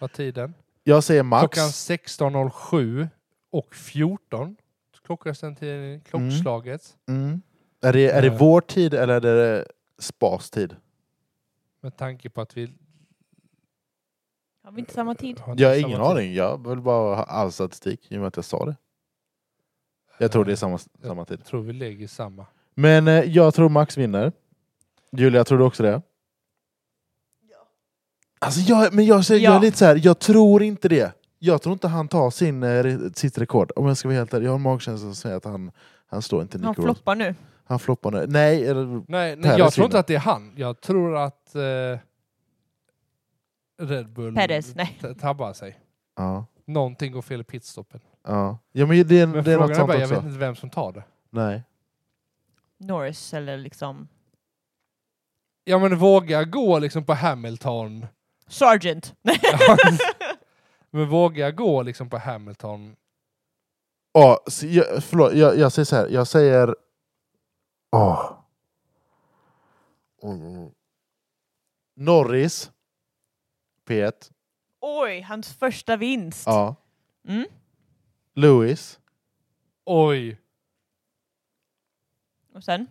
var tiden. Jag säger Max. Klockan 16.07 och 14. Klockan sen till klockslaget. Mm. Är, det, är det Eh. vår tid eller är det spas tid? Med tanke på att vi... Har vi inte samma tid? har inte Jag har samma ingen tid. aning. Jag vill bara ha all statistik i och med att jag sa det. Jag tror det är Eh, samma, samma tid. tror vi lägger samma. Men eh, jag tror Max vinner. Julia, tror du också det? Alltså jag, men jag, säger, jag är Ja. lite så här, jag tror inte det. Jag tror inte han tar sin, eh, re- sitt rekord. Om jag ska vara helt ärlig, jag har en magkänsla som säger att han, han slår inte Han Nico Rosberg. floppar nu. Han floppade. Nej, eller- Nej, Perez nej jag tror vinner. inte att det är han. Jag tror att eh, Red Bull Perez, nej. t- tabbar sig. ja. Någonting går fel i pitstoppen. Ja, ja men det är, Men Mm, det är frågan något är sånt bara, jag också. vet inte vem som tar det. Nej. Norris eller liksom Ja men våga gå liksom på Hamilton. Sargent. Nej. men våga gå liksom på Hamilton. Åh, så jag, förlåt, jag, jag säger så här. Jag säger... Åh. Mm. Norris. P1. Oj, hans första vinst. Ja. Mm. Lewis. Oj! Och sen?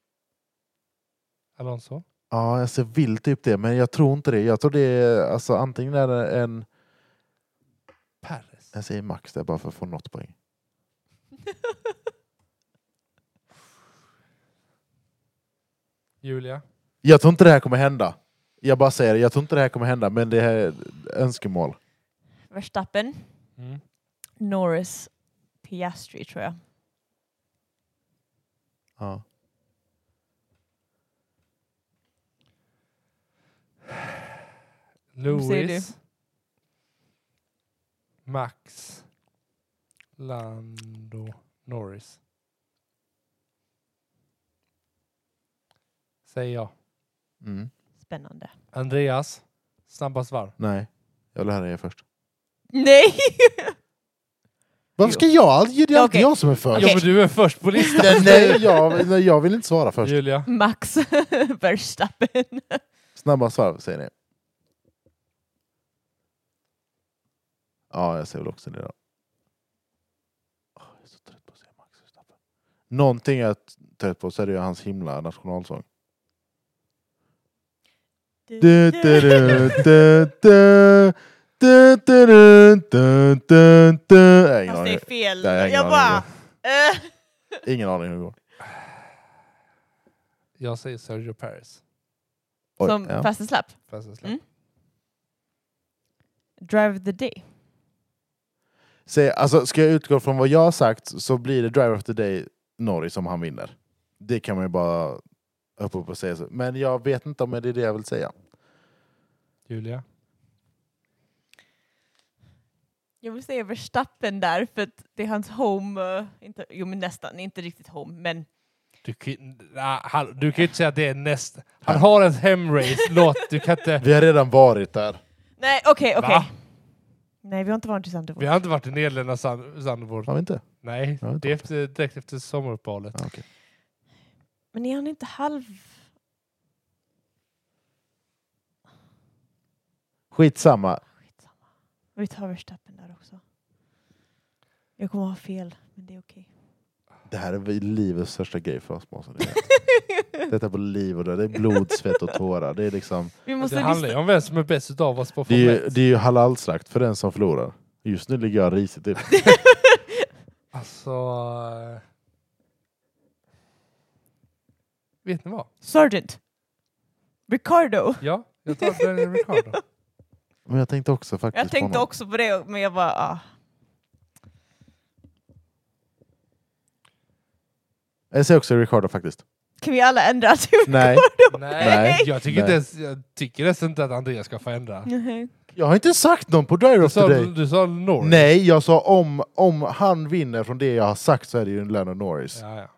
Alonso? Ja, alltså jag vill typ det, men jag tror inte det. Jag tror det är alltså, antingen är det en... Perez? Jag säger max där bara för att få något poäng. Julia? Jag tror inte det här kommer hända. Jag bara säger det, jag tror inte det här kommer hända, men det här är önskemål. Verstappen, Mm. Norris, Piastri tror jag. Ja. Vad säger Lewis? Max? Lando? Norris? Säger jag. Mm. Spännande. Andreas? Snabbast varv? Nej, jag vill höra er först. Nej! Varför ska jag? alltid- Det är alltid Okej. jag som är först. Ja men du är först på listan! Nej, nej, jag, nej, jag vill inte svara först. Julia? Max Verstappen. Snabbast varv säger ni. Ja, jag säger väl också det då. Åh, Jag är så trött på att säga Max Verstappen. Någonting jag är trött på så är det ju hans himla nationalsång. Du, du, du, du, du. Du, du, du, du, du, du. Nej, Ingen Fast det aning. är fel. Nej, jag har ingen jag bara... eh. Ingen aning hur det går. Jag säger Sergio Perez. Oj, Som ja. fast en slapp. Fast jag släpper. Mm. Drive the day. Säg, alltså, ska jag utgå från vad jag har sagt så blir det Driver of the Day Norris som han vinner. Det kan man ju bara hoppa upp och säga. Så. Men jag vet inte om det är det jag vill säga. Julia? Jag vill säga Verstappen där för att det är hans home, eh, inte, jo men nästan, inte riktigt home, men Du kan, nah, han, du kan ju inte säga att det är nästa... Han har ett hemrace, låt... Du kan inte... Vi har redan varit där. nej okej okej. Va? Nej vi har inte varit i Sandefjord. Vi har inte varit i Nederländerna, Sand- Sandefjord. Har vi inte? Nej, Ja, det är det är efter, direkt efter sommaruppehållet. Ja, okej. Men är han inte halv... Skitsamma. Skitsamma. Vi tar Verstappen där också. Jag kommer ha fel, men det är okej. Det här är väl livets största grej för oss. Måste ni veta. Detta är på liv och död. Det är blod, svett och tårar. Det är, liksom, Vi Det måste handlar ju lista... om vem som är bäst utav oss på det är, Formel ju, 1. det är ju halalslakt för den som förlorar. Just nu ligger jag typ. risigt till. Alltså... eh, Vet ni vad? Sargent. Ricardo. Ja, jag tar Daniel Ricciardo. Men jag tänkte också faktiskt Jag på tänkte honom. också på det, men jag bara... Ah. Jag säger också Ricardo faktiskt. Kan vi alla ändra till Nej. Ricardo? Nej, jag tycker, inte Nej. ens, jag tycker ens inte att Andreas ska få ändra. Nej. Jag har inte sagt någon på Driver Du of the sa, Day. du sa Norris. Nej, jag sa om, om han vinner från det jag har sagt så är det ju Lennon Norris. Ja, ja.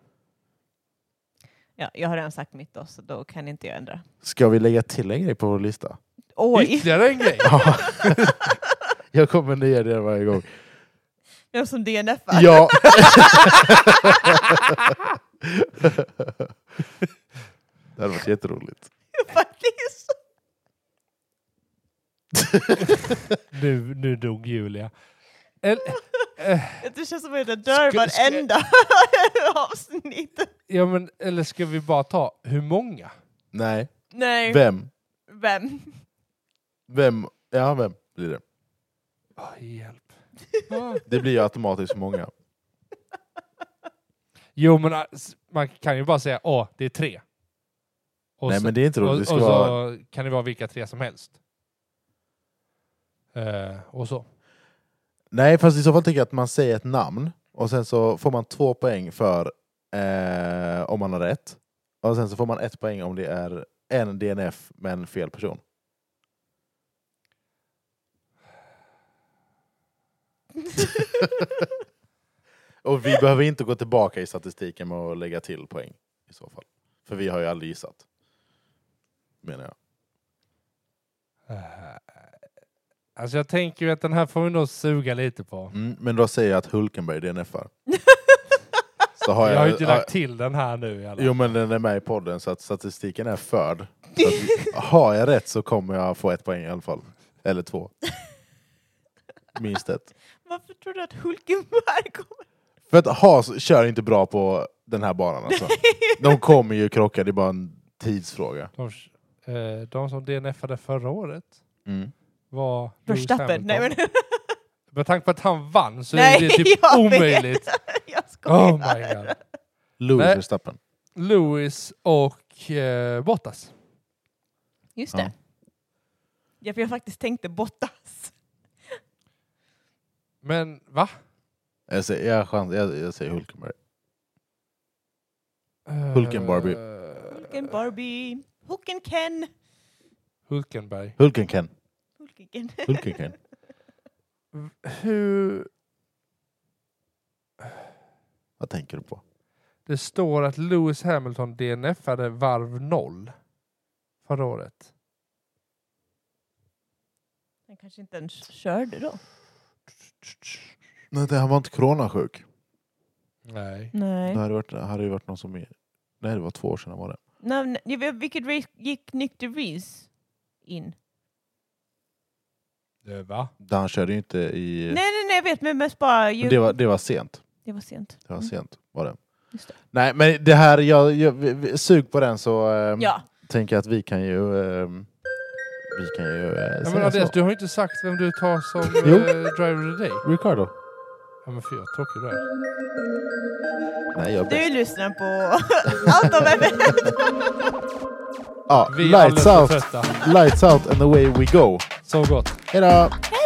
Ja, jag har redan sagt mitt då, så då kan inte jag ändra. Ska vi lägga till en grej på vår lista? Oj! Ytterligare en grej! Ja. jag kommer ner det varje gång. Vem som DNF -ar. Ja. det hade varit jätteroligt. Faktiskt. Nu, nu dog Julia. El, eh, Det känns som att jag dör Ska- ska- varenda avsnitt. ja, men, eller ska vi bara ta hur många? Nej. Nej. Vem? Vem? Vem? Ja, vem blir det? Åh, hjälp. Ah. Det blir ju automatiskt många. Jo, men äh, s- man kan ju bara säga åh, det är tre. Och Nej, så- men det är inte och, roligt. och Det ska så vara... kan det vara vilka tre som helst. Eh, och så. Nej, fast i så fall tycker jag att man säger ett namn och sen så får man två poäng för eh, om man har rätt. Och sen så får man ett poäng om det är en DNF men fel person. Och vi behöver inte gå tillbaka i statistiken med att lägga till poäng i så fall. För vi har ju aldrig gissat. Menar jag. Eh, Alltså jag tänker ju att den här får vi nog suga lite på. Mm, men då säger jag att Hulkenberg DNFar. Så har Jag har ju inte har- lagt till den här nu i alla Jo men den är med i podden så att statistiken är förd. Så att, har jag rätt så kommer jag få ett poäng i alla fall. Eller två. Minst ett. Varför tror du att Hulkenberg kommer? För att Haas kör inte bra på den här banan alltså. De kommer ju krocka, det är bara en tidsfråga. De, eh, de som DNFade förra året Mm. var... Lewis Verstappen? Hamilton. Nej men... Med tanke på att han vann så Nej, är det typ jag vet. omöjligt. jag skojar. Oh my god. Lewis Nej. Verstappen. Lewis och eh, Bottas. Just Ja. det. Ja, för jag faktiskt tänkte Bottas. Men va? Jag säger, jag, chans, jag, jag säger Hulkenberg. Hulken Barbie. Eh, Hulken Barbie. Hulken Ken. Hulkenberg. Hulkenken. Hulken Ken. Hulkenken. Hur... Vad tänker du på? Det står att Lewis Hamilton DNFade varv noll förra året. Han kanske inte ens körde då. Nej, det, han var inte coronasjuk. Nej. Nej. Det hade, varit, hade ju varit någon som... Nej, det var två år sedan han var det. Nej, men, jag vet- vilket race gick Nick DeVries in? Det va? Han körde ju inte i... Nej, nej, nej, jag vet, men mest bara... Ju, Men det, var, det var sent. det var sent. Det var Mm, sent var det. just det. Nej, men det här, jag, jag vi- vi- sug på den så ehm, Ja, tänker jag att vi kan ju... ehm, vi kan ju eh, Ja, men säga Andreas, så. du har ju inte sagt vem du tar som Jo. eh, driver of the day. Ricardo. Ja, men fy vad tråkig du är. Nej, jag är bäst. du lyssnar på allt om FN. Ja, Vi är alldeles lights för out, trötta. lights out and away we go. Så gott. Hej då! Hej!